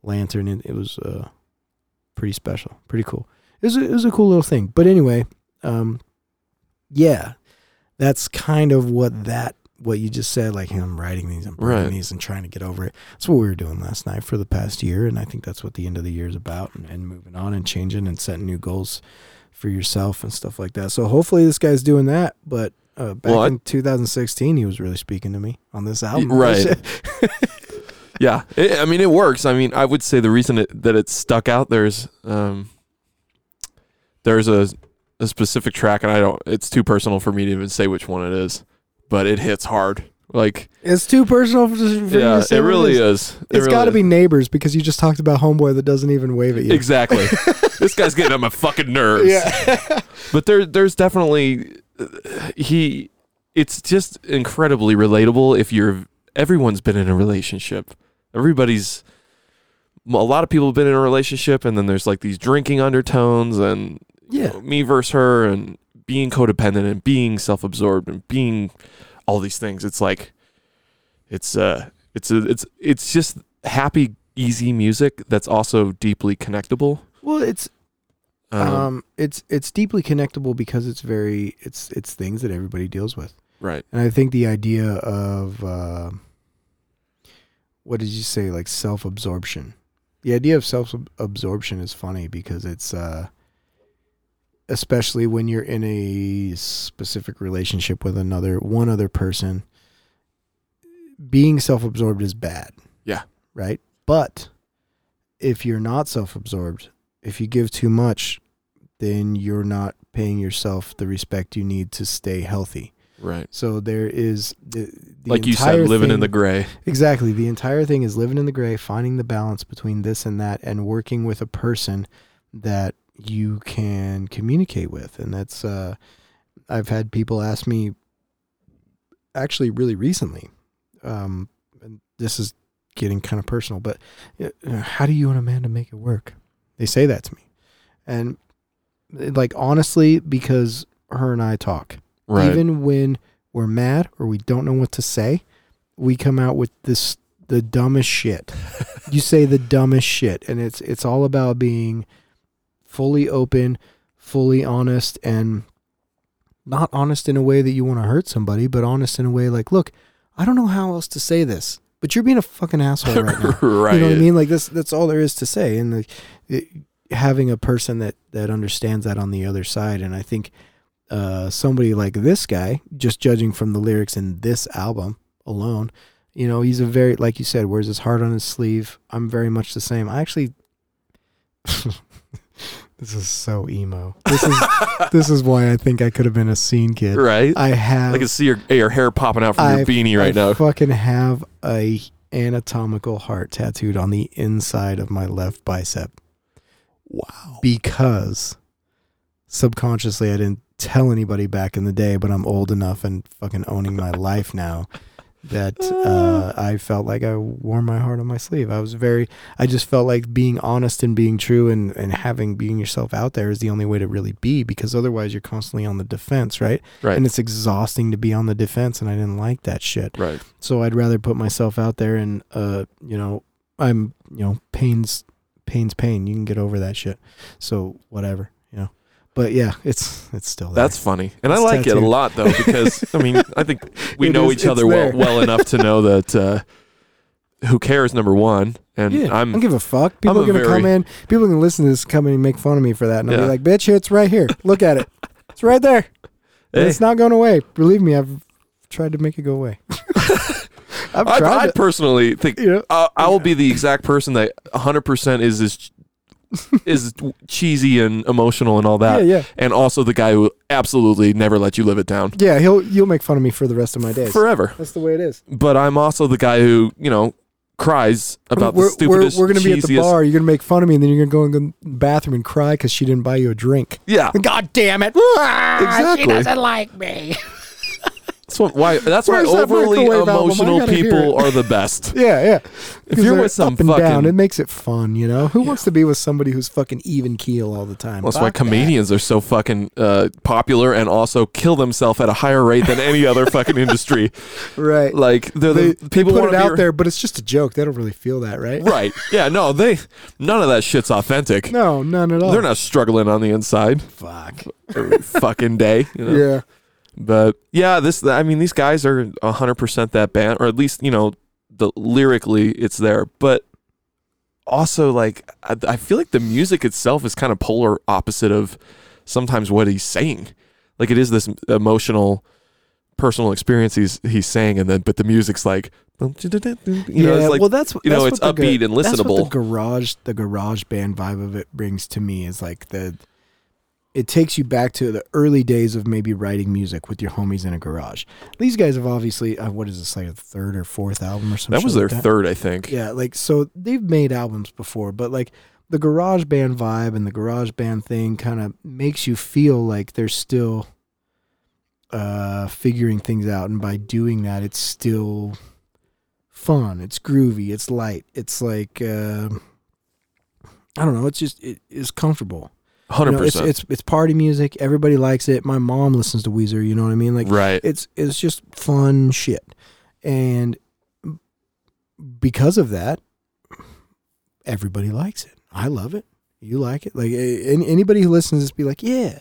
[SPEAKER 1] lantern, and it was uh, pretty special, pretty cool. It was a, it was a cool little thing. But anyway, um, yeah, that's kind of what that what you just said. Like I'm writing these, I'm writing
[SPEAKER 2] Right.
[SPEAKER 1] these, and trying to get over it. That's what we were doing last night for the past year, and I think that's what the end of the year is about, and, and moving on and changing and setting new goals for yourself and stuff like that. So hopefully this guy's doing that, but. Uh, back
[SPEAKER 2] Well, I-
[SPEAKER 1] in 2016, he was really speaking to me on this album,
[SPEAKER 2] right. Yeah, it, I mean it works. I mean, I would say the reason it, that it stuck out there's um, there's a a specific track, and I don't. It's too personal for me to even say which one it is, but it hits hard. Like,
[SPEAKER 1] It's too personal for, for you to
[SPEAKER 2] yeah,
[SPEAKER 1] say
[SPEAKER 2] it
[SPEAKER 1] what
[SPEAKER 2] really
[SPEAKER 1] is.
[SPEAKER 2] is. It
[SPEAKER 1] It's
[SPEAKER 2] really
[SPEAKER 1] got to
[SPEAKER 2] is.
[SPEAKER 1] be neighbors because you just talked about homeboy that doesn't even wave at you.
[SPEAKER 2] exactly. this guy's getting on my fucking nerves. but there, there's definitely he. It's just incredibly relatable. If you're, everyone's been in a relationship. Everybody's. A lot of people have been in a relationship, and then there's like these drinking undertones, and you
[SPEAKER 1] Yeah.
[SPEAKER 2] know, me versus her, and being codependent, and being self-absorbed, and being all these things. It's like, it's uh, it's a, it's it's just happy, easy music that's also deeply connectable.
[SPEAKER 1] Well, it's um,
[SPEAKER 2] Um,
[SPEAKER 1] it's it's deeply connectable because it's very it's it's things that everybody deals with,
[SPEAKER 2] right.
[SPEAKER 1] and I think the idea of uh, what did you say like self absorption. The idea of self absorption is funny because it's uh, especially when you're in a specific relationship with another one other person. Being self absorbed is bad.
[SPEAKER 2] Yeah.
[SPEAKER 1] Right. But if you're not self absorbed, if you give too much, then you're not paying yourself the respect you need to stay healthy.
[SPEAKER 2] Right.
[SPEAKER 1] So there is the, the
[SPEAKER 2] like you said,
[SPEAKER 1] entire
[SPEAKER 2] living in
[SPEAKER 1] thing-
[SPEAKER 2] the gray.
[SPEAKER 1] Exactly. The entire thing is living in the gray, finding the balance between this and that, and working with a person that you can communicate with. And that's, uh, I've had people ask me actually really recently. Um, and this is getting kind of personal, but you know, how do you and Amanda make it work? They say that to me. And like, honestly, because her and I talk
[SPEAKER 2] Right.
[SPEAKER 1] even when we're mad or we don't know what to say, we come out with this the dumbest shit. you say the dumbest shit, and it's it's all about being fully open, fully honest, and not honest in a way that you want to hurt somebody, but honest in a way like, look, I don't know how else to say this, but you're being a fucking asshole right now.
[SPEAKER 2] right.
[SPEAKER 1] You know what I mean? Like that's that's all there is to say. And like it, having a person that that understands that on the other side, and I think uh, somebody like this guy, just judging from the lyrics in this album alone, you know, he's a very like you said, wears his heart on his sleeve. I'm very much the same. I actually. this is so emo. This is this is why I think I could have been a scene kid.
[SPEAKER 2] Right.
[SPEAKER 1] I have
[SPEAKER 2] I can see your your hair popping out from your
[SPEAKER 1] I've-
[SPEAKER 2] beanie right
[SPEAKER 1] I
[SPEAKER 2] now.
[SPEAKER 1] Fucking have a anatomical heart tattooed on the inside of my left bicep
[SPEAKER 2] Wow.
[SPEAKER 1] because subconsciously I didn't tell anybody back in the day, but I'm old enough and fucking owning my life now that
[SPEAKER 2] Ah.
[SPEAKER 1] uh, I felt like I wore my heart on my sleeve. I was very, I just felt like being honest and being true and, and having being yourself out there is the only way to really be because otherwise you're constantly on the defense, right?
[SPEAKER 2] Right.
[SPEAKER 1] And it's exhausting to be on the defense, and I didn't like that shit
[SPEAKER 2] right.
[SPEAKER 1] so I'd rather put myself out there and uh you know I'm you know pains pains pain you can get over that shit so whatever you know but yeah it's it's still there.
[SPEAKER 2] That's funny, and I
[SPEAKER 1] It's
[SPEAKER 2] like it
[SPEAKER 1] tattooed.
[SPEAKER 2] a lot though because I mean I think we
[SPEAKER 1] It
[SPEAKER 2] know
[SPEAKER 1] is-
[SPEAKER 2] each other
[SPEAKER 1] it's
[SPEAKER 2] well,
[SPEAKER 1] there.
[SPEAKER 2] well enough to know that uh, who cares number one, and
[SPEAKER 1] yeah, I
[SPEAKER 2] I'm
[SPEAKER 1] don't give a fuck. People
[SPEAKER 2] a
[SPEAKER 1] are gonna
[SPEAKER 2] very-
[SPEAKER 1] come in. People can listen to this, come in and make fun of me for that, and I'll
[SPEAKER 2] Yeah.
[SPEAKER 1] be like, "Bitch, it's right here. Look at it. It's right there.
[SPEAKER 2] Hey,
[SPEAKER 1] It's not going away. Believe me, I've tried to make it go away. I've
[SPEAKER 2] I,
[SPEAKER 1] tried.
[SPEAKER 2] I
[SPEAKER 1] it.
[SPEAKER 2] personally think
[SPEAKER 1] You know?
[SPEAKER 2] I, I will be the exact person that 100 percent is this is cheesy and emotional and all that,
[SPEAKER 1] Yeah, yeah.
[SPEAKER 2] and also the guy who absolutely never let you live it down
[SPEAKER 1] Yeah, he'll you'll make fun of me for the rest of my days.
[SPEAKER 2] forever.
[SPEAKER 1] That's the way it is.
[SPEAKER 2] but I'm also the guy who, you know, cries about
[SPEAKER 1] we're,
[SPEAKER 2] the stupidest,
[SPEAKER 1] we're, we're gonna be at the
[SPEAKER 2] cheesiest-
[SPEAKER 1] bar. You're gonna make fun of me, and then you're gonna go in the bathroom and cry because she didn't buy you a drink. Ah,
[SPEAKER 2] Yeah,
[SPEAKER 1] God damn it!
[SPEAKER 2] exactly.
[SPEAKER 1] She doesn't like me.
[SPEAKER 2] That's what, why. That's why
[SPEAKER 1] Where's that
[SPEAKER 2] overly
[SPEAKER 1] microwave album? I
[SPEAKER 2] emotional
[SPEAKER 1] gotta hear
[SPEAKER 2] people
[SPEAKER 1] it.
[SPEAKER 2] are the best.
[SPEAKER 1] Yeah, yeah.
[SPEAKER 2] If
[SPEAKER 1] 'Cause
[SPEAKER 2] you're
[SPEAKER 1] they're
[SPEAKER 2] with some
[SPEAKER 1] up and down,
[SPEAKER 2] fucking-
[SPEAKER 1] it makes it fun. You know, who wants to be with somebody who's fucking even keel all the time?
[SPEAKER 2] That's why
[SPEAKER 1] Fuck that.
[SPEAKER 2] comedians are so fucking uh, popular and also kill themselves at a higher rate than any other fucking industry.
[SPEAKER 1] Right.
[SPEAKER 2] Like they're
[SPEAKER 1] they,
[SPEAKER 2] the
[SPEAKER 1] they
[SPEAKER 2] people
[SPEAKER 1] put
[SPEAKER 2] wanna
[SPEAKER 1] it
[SPEAKER 2] be
[SPEAKER 1] out
[SPEAKER 2] re-
[SPEAKER 1] there, but it's just a joke. They don't really feel that, right?
[SPEAKER 2] Right? Yeah. No, they none of that shit's authentic.
[SPEAKER 1] No, none at all.
[SPEAKER 2] They're not struggling on the inside
[SPEAKER 1] Fuck.
[SPEAKER 2] every fucking day. You know?
[SPEAKER 1] Yeah.
[SPEAKER 2] But yeah, this I mean these guys are 100% that band or at least, you know, the lyrically it's there, but also like I, I feel like the music itself is kind of polar opposite of sometimes what he's saying. Like it is this emotional personal experience he's he's saying and then but the music's like you know, it's like
[SPEAKER 1] well, that's you
[SPEAKER 2] know, it's upbeat and
[SPEAKER 1] That's what the
[SPEAKER 2] listenable.
[SPEAKER 1] garage, the garage band vibe of it brings to me is like the. It takes you back to the early days of maybe writing music with your homies in a garage. These guys have obviously, uh, what is this like a third or fourth album or something?
[SPEAKER 2] that was their third, I think.
[SPEAKER 1] Yeah, like so they've made albums before, but like the garage band vibe and the garage band thing kind of makes you feel like they're still uh figuring things out and by doing that it's still fun, it's groovy, it's light, it's like uh, I don't know, it's just it is comfortable.
[SPEAKER 2] 100%.
[SPEAKER 1] You know, it's it's it's party music, everybody likes it. My mom listens to Weezer, you know what I mean? Like
[SPEAKER 2] right.
[SPEAKER 1] it's it's just fun shit and because of that everybody likes it i love it you like it like a- any, anybody who listens to this be like yeah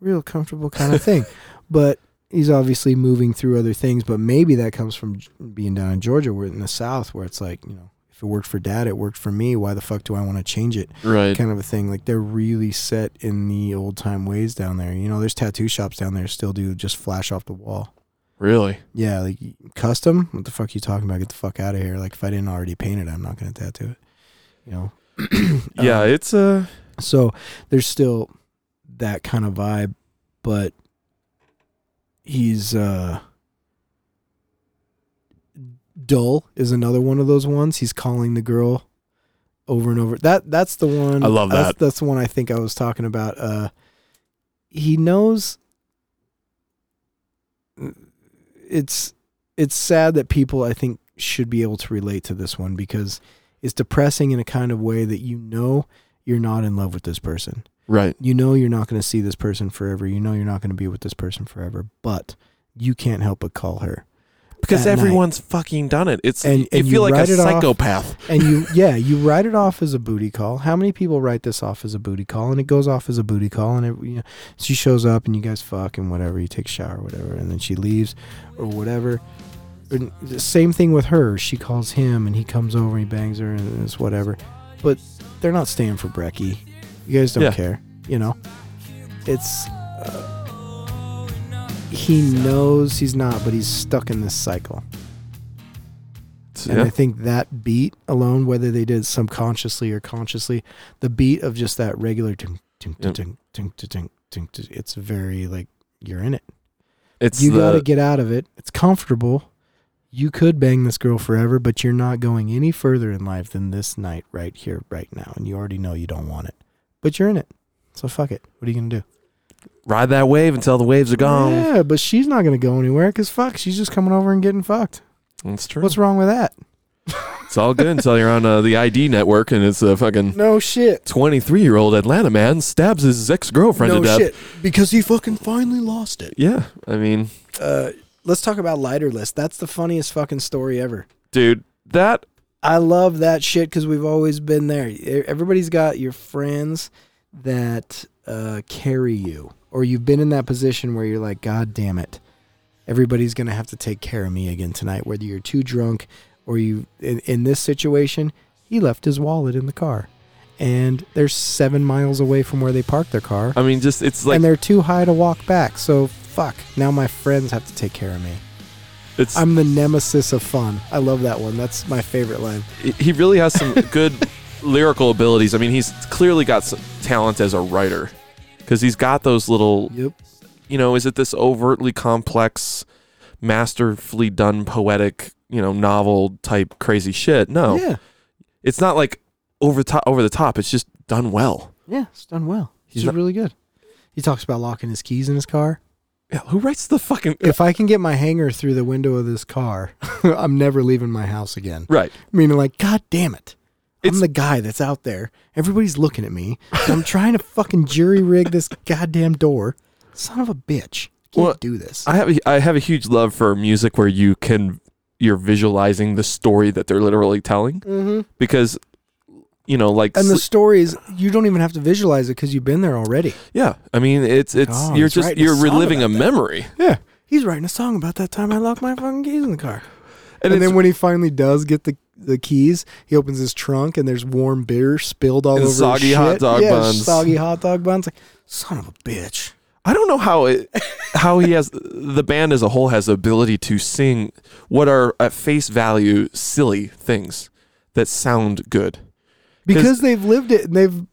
[SPEAKER 1] real comfortable kind of thing but he's obviously moving through other things but maybe that comes from j- being down in georgia we're in the south where it's like you know if it worked for dad it worked for me why the fuck do i want to change it
[SPEAKER 2] right.
[SPEAKER 1] kind of a thing. Like they're really set in the old time ways down there. You know, there's tattoo shops down there still do just flash off the wall.
[SPEAKER 2] Really.
[SPEAKER 1] Yeah, like custom. What the fuck are you talking about? Get the fuck out of here! Like if I didn't already paint it, I'm not gonna tattoo it. You know. Um,
[SPEAKER 2] yeah, it's uh
[SPEAKER 1] So there's still that kind of vibe, but he's uh dull is another one of those ones. He's calling the girl over and over. That that's the one
[SPEAKER 2] I love
[SPEAKER 1] that's,
[SPEAKER 2] that.
[SPEAKER 1] That's the one I think I was talking about. Uh he knows it's it's sad that people I think should be able to relate to this one because it's depressing in a kind of way that you know you're not in love with this person.
[SPEAKER 2] right.
[SPEAKER 1] You know you're not going to see this person forever. You know you're not going to be with this person forever, but you can't help but call her.
[SPEAKER 2] because
[SPEAKER 1] at night.
[SPEAKER 2] everyone's fucking done it. It's
[SPEAKER 1] And-
[SPEAKER 2] you
[SPEAKER 1] and you
[SPEAKER 2] feel like
[SPEAKER 1] write
[SPEAKER 2] a
[SPEAKER 1] it off.
[SPEAKER 2] psychopath.
[SPEAKER 1] And you yeah, you write it off as a booty call. How many people write this off as a booty call and it goes off as a booty call and it, you know, she shows up and you guys fuck and whatever, you take a shower or whatever and then she leaves or whatever. And the same thing with her. She calls him and he comes over and he bangs her and it's whatever. But they're not staying for brekkie. You guys don't
[SPEAKER 2] Yeah.
[SPEAKER 1] care, you know. It's uh, he knows he's not, but he's stuck in this cycle. And I
[SPEAKER 2] Yeah.
[SPEAKER 1] think that beat alone, whether they did it subconsciously or consciously, the beat of just that regular ding, ding, ding,
[SPEAKER 2] Yep.
[SPEAKER 1] ding, ding, ding, ding, ding, ding, it's very like you're in it.
[SPEAKER 2] It's
[SPEAKER 1] you
[SPEAKER 2] the,
[SPEAKER 1] got to get out of it. It's comfortable. You could bang this girl forever, but you're not going any further in life than this night right here, right now. And you already know you don't want it, but you're in it. So fuck it. What are you going to do?
[SPEAKER 2] ride that wave until the waves are gone.
[SPEAKER 1] Yeah, but she's not going to go anywhere because fuck, she's just coming over and getting fucked.
[SPEAKER 2] That's true.
[SPEAKER 1] What's wrong with that?
[SPEAKER 2] It's all good until you're on uh, the ID network and it's a fucking
[SPEAKER 1] No shit.
[SPEAKER 2] 23 year old Atlanta man stabs his ex girlfriend to death.
[SPEAKER 1] because he fucking finally lost it.
[SPEAKER 2] Yeah, I mean,
[SPEAKER 1] Uh, let's talk about lighter list. That's the funniest fucking story ever.
[SPEAKER 2] dude, that
[SPEAKER 1] I love that shit because we've always been there. E- Everybody's got your friends that uh, carry you, or you've been in that position where you're like, God damn it, everybody's gonna have to take care of me again tonight. Whether you're too drunk or you in, in this situation, he left his wallet in the car, and they're seven miles away from where they parked their car.
[SPEAKER 2] I mean, just it's like
[SPEAKER 1] and they're too high to walk back. So fuck. Now my friends have to take care of me.
[SPEAKER 2] it's
[SPEAKER 1] I'm the nemesis of fun. I love that one. That's my favorite line.
[SPEAKER 2] he really has some good lyrical abilities. I mean, he's clearly got some talent as a writer because he's got those little
[SPEAKER 1] Yep.
[SPEAKER 2] you know, is it this overtly complex, masterfully done poetic you know, novel type crazy shit. No.
[SPEAKER 1] Yeah.
[SPEAKER 2] It's not like over the top over the top. It's just done well.
[SPEAKER 1] Yeah. It's done well.
[SPEAKER 2] He's
[SPEAKER 1] He's
[SPEAKER 2] not-
[SPEAKER 1] really good. He talks about locking his keys in his car.
[SPEAKER 2] Yeah, who writes the fucking
[SPEAKER 1] If I can get my hanger through the window of this car, I'm never leaving my house again.
[SPEAKER 2] Right.
[SPEAKER 1] Meaning, like, God damn it.
[SPEAKER 2] It's-
[SPEAKER 1] I'm the guy that's out there. Everybody's looking at me. and I'm trying to fucking jury rig this goddamn door. Son of a bitch. Can't
[SPEAKER 2] Well,
[SPEAKER 1] do this.
[SPEAKER 2] I have a, I have a huge love for music where you can you're visualizing the story that they're literally telling
[SPEAKER 1] mm-hmm.
[SPEAKER 2] because you know like
[SPEAKER 1] And the
[SPEAKER 2] sl-
[SPEAKER 1] story is, you don't even have to visualize it because you've been there already.
[SPEAKER 2] yeah I mean it's it's
[SPEAKER 1] Oh,
[SPEAKER 2] you're
[SPEAKER 1] he's
[SPEAKER 2] just
[SPEAKER 1] writing a
[SPEAKER 2] you're
[SPEAKER 1] song
[SPEAKER 2] reliving a
[SPEAKER 1] about that.
[SPEAKER 2] memory
[SPEAKER 1] Yeah. He's writing a song about that time I locked my fucking keys in the car.
[SPEAKER 2] and,
[SPEAKER 1] And,
[SPEAKER 2] it's,
[SPEAKER 1] then when he finally does get the the keys, he opens his trunk and there's warm beer spilled all
[SPEAKER 2] And
[SPEAKER 1] over his
[SPEAKER 2] soggy hot
[SPEAKER 1] shit.
[SPEAKER 2] dog
[SPEAKER 1] yeah,
[SPEAKER 2] buns.
[SPEAKER 1] Soggy hot dog buns. Like, son of a bitch.
[SPEAKER 2] I don't know how it how he has the band as a whole has the ability to sing what are at face value silly things that sound good
[SPEAKER 1] Because they've lived it and they've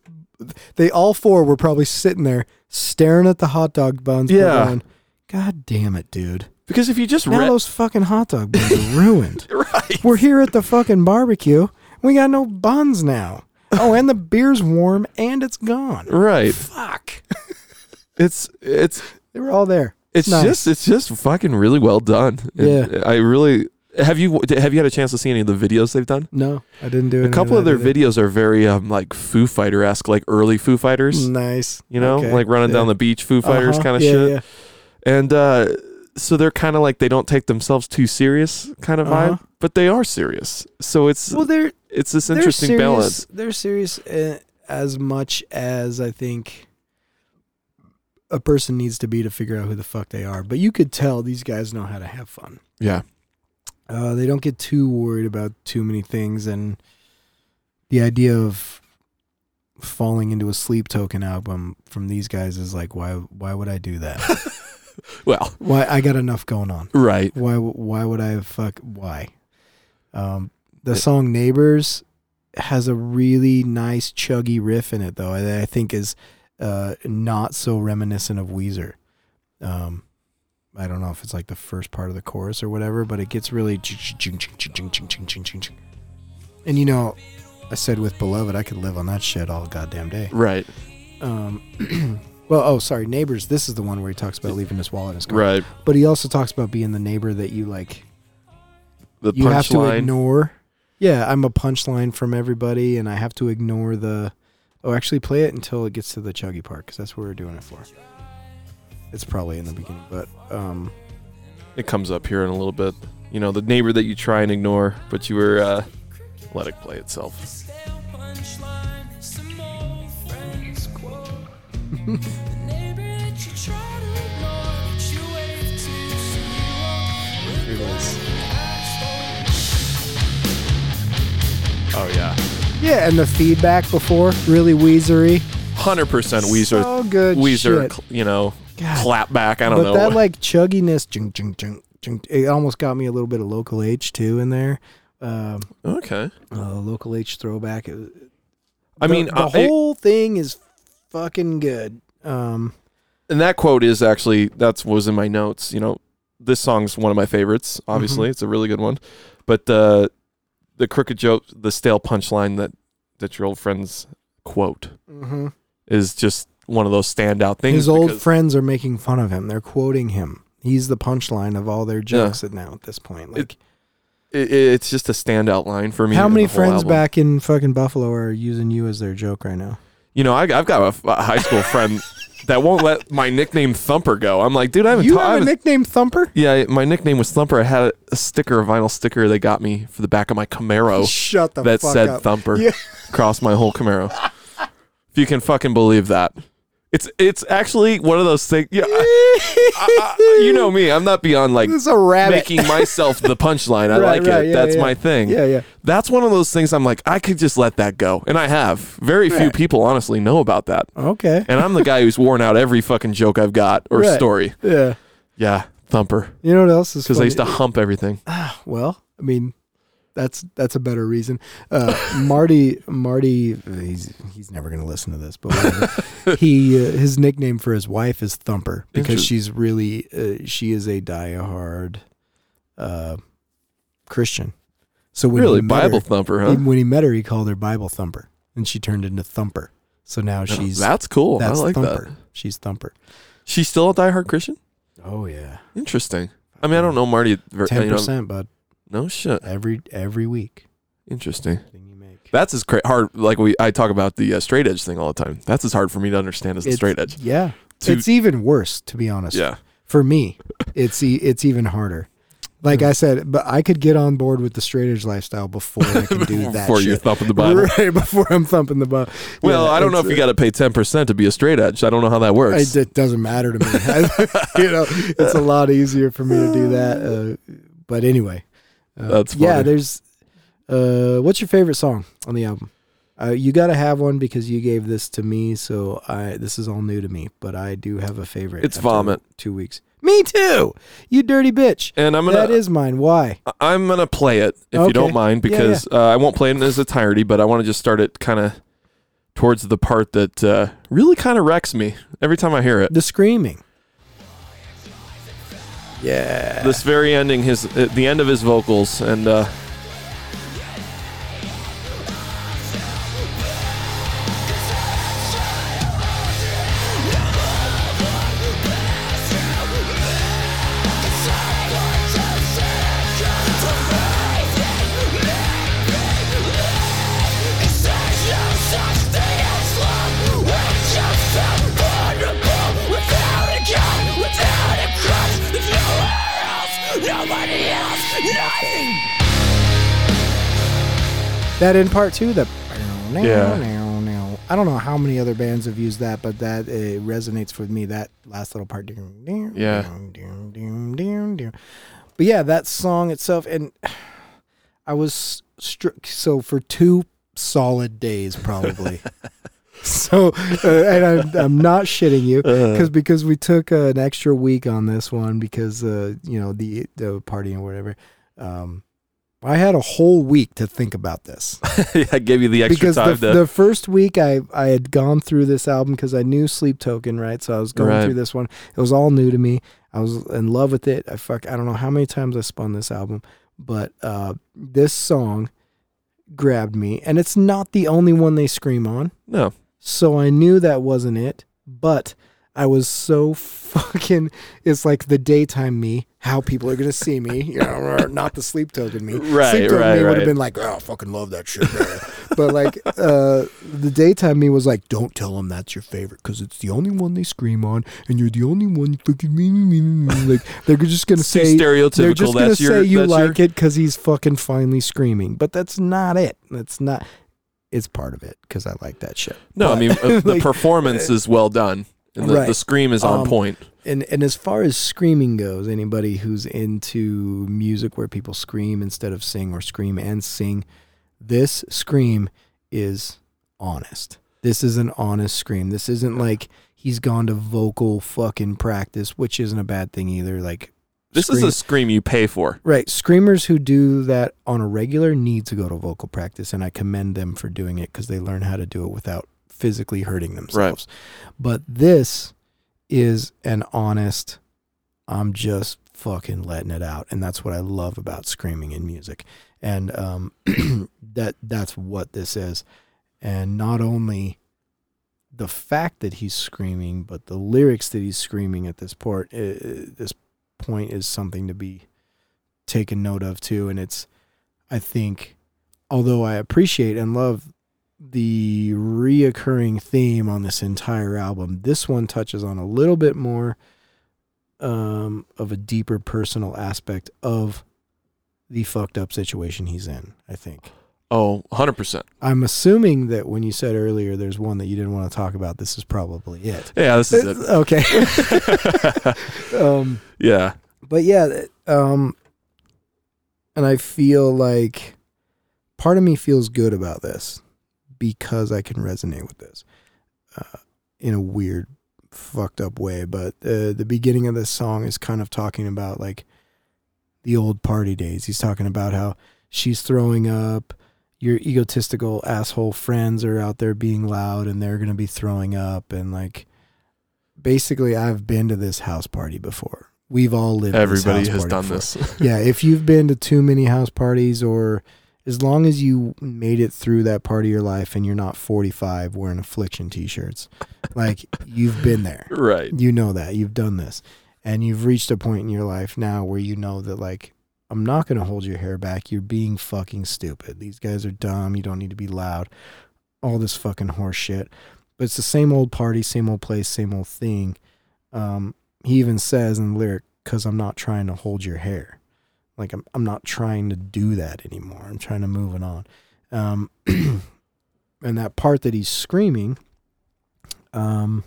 [SPEAKER 1] they all four were probably sitting there staring at the hot dog buns. but
[SPEAKER 2] Yeah.
[SPEAKER 1] going, God damn it, dude.
[SPEAKER 2] because if you just
[SPEAKER 1] Now
[SPEAKER 2] read
[SPEAKER 1] those fucking hot dog buns are ruined.
[SPEAKER 2] right
[SPEAKER 1] We're here at the fucking barbecue. We got no buns now. Oh, and the beer's warm and it's gone.
[SPEAKER 2] right
[SPEAKER 1] Fuck.
[SPEAKER 2] it's it's
[SPEAKER 1] They were all there.
[SPEAKER 2] It's
[SPEAKER 1] Nice.
[SPEAKER 2] just it's just fucking really well done. And
[SPEAKER 1] Yeah.
[SPEAKER 2] I really have you have you had a chance to see any of the videos they've done?
[SPEAKER 1] No, I didn't do
[SPEAKER 2] A couple of their
[SPEAKER 1] videos.
[SPEAKER 2] videos are very um like Foo Fighter esque, like early Foo Fighters.
[SPEAKER 1] Nice.
[SPEAKER 2] You know,
[SPEAKER 1] Mm. Okay.
[SPEAKER 2] like running down
[SPEAKER 1] Yeah.
[SPEAKER 2] the beach, Foo Fighters
[SPEAKER 1] Uh-huh.
[SPEAKER 2] kind of
[SPEAKER 1] Yeah,
[SPEAKER 2] shit.
[SPEAKER 1] yeah.
[SPEAKER 2] And uh, so they're kind of like they don't take themselves too serious kind of
[SPEAKER 1] Uh-huh.
[SPEAKER 2] vibe, but they are serious. So it's
[SPEAKER 1] Well, they're
[SPEAKER 2] it's this
[SPEAKER 1] they're
[SPEAKER 2] interesting
[SPEAKER 1] serious,
[SPEAKER 2] balance.
[SPEAKER 1] They're serious uh, as much as I think a person needs to be to figure out who the fuck they are. But you could tell these guys know how to have fun.
[SPEAKER 2] Yeah,
[SPEAKER 1] Uh, they don't get too worried about too many things, and the idea of falling into a sleep token album from these guys is like, why? Why would I do that?
[SPEAKER 2] well,
[SPEAKER 1] why I got enough going on.
[SPEAKER 2] right.
[SPEAKER 1] why w- why would I fuck why? Um, the song "Neighbors" has a really nice chuggy riff in it, though that I think is uh, not so reminiscent of Weezer. Um, I don't know if it's like the first part of the chorus or whatever, but it gets really. ching, ching, ching, ching, ching, ching, ching, ching, ching, ching. And you know, I said with "Beloved," I could live on that shit all goddamn day.
[SPEAKER 2] Right,
[SPEAKER 1] Um, well, oh, sorry, "Neighbors." This is the one where he talks about leaving his wallet in his car,
[SPEAKER 2] right.
[SPEAKER 1] but he also talks about being the neighbor that you like
[SPEAKER 2] The
[SPEAKER 1] you have to
[SPEAKER 2] punchline.
[SPEAKER 1] ignore. Yeah, I'm a punchline from everybody, and I have to ignore the. Oh, actually, play it until it gets to the chuggy part, because that's what we're doing it for. It's probably in the beginning, but um,
[SPEAKER 2] It comes up here in a little bit. You know, the neighbor that you try and ignore, but you were uh, let it play itself.
[SPEAKER 1] here it is.
[SPEAKER 2] Oh yeah,
[SPEAKER 1] Yeah, and the feedback before really Weezery.
[SPEAKER 2] hundred percent Weezer.
[SPEAKER 1] So good
[SPEAKER 2] Weezer,
[SPEAKER 1] shit.
[SPEAKER 2] cl- you know,
[SPEAKER 1] God.
[SPEAKER 2] clap back. I don't
[SPEAKER 1] but
[SPEAKER 2] know.
[SPEAKER 1] that like chugginess, jing, jing, jing, jing, it almost got me a little bit of local H too in there. Um,
[SPEAKER 2] okay.
[SPEAKER 1] uh, local H throwback. It-
[SPEAKER 2] I
[SPEAKER 1] the-
[SPEAKER 2] mean,
[SPEAKER 1] the
[SPEAKER 2] uh, it-
[SPEAKER 1] whole thing is fucking good. Um,
[SPEAKER 2] and that quote is actually that's was in my notes. You know, this song's one of my favorites.
[SPEAKER 1] Mm-hmm.
[SPEAKER 2] Obviously, it's a really good one. But the the crooked joke, the stale punchline that that your old friends quote
[SPEAKER 1] mhm.
[SPEAKER 2] is just one of those standout things.
[SPEAKER 1] His old
[SPEAKER 2] because-
[SPEAKER 1] friends are making fun of him. They're quoting him. He's the punchline of all their jokes at now at this point. Like,
[SPEAKER 2] It, it's just a standout line for me.
[SPEAKER 1] how
[SPEAKER 2] in
[SPEAKER 1] many
[SPEAKER 2] the whole
[SPEAKER 1] friends
[SPEAKER 2] album.
[SPEAKER 1] back in fucking Buffalo are using you as their joke right now?
[SPEAKER 2] You know, I, I've got a f- a, high school friend that won't let my nickname Thumper go. I'm like, dude, I haven't.
[SPEAKER 1] You
[SPEAKER 2] ta- I
[SPEAKER 1] have a
[SPEAKER 2] haven't-
[SPEAKER 1] nickname, Thumper.
[SPEAKER 2] Yeah, my nickname was Thumper. I had a, a sticker, a vinyl sticker they got me for the back of my Camaro
[SPEAKER 1] Shut the
[SPEAKER 2] that
[SPEAKER 1] fuck
[SPEAKER 2] said
[SPEAKER 1] up.
[SPEAKER 2] Thumper
[SPEAKER 1] Yeah.
[SPEAKER 2] across my whole Camaro. if you can fucking believe that. It's it's actually one of those things. Yeah, I- I- I- you know me. I'm not beyond like
[SPEAKER 1] this is a rabbit.
[SPEAKER 2] making myself the punchline. I
[SPEAKER 1] Right,
[SPEAKER 2] like
[SPEAKER 1] right,
[SPEAKER 2] it.
[SPEAKER 1] yeah,
[SPEAKER 2] That's
[SPEAKER 1] yeah.
[SPEAKER 2] my thing.
[SPEAKER 1] Yeah, yeah.
[SPEAKER 2] That's one of those things. I'm like, I could just let that go, and I have. Very few
[SPEAKER 1] Yeah.
[SPEAKER 2] people honestly know about that.
[SPEAKER 1] okay.
[SPEAKER 2] And I'm the guy who's worn out every fucking joke I've got or
[SPEAKER 1] Right.
[SPEAKER 2] story.
[SPEAKER 1] Yeah.
[SPEAKER 2] Yeah, Thumper.
[SPEAKER 1] You know what else is
[SPEAKER 2] Because I
[SPEAKER 1] funny?
[SPEAKER 2] used to hump everything.
[SPEAKER 1] Ah, well, I mean, that's that's a better reason. Uh, Marty, Marty, he's he's never going to listen to this, but whatever. he uh, his nickname for his wife is Thumper because
[SPEAKER 2] Interest-
[SPEAKER 1] she's really uh, she is a diehard uh, Christian. So when he
[SPEAKER 2] really,
[SPEAKER 1] met
[SPEAKER 2] Bible
[SPEAKER 1] her-
[SPEAKER 2] thumper, huh?
[SPEAKER 1] when he met her, he called her Bible Thumper, and she turned into Thumper. So now
[SPEAKER 2] No,
[SPEAKER 1] she's
[SPEAKER 2] that's cool.
[SPEAKER 1] that's
[SPEAKER 2] Oh, I like
[SPEAKER 1] Thumper.
[SPEAKER 2] that.
[SPEAKER 1] She's Thumper.
[SPEAKER 2] She's still a diehard Christian.
[SPEAKER 1] Oh yeah,
[SPEAKER 2] Interesting. I mean, I don't know Marty. ver-
[SPEAKER 1] ten
[SPEAKER 2] you know,
[SPEAKER 1] percent, bud.
[SPEAKER 2] no shit.
[SPEAKER 1] Every every week,
[SPEAKER 2] Interesting.
[SPEAKER 1] thing you make.
[SPEAKER 2] That's as cra- hard. Like we, I talk about the uh, straight edge thing all the time. That's as hard for me to understand as the
[SPEAKER 1] It's-
[SPEAKER 2] straight edge.
[SPEAKER 1] Yeah,
[SPEAKER 2] To-
[SPEAKER 1] it's even worse to be honest.
[SPEAKER 2] Yeah.
[SPEAKER 1] for me, it's e- it's even harder. Like I said, but I could get on board with the straight edge lifestyle before I can do that.
[SPEAKER 2] Before
[SPEAKER 1] shit.
[SPEAKER 2] you're thumping the Bible.
[SPEAKER 1] right before I'm thumping the Bible.
[SPEAKER 2] Well,
[SPEAKER 1] Yeah,
[SPEAKER 2] I don't know
[SPEAKER 1] it's,
[SPEAKER 2] if you
[SPEAKER 1] uh,
[SPEAKER 2] got to pay ten percent to be a straight edge. I don't know how that
[SPEAKER 1] I-
[SPEAKER 2] works.
[SPEAKER 1] it doesn't matter to me. I- you know, it's a lot easier for me to do that. Uh, but anyway, uh,
[SPEAKER 2] That's
[SPEAKER 1] yeah.
[SPEAKER 2] funny.
[SPEAKER 1] There's. Uh, what's your favorite song on the album? Uh, you got to have one because you gave this to me, so I this is all new to me. But I do have a favorite.
[SPEAKER 2] It's
[SPEAKER 1] after
[SPEAKER 2] Vomit.
[SPEAKER 1] Two weeks. Me too. You dirty bitch.
[SPEAKER 2] And I'm gonna
[SPEAKER 1] That is mine. Why?
[SPEAKER 2] I- I'm gonna play it if
[SPEAKER 1] Okay.
[SPEAKER 2] you don't mind
[SPEAKER 1] Yeah, yeah.
[SPEAKER 2] because Uh, I won't play it in its entirety, but I want to just start it kind of towards the part that uh, really kind of wrecks me every time I hear it.
[SPEAKER 1] The screaming. Yeah.
[SPEAKER 2] This very ending, his uh, the end of his vocals, and uh,
[SPEAKER 1] That in part two, that.
[SPEAKER 2] Yeah.
[SPEAKER 1] I don't know how many other bands have used that, but that it resonates with me. That last little part.
[SPEAKER 2] Yeah.
[SPEAKER 1] But yeah, that song itself, and I was struck. So for two solid days, probably. so, uh, and I'm, I'm not shitting you. because because we took uh, an extra week on this one because uh, you know the the party and whatever. Um, I had a whole week to think about this
[SPEAKER 2] I gave you the extra
[SPEAKER 1] because
[SPEAKER 2] time
[SPEAKER 1] the,
[SPEAKER 2] to
[SPEAKER 1] the first week I I had gone through this album because I knew Sleep Token right, so I was going
[SPEAKER 2] Right.
[SPEAKER 1] through this one. It was all new to me. I was in love with it. I fuck I don't know how many times I spun this album, but uh, this song grabbed me, and it's not the only one they scream on.
[SPEAKER 2] no.
[SPEAKER 1] So I knew that wasn't it, but I was so fucking. It's like the daytime me, how people are gonna see me, you know, or not the sleep token me.
[SPEAKER 2] Right,
[SPEAKER 1] sleep token
[SPEAKER 2] right,
[SPEAKER 1] me would
[SPEAKER 2] right.
[SPEAKER 1] have been like, oh, I fucking love that shit. man." but like, uh, the daytime me was like, don't tell them that's your favorite because it's the only one they scream on, and you're the only one fucking me, me, me, me, me. Like they're just gonna
[SPEAKER 2] It's too
[SPEAKER 1] say they're
[SPEAKER 2] stereotypical.
[SPEAKER 1] just gonna
[SPEAKER 2] that's
[SPEAKER 1] say
[SPEAKER 2] your
[SPEAKER 1] you
[SPEAKER 2] that's your-
[SPEAKER 1] like it because he's fucking finally screaming, but that's not it. That's not. It's part of it because I like that shit.
[SPEAKER 2] No, I mean uh, the
[SPEAKER 1] like-
[SPEAKER 2] performance is well done, and the,
[SPEAKER 1] Right.
[SPEAKER 2] the scream is on
[SPEAKER 1] Um,
[SPEAKER 2] point.
[SPEAKER 1] And and as far as screaming goes, anybody who's into music where people scream instead of sing or scream and sing, this scream is honest. This is an honest scream. This isn't like he's gone to vocal fucking practice, which isn't a bad thing either. Like
[SPEAKER 2] This is
[SPEAKER 1] scream-
[SPEAKER 2] a scream you pay for.
[SPEAKER 1] Right. Screamers who do that on a regular need to go to vocal practice, and I commend them for doing it because they learn how to do it without physically hurting themselves. But this is an honest, I'm just fucking letting it out. And that's what I love about screaming in music. And um, that that's what this is. And not only the fact that he's screaming, but the lyrics that he's screaming at this part, uh, this point is something to be taken note of too. And it's, I think, although I appreciate and love the reoccurring theme on this entire album, this one touches on a little bit more um, of a deeper personal aspect of the fucked up situation he's in. I think.
[SPEAKER 2] Oh, 100 percent.
[SPEAKER 1] I'm assuming that when you said earlier there's one that you didn't want to talk about, this is probably it.
[SPEAKER 2] Yeah, this is it.
[SPEAKER 1] Okay. um,
[SPEAKER 2] yeah,
[SPEAKER 1] but yeah, th- um, and I feel like part of me feels good about this because I can resonate with this uh, in a weird, fucked up way. But uh, the beginning of this song is kind of talking about like the old party days. He's talking about how she's throwing up. Your egotistical asshole friends are out there being loud and they're going to be throwing up. And like, basically, I've been to this house party before We've all lived. this
[SPEAKER 2] Everybody
[SPEAKER 1] house
[SPEAKER 2] has
[SPEAKER 1] party
[SPEAKER 2] done
[SPEAKER 1] before.
[SPEAKER 2] this.
[SPEAKER 1] yeah, if you've been to too many house parties, or as long as you made it through that part of your life and you're not 45 wearing affliction T-shirts, like you've been there.
[SPEAKER 2] right.
[SPEAKER 1] You know that you've done this, and you've reached a point in your life now where you know that like. I'm not going to hold your hair back. You're being fucking stupid. These guys are dumb. You don't need to be loud. All this fucking horse shit. But it's the same old party, same old place, same old thing. Um, he even says in the lyric, because I'm not trying to hold your hair. Like, I'm, I'm not trying to do that anymore. I'm trying to move it on. Um, and that part that he's screaming um,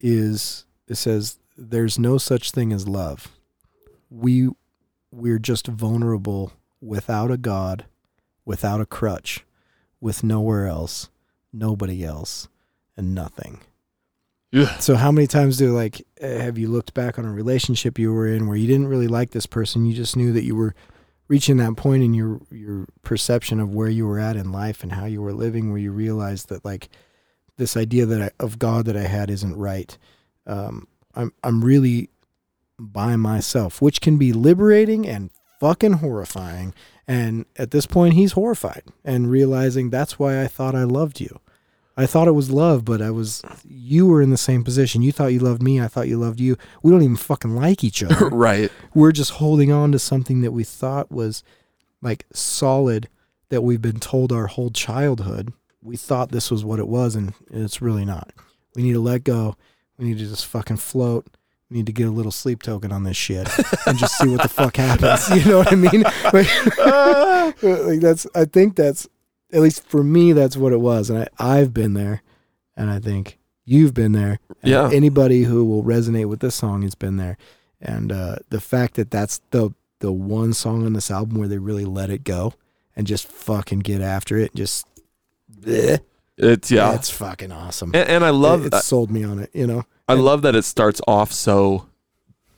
[SPEAKER 1] is it says, There's no such thing as love. We, we're just vulnerable without a God, without a crutch, with nowhere else, nobody else, and nothing.
[SPEAKER 2] Yeah.
[SPEAKER 1] So how many times do like uh, have you looked back on a relationship you were in where you didn't really like this person, you just knew that you were reaching that point in your your perception of where you were at in life and how you were living where you realized that like this idea that I, of God that I had isn't right. Um I'm I'm really by myself, which can be liberating and fucking horrifying. And at this point he's horrified and realizing that's why I thought I loved you. I thought it was love, but I was you were in the same position. You thought you loved me, I thought you loved you. We don't even fucking like each other.
[SPEAKER 2] right.
[SPEAKER 1] We're just holding on to something that we thought was like solid that we've been told our whole childhood. We thought this was what it was and it's really not. We need to let go. We need to just fucking float. We need to get a little sleep token on this shit and just see what the fuck happens. You know what I mean? Like- like that's I think that's at least for me that's what it was and I, I've been there and I think you've been there and
[SPEAKER 2] Yeah.
[SPEAKER 1] anybody who will resonate with this song has been there and uh, the fact that that's the the one song on this album where they really let it go and just fucking get after it just bleh,
[SPEAKER 2] It's yeah.
[SPEAKER 1] that's fucking awesome
[SPEAKER 2] and, and I love
[SPEAKER 1] it,
[SPEAKER 2] that.
[SPEAKER 1] it sold me on it you know
[SPEAKER 2] I love that it starts off so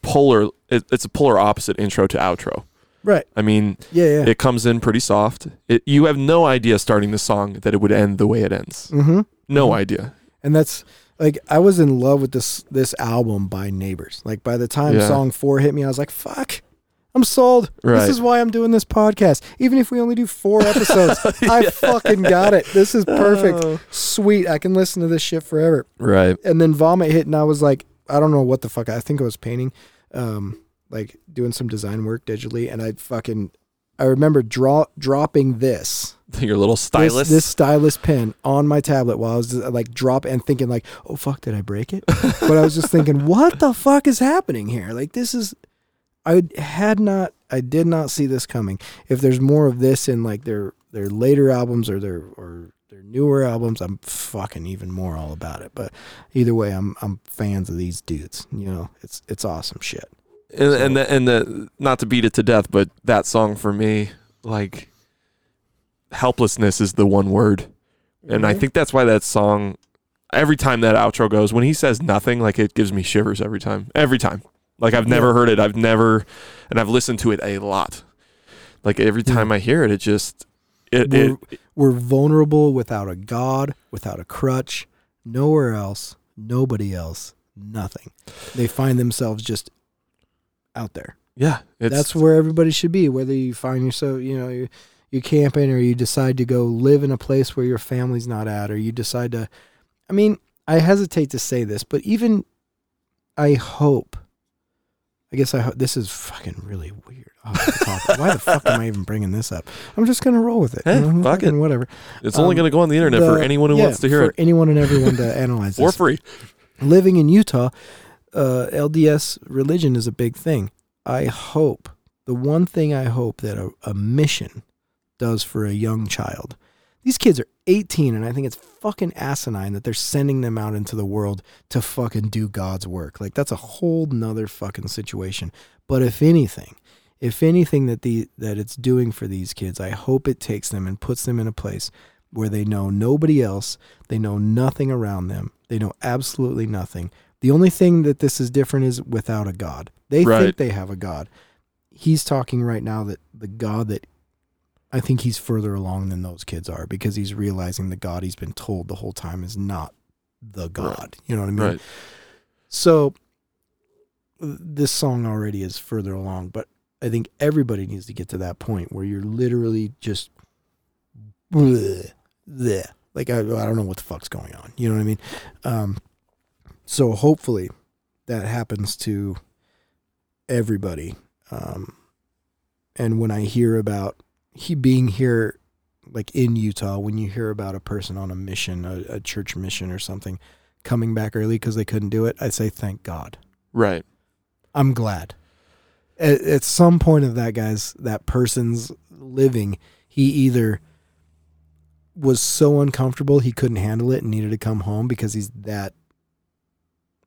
[SPEAKER 2] polar. It, it's a polar opposite intro to outro.
[SPEAKER 1] right
[SPEAKER 2] I mean,
[SPEAKER 1] yeah yeah
[SPEAKER 2] it comes in pretty soft. It, you have no idea starting the song that it would end the way it ends.
[SPEAKER 1] mm-hmm
[SPEAKER 2] No idea.
[SPEAKER 1] and that's like I was in love with this this album by Neighbors. Like by the time
[SPEAKER 2] Yeah.
[SPEAKER 1] song four hit me, I was like, "Fuck, I'm sold.
[SPEAKER 2] Right.
[SPEAKER 1] This is why I'm doing this podcast. Even if we only do four episodes, I fucking got it. This is perfect. Sweet, I can listen to this shit forever."
[SPEAKER 2] Right.
[SPEAKER 1] and then vomit hit and i was like i don't know what the fuck i think i was painting um like doing some design work digitally and i fucking i remember draw dropping this
[SPEAKER 2] Your little
[SPEAKER 1] this-
[SPEAKER 2] stylus.
[SPEAKER 1] This, stylus pen on my tablet while I was uh, like drop and thinking like, oh fuck, did I break it? but I was just thinking, what the fuck is happening here? Like this is, I had not, I did not see this coming. If there's more of this in like their their later albums or their or their newer albums, I'm fucking even more all about it. But either way, I'm I'm fans of these dudes. You know, it's it's awesome shit.
[SPEAKER 2] and and the, and the not to beat it to death, but that song for me, like helplessness is the one word, and I
[SPEAKER 1] Mm-hmm.
[SPEAKER 2] think that's why that song. Every time that outro goes, when he says nothing, like it gives me shivers every time. Every time, like I've never heard it. I've never, and I've listened to it a lot. Like every time I hear it, it just it,
[SPEAKER 1] We're,
[SPEAKER 2] it
[SPEAKER 1] we're vulnerable without a God, without a crutch, nowhere else, nobody else, nothing. They find themselves just out there.
[SPEAKER 2] yeah. It's,
[SPEAKER 1] That's where everybody should be, whether you find yourself, you know, you you camping or you decide to go live in a place where your family's not at or you decide to I mean, I hesitate to say this, but even I hope I guess I hope this is fucking really weird. off the topic. Why the fuck am I even bringing this up? I'm just gonna roll with it. you
[SPEAKER 2] Eh,
[SPEAKER 1] know,
[SPEAKER 2] fuck it.
[SPEAKER 1] fucking Whatever
[SPEAKER 2] it's only
[SPEAKER 1] um,
[SPEAKER 2] going to go on the internet for
[SPEAKER 1] the-
[SPEAKER 2] anyone who
[SPEAKER 1] yeah,
[SPEAKER 2] wants to hear
[SPEAKER 1] for
[SPEAKER 2] it
[SPEAKER 1] anyone and everyone to analyze
[SPEAKER 2] for
[SPEAKER 1] this.
[SPEAKER 2] free.
[SPEAKER 1] Living in Utah, uh, LDS religion is a big thing. I hope the one thing I hope that a, a mission does for a young child. These kids are 18, and I think it's fucking asinine that they're sending them out into the world to fucking do God's work. Like that's a whole nother fucking situation. But if anything, if anything that the that it's doing for these kids, I hope it takes them and puts them in a place where they know nobody else, they know nothing around them, they know absolutely nothing. The only thing that this is different is without a God. They
[SPEAKER 2] Right.
[SPEAKER 1] think they have a God. He's talking right now that the God that I think he's further along than those kids are because he's realizing the God he's been told the whole time is not the God. You know what I mean?
[SPEAKER 2] Right.
[SPEAKER 1] So this song already is further along, but I think everybody needs to get to that point where you're literally just bleh, bleh. like I, I don't know what the fuck's going on. You know what I mean? Um, so hopefully that happens to everybody. Um, and when I hear about he being here, like in Utah, when you hear about a person on a mission, a, a church mission or something, coming back early because they couldn't do it, I say thank God.
[SPEAKER 2] Right.
[SPEAKER 1] I'm glad. At, at some point of that guy's, that person's living, he either was so uncomfortable he couldn't handle it and needed to come home because he's that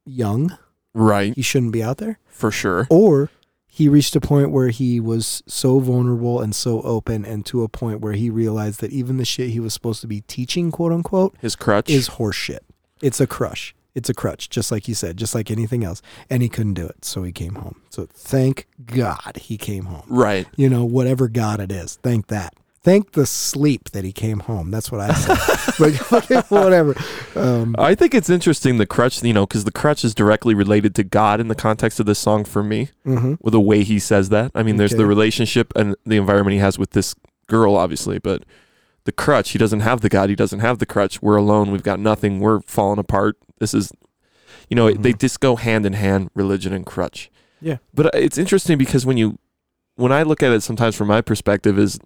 [SPEAKER 1] young,
[SPEAKER 2] Right.
[SPEAKER 1] he shouldn't be out there,
[SPEAKER 2] For sure.
[SPEAKER 1] or he reached a point where he was so vulnerable and so open and to a point where he realized that even the shit he was supposed to be teaching, quote unquote,
[SPEAKER 2] His crutch.
[SPEAKER 1] is horseshit. It's a crush. It's a crutch, just like you said, just like anything else. And he couldn't do it, so he came home. So thank God he came home.
[SPEAKER 2] right.
[SPEAKER 1] You know, whatever God it is, thank that. Thank the sleep that he came home. That's what I said. but whatever. Um,
[SPEAKER 2] I think it's interesting the crutch, you know, because the crutch is directly related to God in the context of this song for me,
[SPEAKER 1] mhm.
[SPEAKER 2] with the way he says that. I mean, there's
[SPEAKER 1] Okay.
[SPEAKER 2] the relationship and the environment he has with this girl, obviously, but the crutch, he doesn't have the God, he doesn't have the crutch. We're alone, we've got nothing, we're falling apart. This is, you know, they just go hand in hand, religion and crutch.
[SPEAKER 1] Mm-hmm. Yeah.
[SPEAKER 2] But uh, it's interesting because when you, when I look at it sometimes from my perspective, is,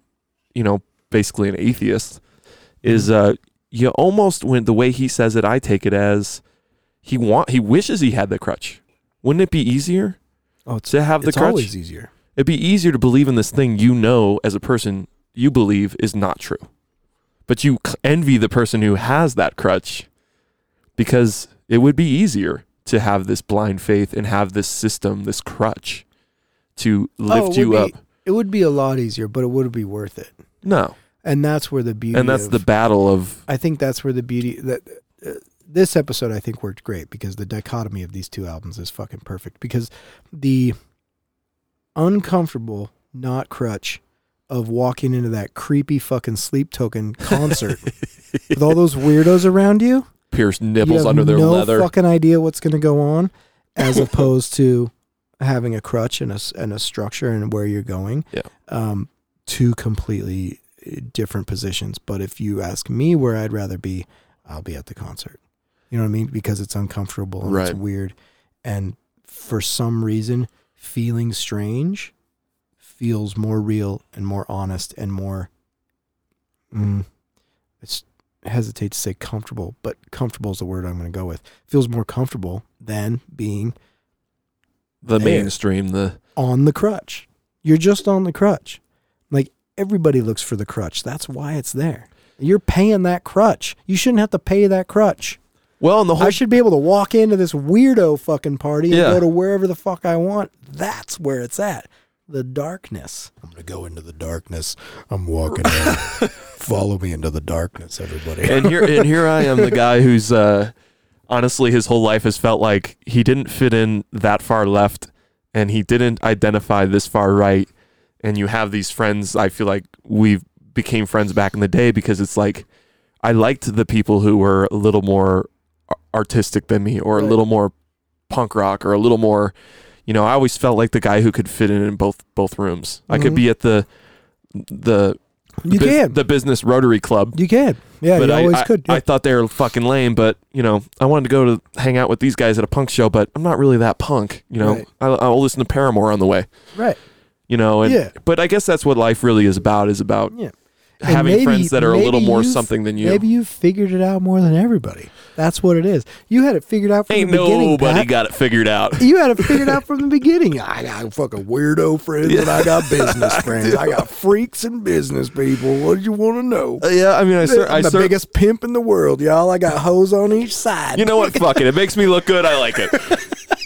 [SPEAKER 2] you know, basically an atheist, is
[SPEAKER 1] Mm-hmm.
[SPEAKER 2] uh, you almost when the way he says it, I take it as he want he wishes he had the crutch. Wouldn't it be easier
[SPEAKER 1] Oh, it's,
[SPEAKER 2] to have the
[SPEAKER 1] it's
[SPEAKER 2] crutch?
[SPEAKER 1] always easier.
[SPEAKER 2] It'd be easier to believe in this thing you know as a person you believe is not true, but you c- envy the person who has that crutch because it would be easier to have this blind faith and have this system, this crutch, to
[SPEAKER 1] Oh, it
[SPEAKER 2] lift
[SPEAKER 1] would
[SPEAKER 2] you
[SPEAKER 1] be-
[SPEAKER 2] up.
[SPEAKER 1] It would be a lot easier, but it would be worth it.
[SPEAKER 2] No,
[SPEAKER 1] And that's where the beauty
[SPEAKER 2] and that's
[SPEAKER 1] of-
[SPEAKER 2] the battle of
[SPEAKER 1] I think that's where the beauty that uh, this episode I think worked great because the dichotomy of these two albums is fucking perfect because the uncomfortable not crutch of walking into that creepy fucking sleep token concert with all those weirdos around you
[SPEAKER 2] pierced
[SPEAKER 1] you
[SPEAKER 2] nipples
[SPEAKER 1] have
[SPEAKER 2] under their
[SPEAKER 1] no
[SPEAKER 2] leather.
[SPEAKER 1] fucking idea what's going to go on as opposed to having a crutch and a, s- and a structure and where you're going
[SPEAKER 2] Yeah.
[SPEAKER 1] um, two completely uh, different positions but if you ask me where i'd rather be i'll be at the concert you know what i mean because it's uncomfortable and it's
[SPEAKER 2] Right.
[SPEAKER 1] weird and for some reason feeling strange feels more real and more honest and more mm, I s- hesitate to say comfortable, but comfortable is the word I'm going to go with. Feels more comfortable than being
[SPEAKER 2] the
[SPEAKER 1] There.
[SPEAKER 2] mainstream, the
[SPEAKER 1] on the crutch. You're just on the crutch. Like everybody looks for the crutch. That's why it's there. You're paying that crutch. You shouldn't have to pay that crutch.
[SPEAKER 2] well, and the whole
[SPEAKER 1] I should be able to walk into this weirdo fucking party and
[SPEAKER 2] Yeah.
[SPEAKER 1] go to wherever the fuck I want. That's where it's at. The darkness. I'm going to go into the darkness. I'm walking in. Follow me into the darkness, everybody.
[SPEAKER 2] and here and here I am, the guy who's uh, honestly his whole life has felt like he didn't fit in that far left, and he didn't identify this far right. And you have these friends. I feel like we became friends back in the day because it's like I liked the people who were a little more ar- artistic than me, or a
[SPEAKER 1] Right.
[SPEAKER 2] little more punk rock, or a little more. You know, I always felt like the guy who could fit in in both both rooms. I could
[SPEAKER 1] Mhm.
[SPEAKER 2] be at the the
[SPEAKER 1] You
[SPEAKER 2] bus-
[SPEAKER 1] can.
[SPEAKER 2] the business Rotary Club,
[SPEAKER 1] You can. Yeah,
[SPEAKER 2] but
[SPEAKER 1] you
[SPEAKER 2] I,
[SPEAKER 1] always
[SPEAKER 2] I,
[SPEAKER 1] could.
[SPEAKER 2] I thought they were fucking lame, but you know, I wanted to go to hang out with these guys at a punk show, but I'm not really that punk. You know,
[SPEAKER 1] Right.
[SPEAKER 2] I, I'll listen to Paramore on the way.
[SPEAKER 1] right.
[SPEAKER 2] You know, and
[SPEAKER 1] Yeah.
[SPEAKER 2] but I guess that's what life really is about is about
[SPEAKER 1] Yeah. And
[SPEAKER 2] having
[SPEAKER 1] maybe-
[SPEAKER 2] friends that are a
[SPEAKER 1] maybe
[SPEAKER 2] little more
[SPEAKER 1] you've-
[SPEAKER 2] something than you.
[SPEAKER 1] Maybe you figured it out more than everybody. That's what it is. You had it figured out from
[SPEAKER 2] Ain't
[SPEAKER 1] the beginning.
[SPEAKER 2] nobody
[SPEAKER 1] Pat.
[SPEAKER 2] got it figured out.
[SPEAKER 1] You had it figured out from the beginning. I got fucking weirdo friends and I got business friends. I got freaks and business people. What do you want to know?
[SPEAKER 2] Uh, yeah, I mean, I, cer- I
[SPEAKER 1] I'm the
[SPEAKER 2] cer-
[SPEAKER 1] biggest pimp in the world, y'all. I got hoes on each side.
[SPEAKER 2] you know what? Fuck it. It makes me look good. I like it.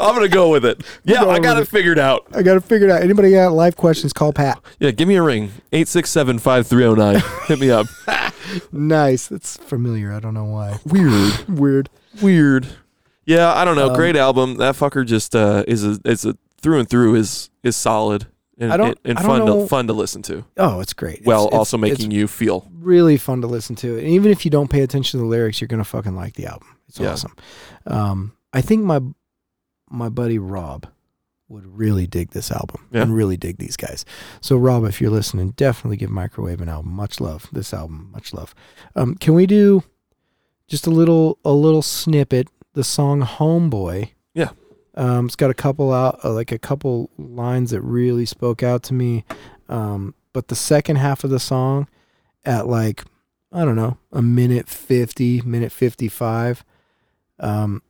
[SPEAKER 2] I'm gonna go with it. Yeah,
[SPEAKER 1] going
[SPEAKER 2] I got
[SPEAKER 1] with
[SPEAKER 2] it figured out.
[SPEAKER 1] I got it figured out. Anybody got life questions? Call Pat.
[SPEAKER 2] Yeah, give me a ring. 867-5309. Hit me up.
[SPEAKER 1] Nice. It's familiar. I don't know why.
[SPEAKER 2] Weird.
[SPEAKER 1] Weird. Um,
[SPEAKER 2] weird. Yeah, I don't know. Great album. That fucker just uh, is a is a through and through is is solid and
[SPEAKER 1] I don't-
[SPEAKER 2] and, and
[SPEAKER 1] I
[SPEAKER 2] fun
[SPEAKER 1] don't know-
[SPEAKER 2] to fun to listen to.
[SPEAKER 1] Oh, it's great. It's-
[SPEAKER 2] Well,
[SPEAKER 1] it's-
[SPEAKER 2] also
[SPEAKER 1] it's
[SPEAKER 2] making you feel
[SPEAKER 1] really fun to listen to. And even if you don't pay attention to the lyrics, you're gonna fucking like the album. It's
[SPEAKER 2] Yeah.
[SPEAKER 1] awesome. Um, I think my my buddy Rob would really dig this album
[SPEAKER 2] Yeah.
[SPEAKER 1] and really dig these guys. So, Rob, if you're listening, definitely give Microwave an album. Much love. This album, much love. Um, can we do just a little a little snippet? The song "Homeboy."
[SPEAKER 2] Yeah.
[SPEAKER 1] Um, it's got a couple out, uh, like a couple lines that really spoke out to me. Um, but the second half of the song, at like I don't know, a minute fifty, minute fifty-five. Um,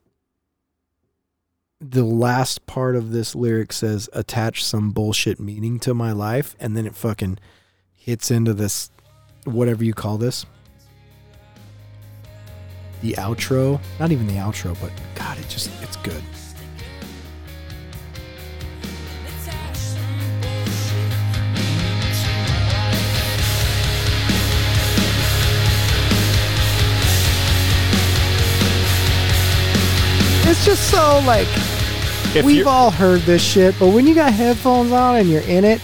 [SPEAKER 1] the last part of this lyric says attach some bullshit meaning to my life and then it fucking hits into this whatever you call this the outro not even the outro but god it just it's good it's just so like
[SPEAKER 2] If
[SPEAKER 1] we've
[SPEAKER 2] you're-
[SPEAKER 1] all heard this shit but when you got headphones on and you're in it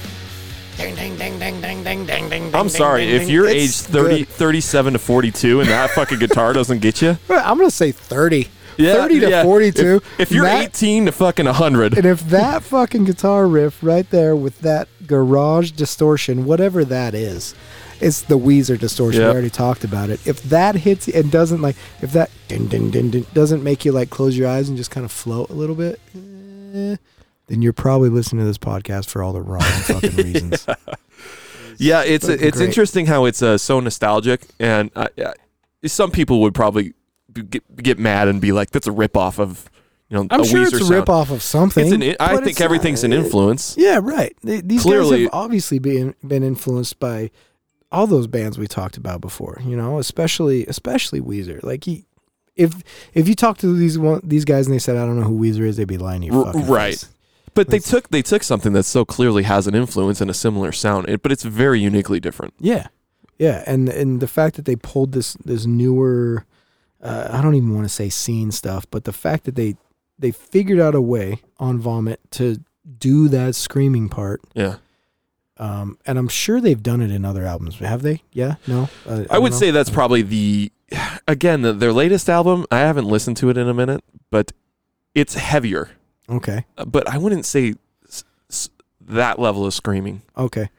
[SPEAKER 2] I'm sorry. If you're age
[SPEAKER 1] It's
[SPEAKER 2] 30,
[SPEAKER 1] good.
[SPEAKER 2] 37 to 42 and that fucking guitar doesn't get you,
[SPEAKER 1] i'm gonna say 30
[SPEAKER 2] yeah,
[SPEAKER 1] 30 to
[SPEAKER 2] yeah.
[SPEAKER 1] 42
[SPEAKER 2] If, if you're
[SPEAKER 1] that-
[SPEAKER 2] 18 to fucking 100,
[SPEAKER 1] And if that fucking guitar riff right there with that garage distortion, whatever that is, it's the Weezer distortion.
[SPEAKER 2] Yep.
[SPEAKER 1] We already talked about it. If that hits and doesn't like, if that dun, dun, dun, dun, doesn't make you like close your eyes and just kind of float a little bit, eh, then you're probably listening to this podcast for all the wrong fucking reasons.
[SPEAKER 2] Yeah, it's
[SPEAKER 1] fucking
[SPEAKER 2] it's
[SPEAKER 1] great.
[SPEAKER 2] interesting how it's uh, so nostalgic, and I, I, some people would probably be, get, get mad and be like, "That's a ripoff of you know."
[SPEAKER 1] I'm
[SPEAKER 2] a
[SPEAKER 1] sure
[SPEAKER 2] Weezer
[SPEAKER 1] it's a
[SPEAKER 2] sound."
[SPEAKER 1] rip off of something.
[SPEAKER 2] It's an. in- I
[SPEAKER 1] but
[SPEAKER 2] think
[SPEAKER 1] it's not-
[SPEAKER 2] everything's an influence.
[SPEAKER 1] Yeah, right. They, these guys
[SPEAKER 2] Clearly-
[SPEAKER 1] have obviously been been influenced by all those bands we talked about before. You know, especially especially Weezer. Like he, if if you talk to these one, these guys and they said I don't know who Weezer is, they'd be lying to you.
[SPEAKER 2] R-
[SPEAKER 1] fucking
[SPEAKER 2] right.
[SPEAKER 1] face.
[SPEAKER 2] But they took they took something that so clearly has an influence and a similar sound, it, but it's very uniquely different.
[SPEAKER 1] Yeah. Yeah, and and the fact that they pulled this this newer, uh, I don't even want to say scene stuff, but the fact that they they figured out a way on Vomit to do that screaming part
[SPEAKER 2] Yeah,
[SPEAKER 1] Um, and I'm sure they've done it in other albums. Have they? Yeah. No. Uh,
[SPEAKER 2] I,
[SPEAKER 1] don't know.
[SPEAKER 2] would say that's probably the again the, their latest album. I haven't listened to it in a minute, but it's heavier.
[SPEAKER 1] Okay.
[SPEAKER 2] Uh, But I wouldn't say s- s- that level of screaming,
[SPEAKER 1] Okay.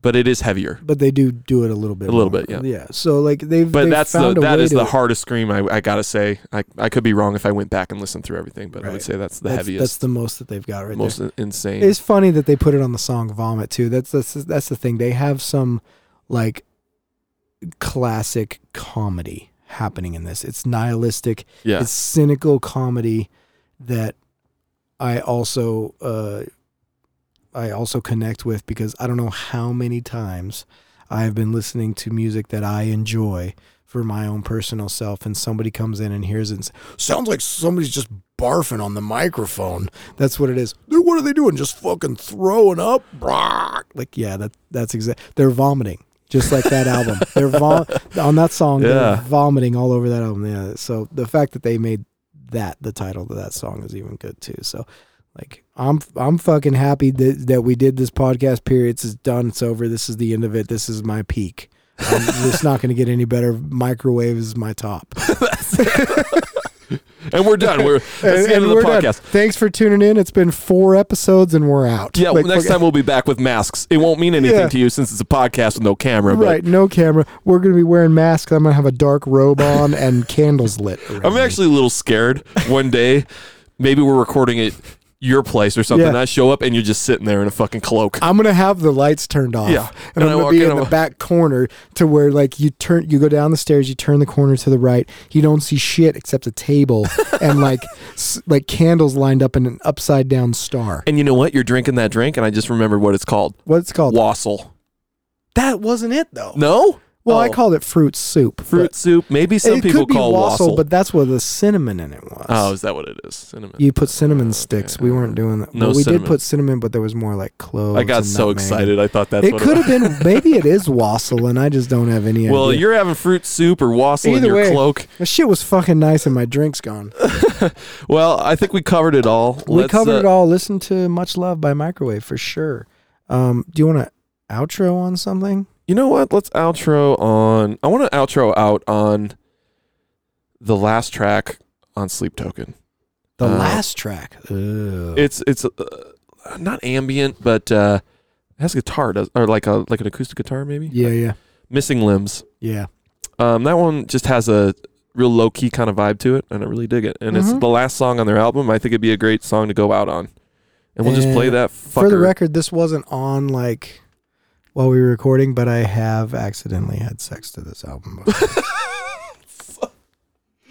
[SPEAKER 2] but it is heavier.
[SPEAKER 1] But they do do it a little bit.
[SPEAKER 2] A little bit,
[SPEAKER 1] longer. Yeah. So like they've.
[SPEAKER 2] But
[SPEAKER 1] they've
[SPEAKER 2] that's the
[SPEAKER 1] found a
[SPEAKER 2] that
[SPEAKER 1] way
[SPEAKER 2] is
[SPEAKER 1] to
[SPEAKER 2] the
[SPEAKER 1] it.
[SPEAKER 2] hardest scream. I, I gotta say, I, I could be wrong if I went back and listened through everything, but I
[SPEAKER 1] Right.
[SPEAKER 2] would say that's the
[SPEAKER 1] That's,
[SPEAKER 2] heaviest,
[SPEAKER 1] that's the most that they've got right
[SPEAKER 2] most
[SPEAKER 1] there.
[SPEAKER 2] in- insane.
[SPEAKER 1] It's funny that they put it on the song "Vomit" too. That's that's that's the thing. They have some like classic comedy happening in this. It's nihilistic.
[SPEAKER 2] yeah,
[SPEAKER 1] It's cynical comedy that I also uh, I also connect with because I don't know how many times I have been listening to music that I enjoy for my own personal self, and somebody comes in and hears it and says, sounds like somebody's just barfing on the microphone. That's what it is. Dude, what are they doing? Just fucking throwing up? Brrr. Like, yeah, that that's exact. They're vomiting. Just like that album, they're vom- on that song. They're
[SPEAKER 2] Yeah.
[SPEAKER 1] vomiting all over that album. Yeah. So the fact that they made that the title of that song is even good too. So like I'm I'm fucking happy that that we did this podcast. Periods is done. It's over. This is the end of it. This is my peak. Um, it's not going to get any better. Microwave is my top.
[SPEAKER 2] and we're done. We're that's the end of the podcast.
[SPEAKER 1] Thanks for tuning in. It's been four episodes and we're out.
[SPEAKER 2] Yeah,
[SPEAKER 1] Like,
[SPEAKER 2] next
[SPEAKER 1] fuck-
[SPEAKER 2] time we'll be back with masks. It won't mean anything
[SPEAKER 1] Yeah.
[SPEAKER 2] to you since it's a podcast with no camera. But
[SPEAKER 1] Right, no camera. We're going to be wearing masks. I'm going to have a dark robe on and candles lit. around
[SPEAKER 2] I'm
[SPEAKER 1] me.
[SPEAKER 2] actually a little scared. One day, maybe we're recording at your place or something.
[SPEAKER 1] Yeah.
[SPEAKER 2] and I show up and you're just sitting there in a fucking cloak.
[SPEAKER 1] I'm gonna have the lights turned off.
[SPEAKER 2] Yeah.
[SPEAKER 1] And,
[SPEAKER 2] And
[SPEAKER 1] I'm
[SPEAKER 2] I
[SPEAKER 1] gonna
[SPEAKER 2] walk
[SPEAKER 1] be
[SPEAKER 2] in,
[SPEAKER 1] in the
[SPEAKER 2] I'm-
[SPEAKER 1] back corner to where like you turn you go down the stairs, you turn the corner to the right, you don't see shit except a table and like s- like candles lined up in an upside down star.
[SPEAKER 2] And you know what? You're drinking that drink, and I just remembered what it's called.
[SPEAKER 1] What's it called?
[SPEAKER 2] Wassail.
[SPEAKER 1] That wasn't it though.
[SPEAKER 2] No.
[SPEAKER 1] Well, I
[SPEAKER 2] Oh.
[SPEAKER 1] called it fruit soup.
[SPEAKER 2] fruit soup. Maybe
[SPEAKER 1] but-
[SPEAKER 2] some
[SPEAKER 1] it
[SPEAKER 2] people
[SPEAKER 1] could be
[SPEAKER 2] call wassail.
[SPEAKER 1] but that's where the cinnamon in it was.
[SPEAKER 2] oh, is that what it is? Cinnamon.
[SPEAKER 1] You put cinnamon
[SPEAKER 2] Okay.
[SPEAKER 1] sticks. We weren't doing that.
[SPEAKER 2] No
[SPEAKER 1] Well, we did
[SPEAKER 2] cinnamon.
[SPEAKER 1] put cinnamon, but there was more like cloves.
[SPEAKER 2] I got
[SPEAKER 1] and
[SPEAKER 2] so
[SPEAKER 1] nutmeg.
[SPEAKER 2] excited. I thought that's
[SPEAKER 1] it
[SPEAKER 2] what
[SPEAKER 1] could
[SPEAKER 2] it
[SPEAKER 1] have been. Maybe it is wassail, and I just don't have any.
[SPEAKER 2] was. Well,
[SPEAKER 1] idea.
[SPEAKER 2] you're having fruit soup or wassail in
[SPEAKER 1] Either
[SPEAKER 2] your
[SPEAKER 1] way.
[SPEAKER 2] cloak.
[SPEAKER 1] The shit was fucking nice, and my drink's gone.
[SPEAKER 2] Well, I think we covered it all.
[SPEAKER 1] we
[SPEAKER 2] Let's,
[SPEAKER 1] covered
[SPEAKER 2] uh,
[SPEAKER 1] it all. Listen to "Much Love" by Microwave for sure. Um, do you want to outro on something?
[SPEAKER 2] You know what? Let's outro on. I want to outro out on the last track on Sleep Token.
[SPEAKER 1] The
[SPEAKER 2] Uh,
[SPEAKER 1] last track. Ugh.
[SPEAKER 2] It's it's. Uh, not ambient, but uh, it has guitar, does or like a like an acoustic guitar maybe.
[SPEAKER 1] Yeah, yeah,
[SPEAKER 2] Missing Limbs.
[SPEAKER 1] yeah.
[SPEAKER 2] Um, that one just has a real low key kind of vibe to it, and I really dig it. And
[SPEAKER 1] Mhm.
[SPEAKER 2] it's the last song on their album. I think it'd be a great song to go out on, and we'll just play
[SPEAKER 1] And
[SPEAKER 2] that. Fucker.
[SPEAKER 1] For the record, this wasn't on like while we were recording, but I have accidentally had sex to this album, before.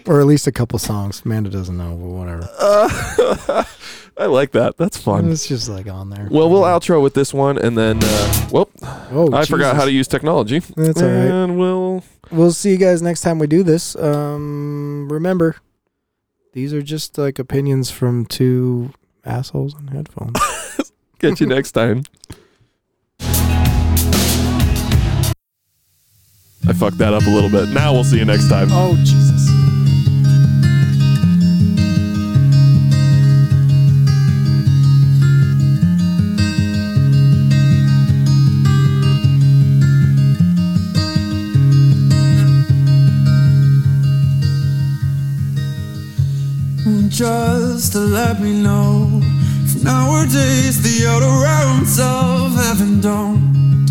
[SPEAKER 1] or at least a couple songs. Amanda doesn't know, but whatever.
[SPEAKER 2] Uh, I like that. That's fun.
[SPEAKER 1] It's just like on there.
[SPEAKER 2] Well, we'll outro with this one, and then uh, well,
[SPEAKER 1] Oh,
[SPEAKER 2] I forgot
[SPEAKER 1] Jesus.
[SPEAKER 2] how to use technology.
[SPEAKER 1] That's all right.
[SPEAKER 2] And we'll
[SPEAKER 1] We'll see you guys next time we do this. Um, remember, these are just like opinions from two assholes on headphones.
[SPEAKER 2] catch you next time. I fucked that up a little bit. Now we'll see you next time.
[SPEAKER 1] oh, Jesus.
[SPEAKER 3] Just to let me know. if Nowadays, the outer rounds of heaven don't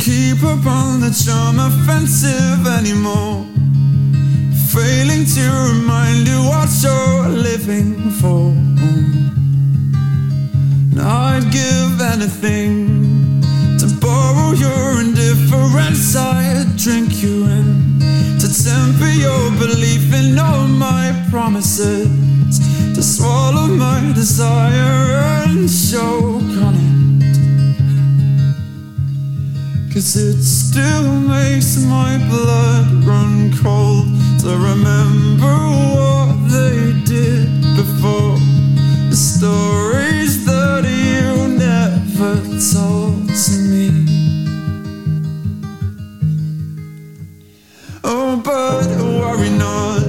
[SPEAKER 3] keep up on the charm offensive anymore. Failing to remind you what you're living for. And I'd give anything to borrow your indifference. I'd drink you in to temper your belief in all my promises, to swallow my desire and choke on it. Cause it still makes my blood run cold to remember what they did before. The stories that you never told to me. Oh, but worry not.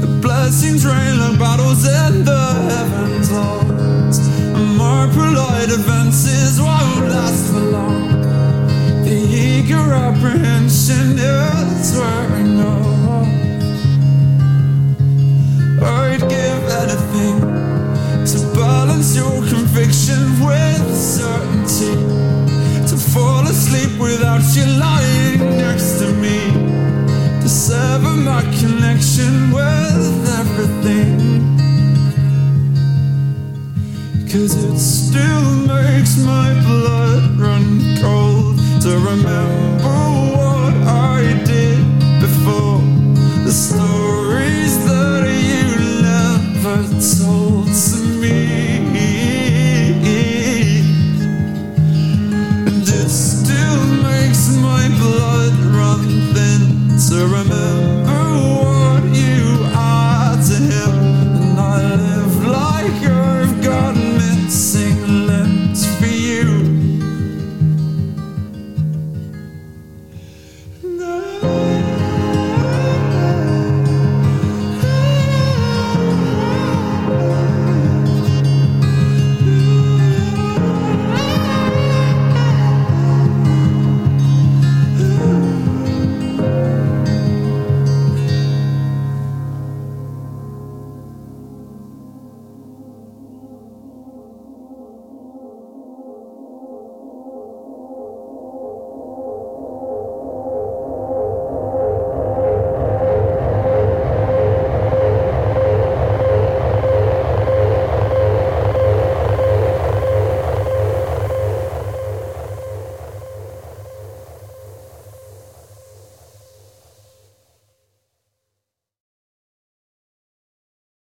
[SPEAKER 3] The blessings rain like battles in the heavens lost. And more polite advances won't last for long. The eager apprehension is wearing off. I'd give anything to balance your conviction with certainty. To fall asleep without you lying next to me to sever my connection with everything. Cause it still makes my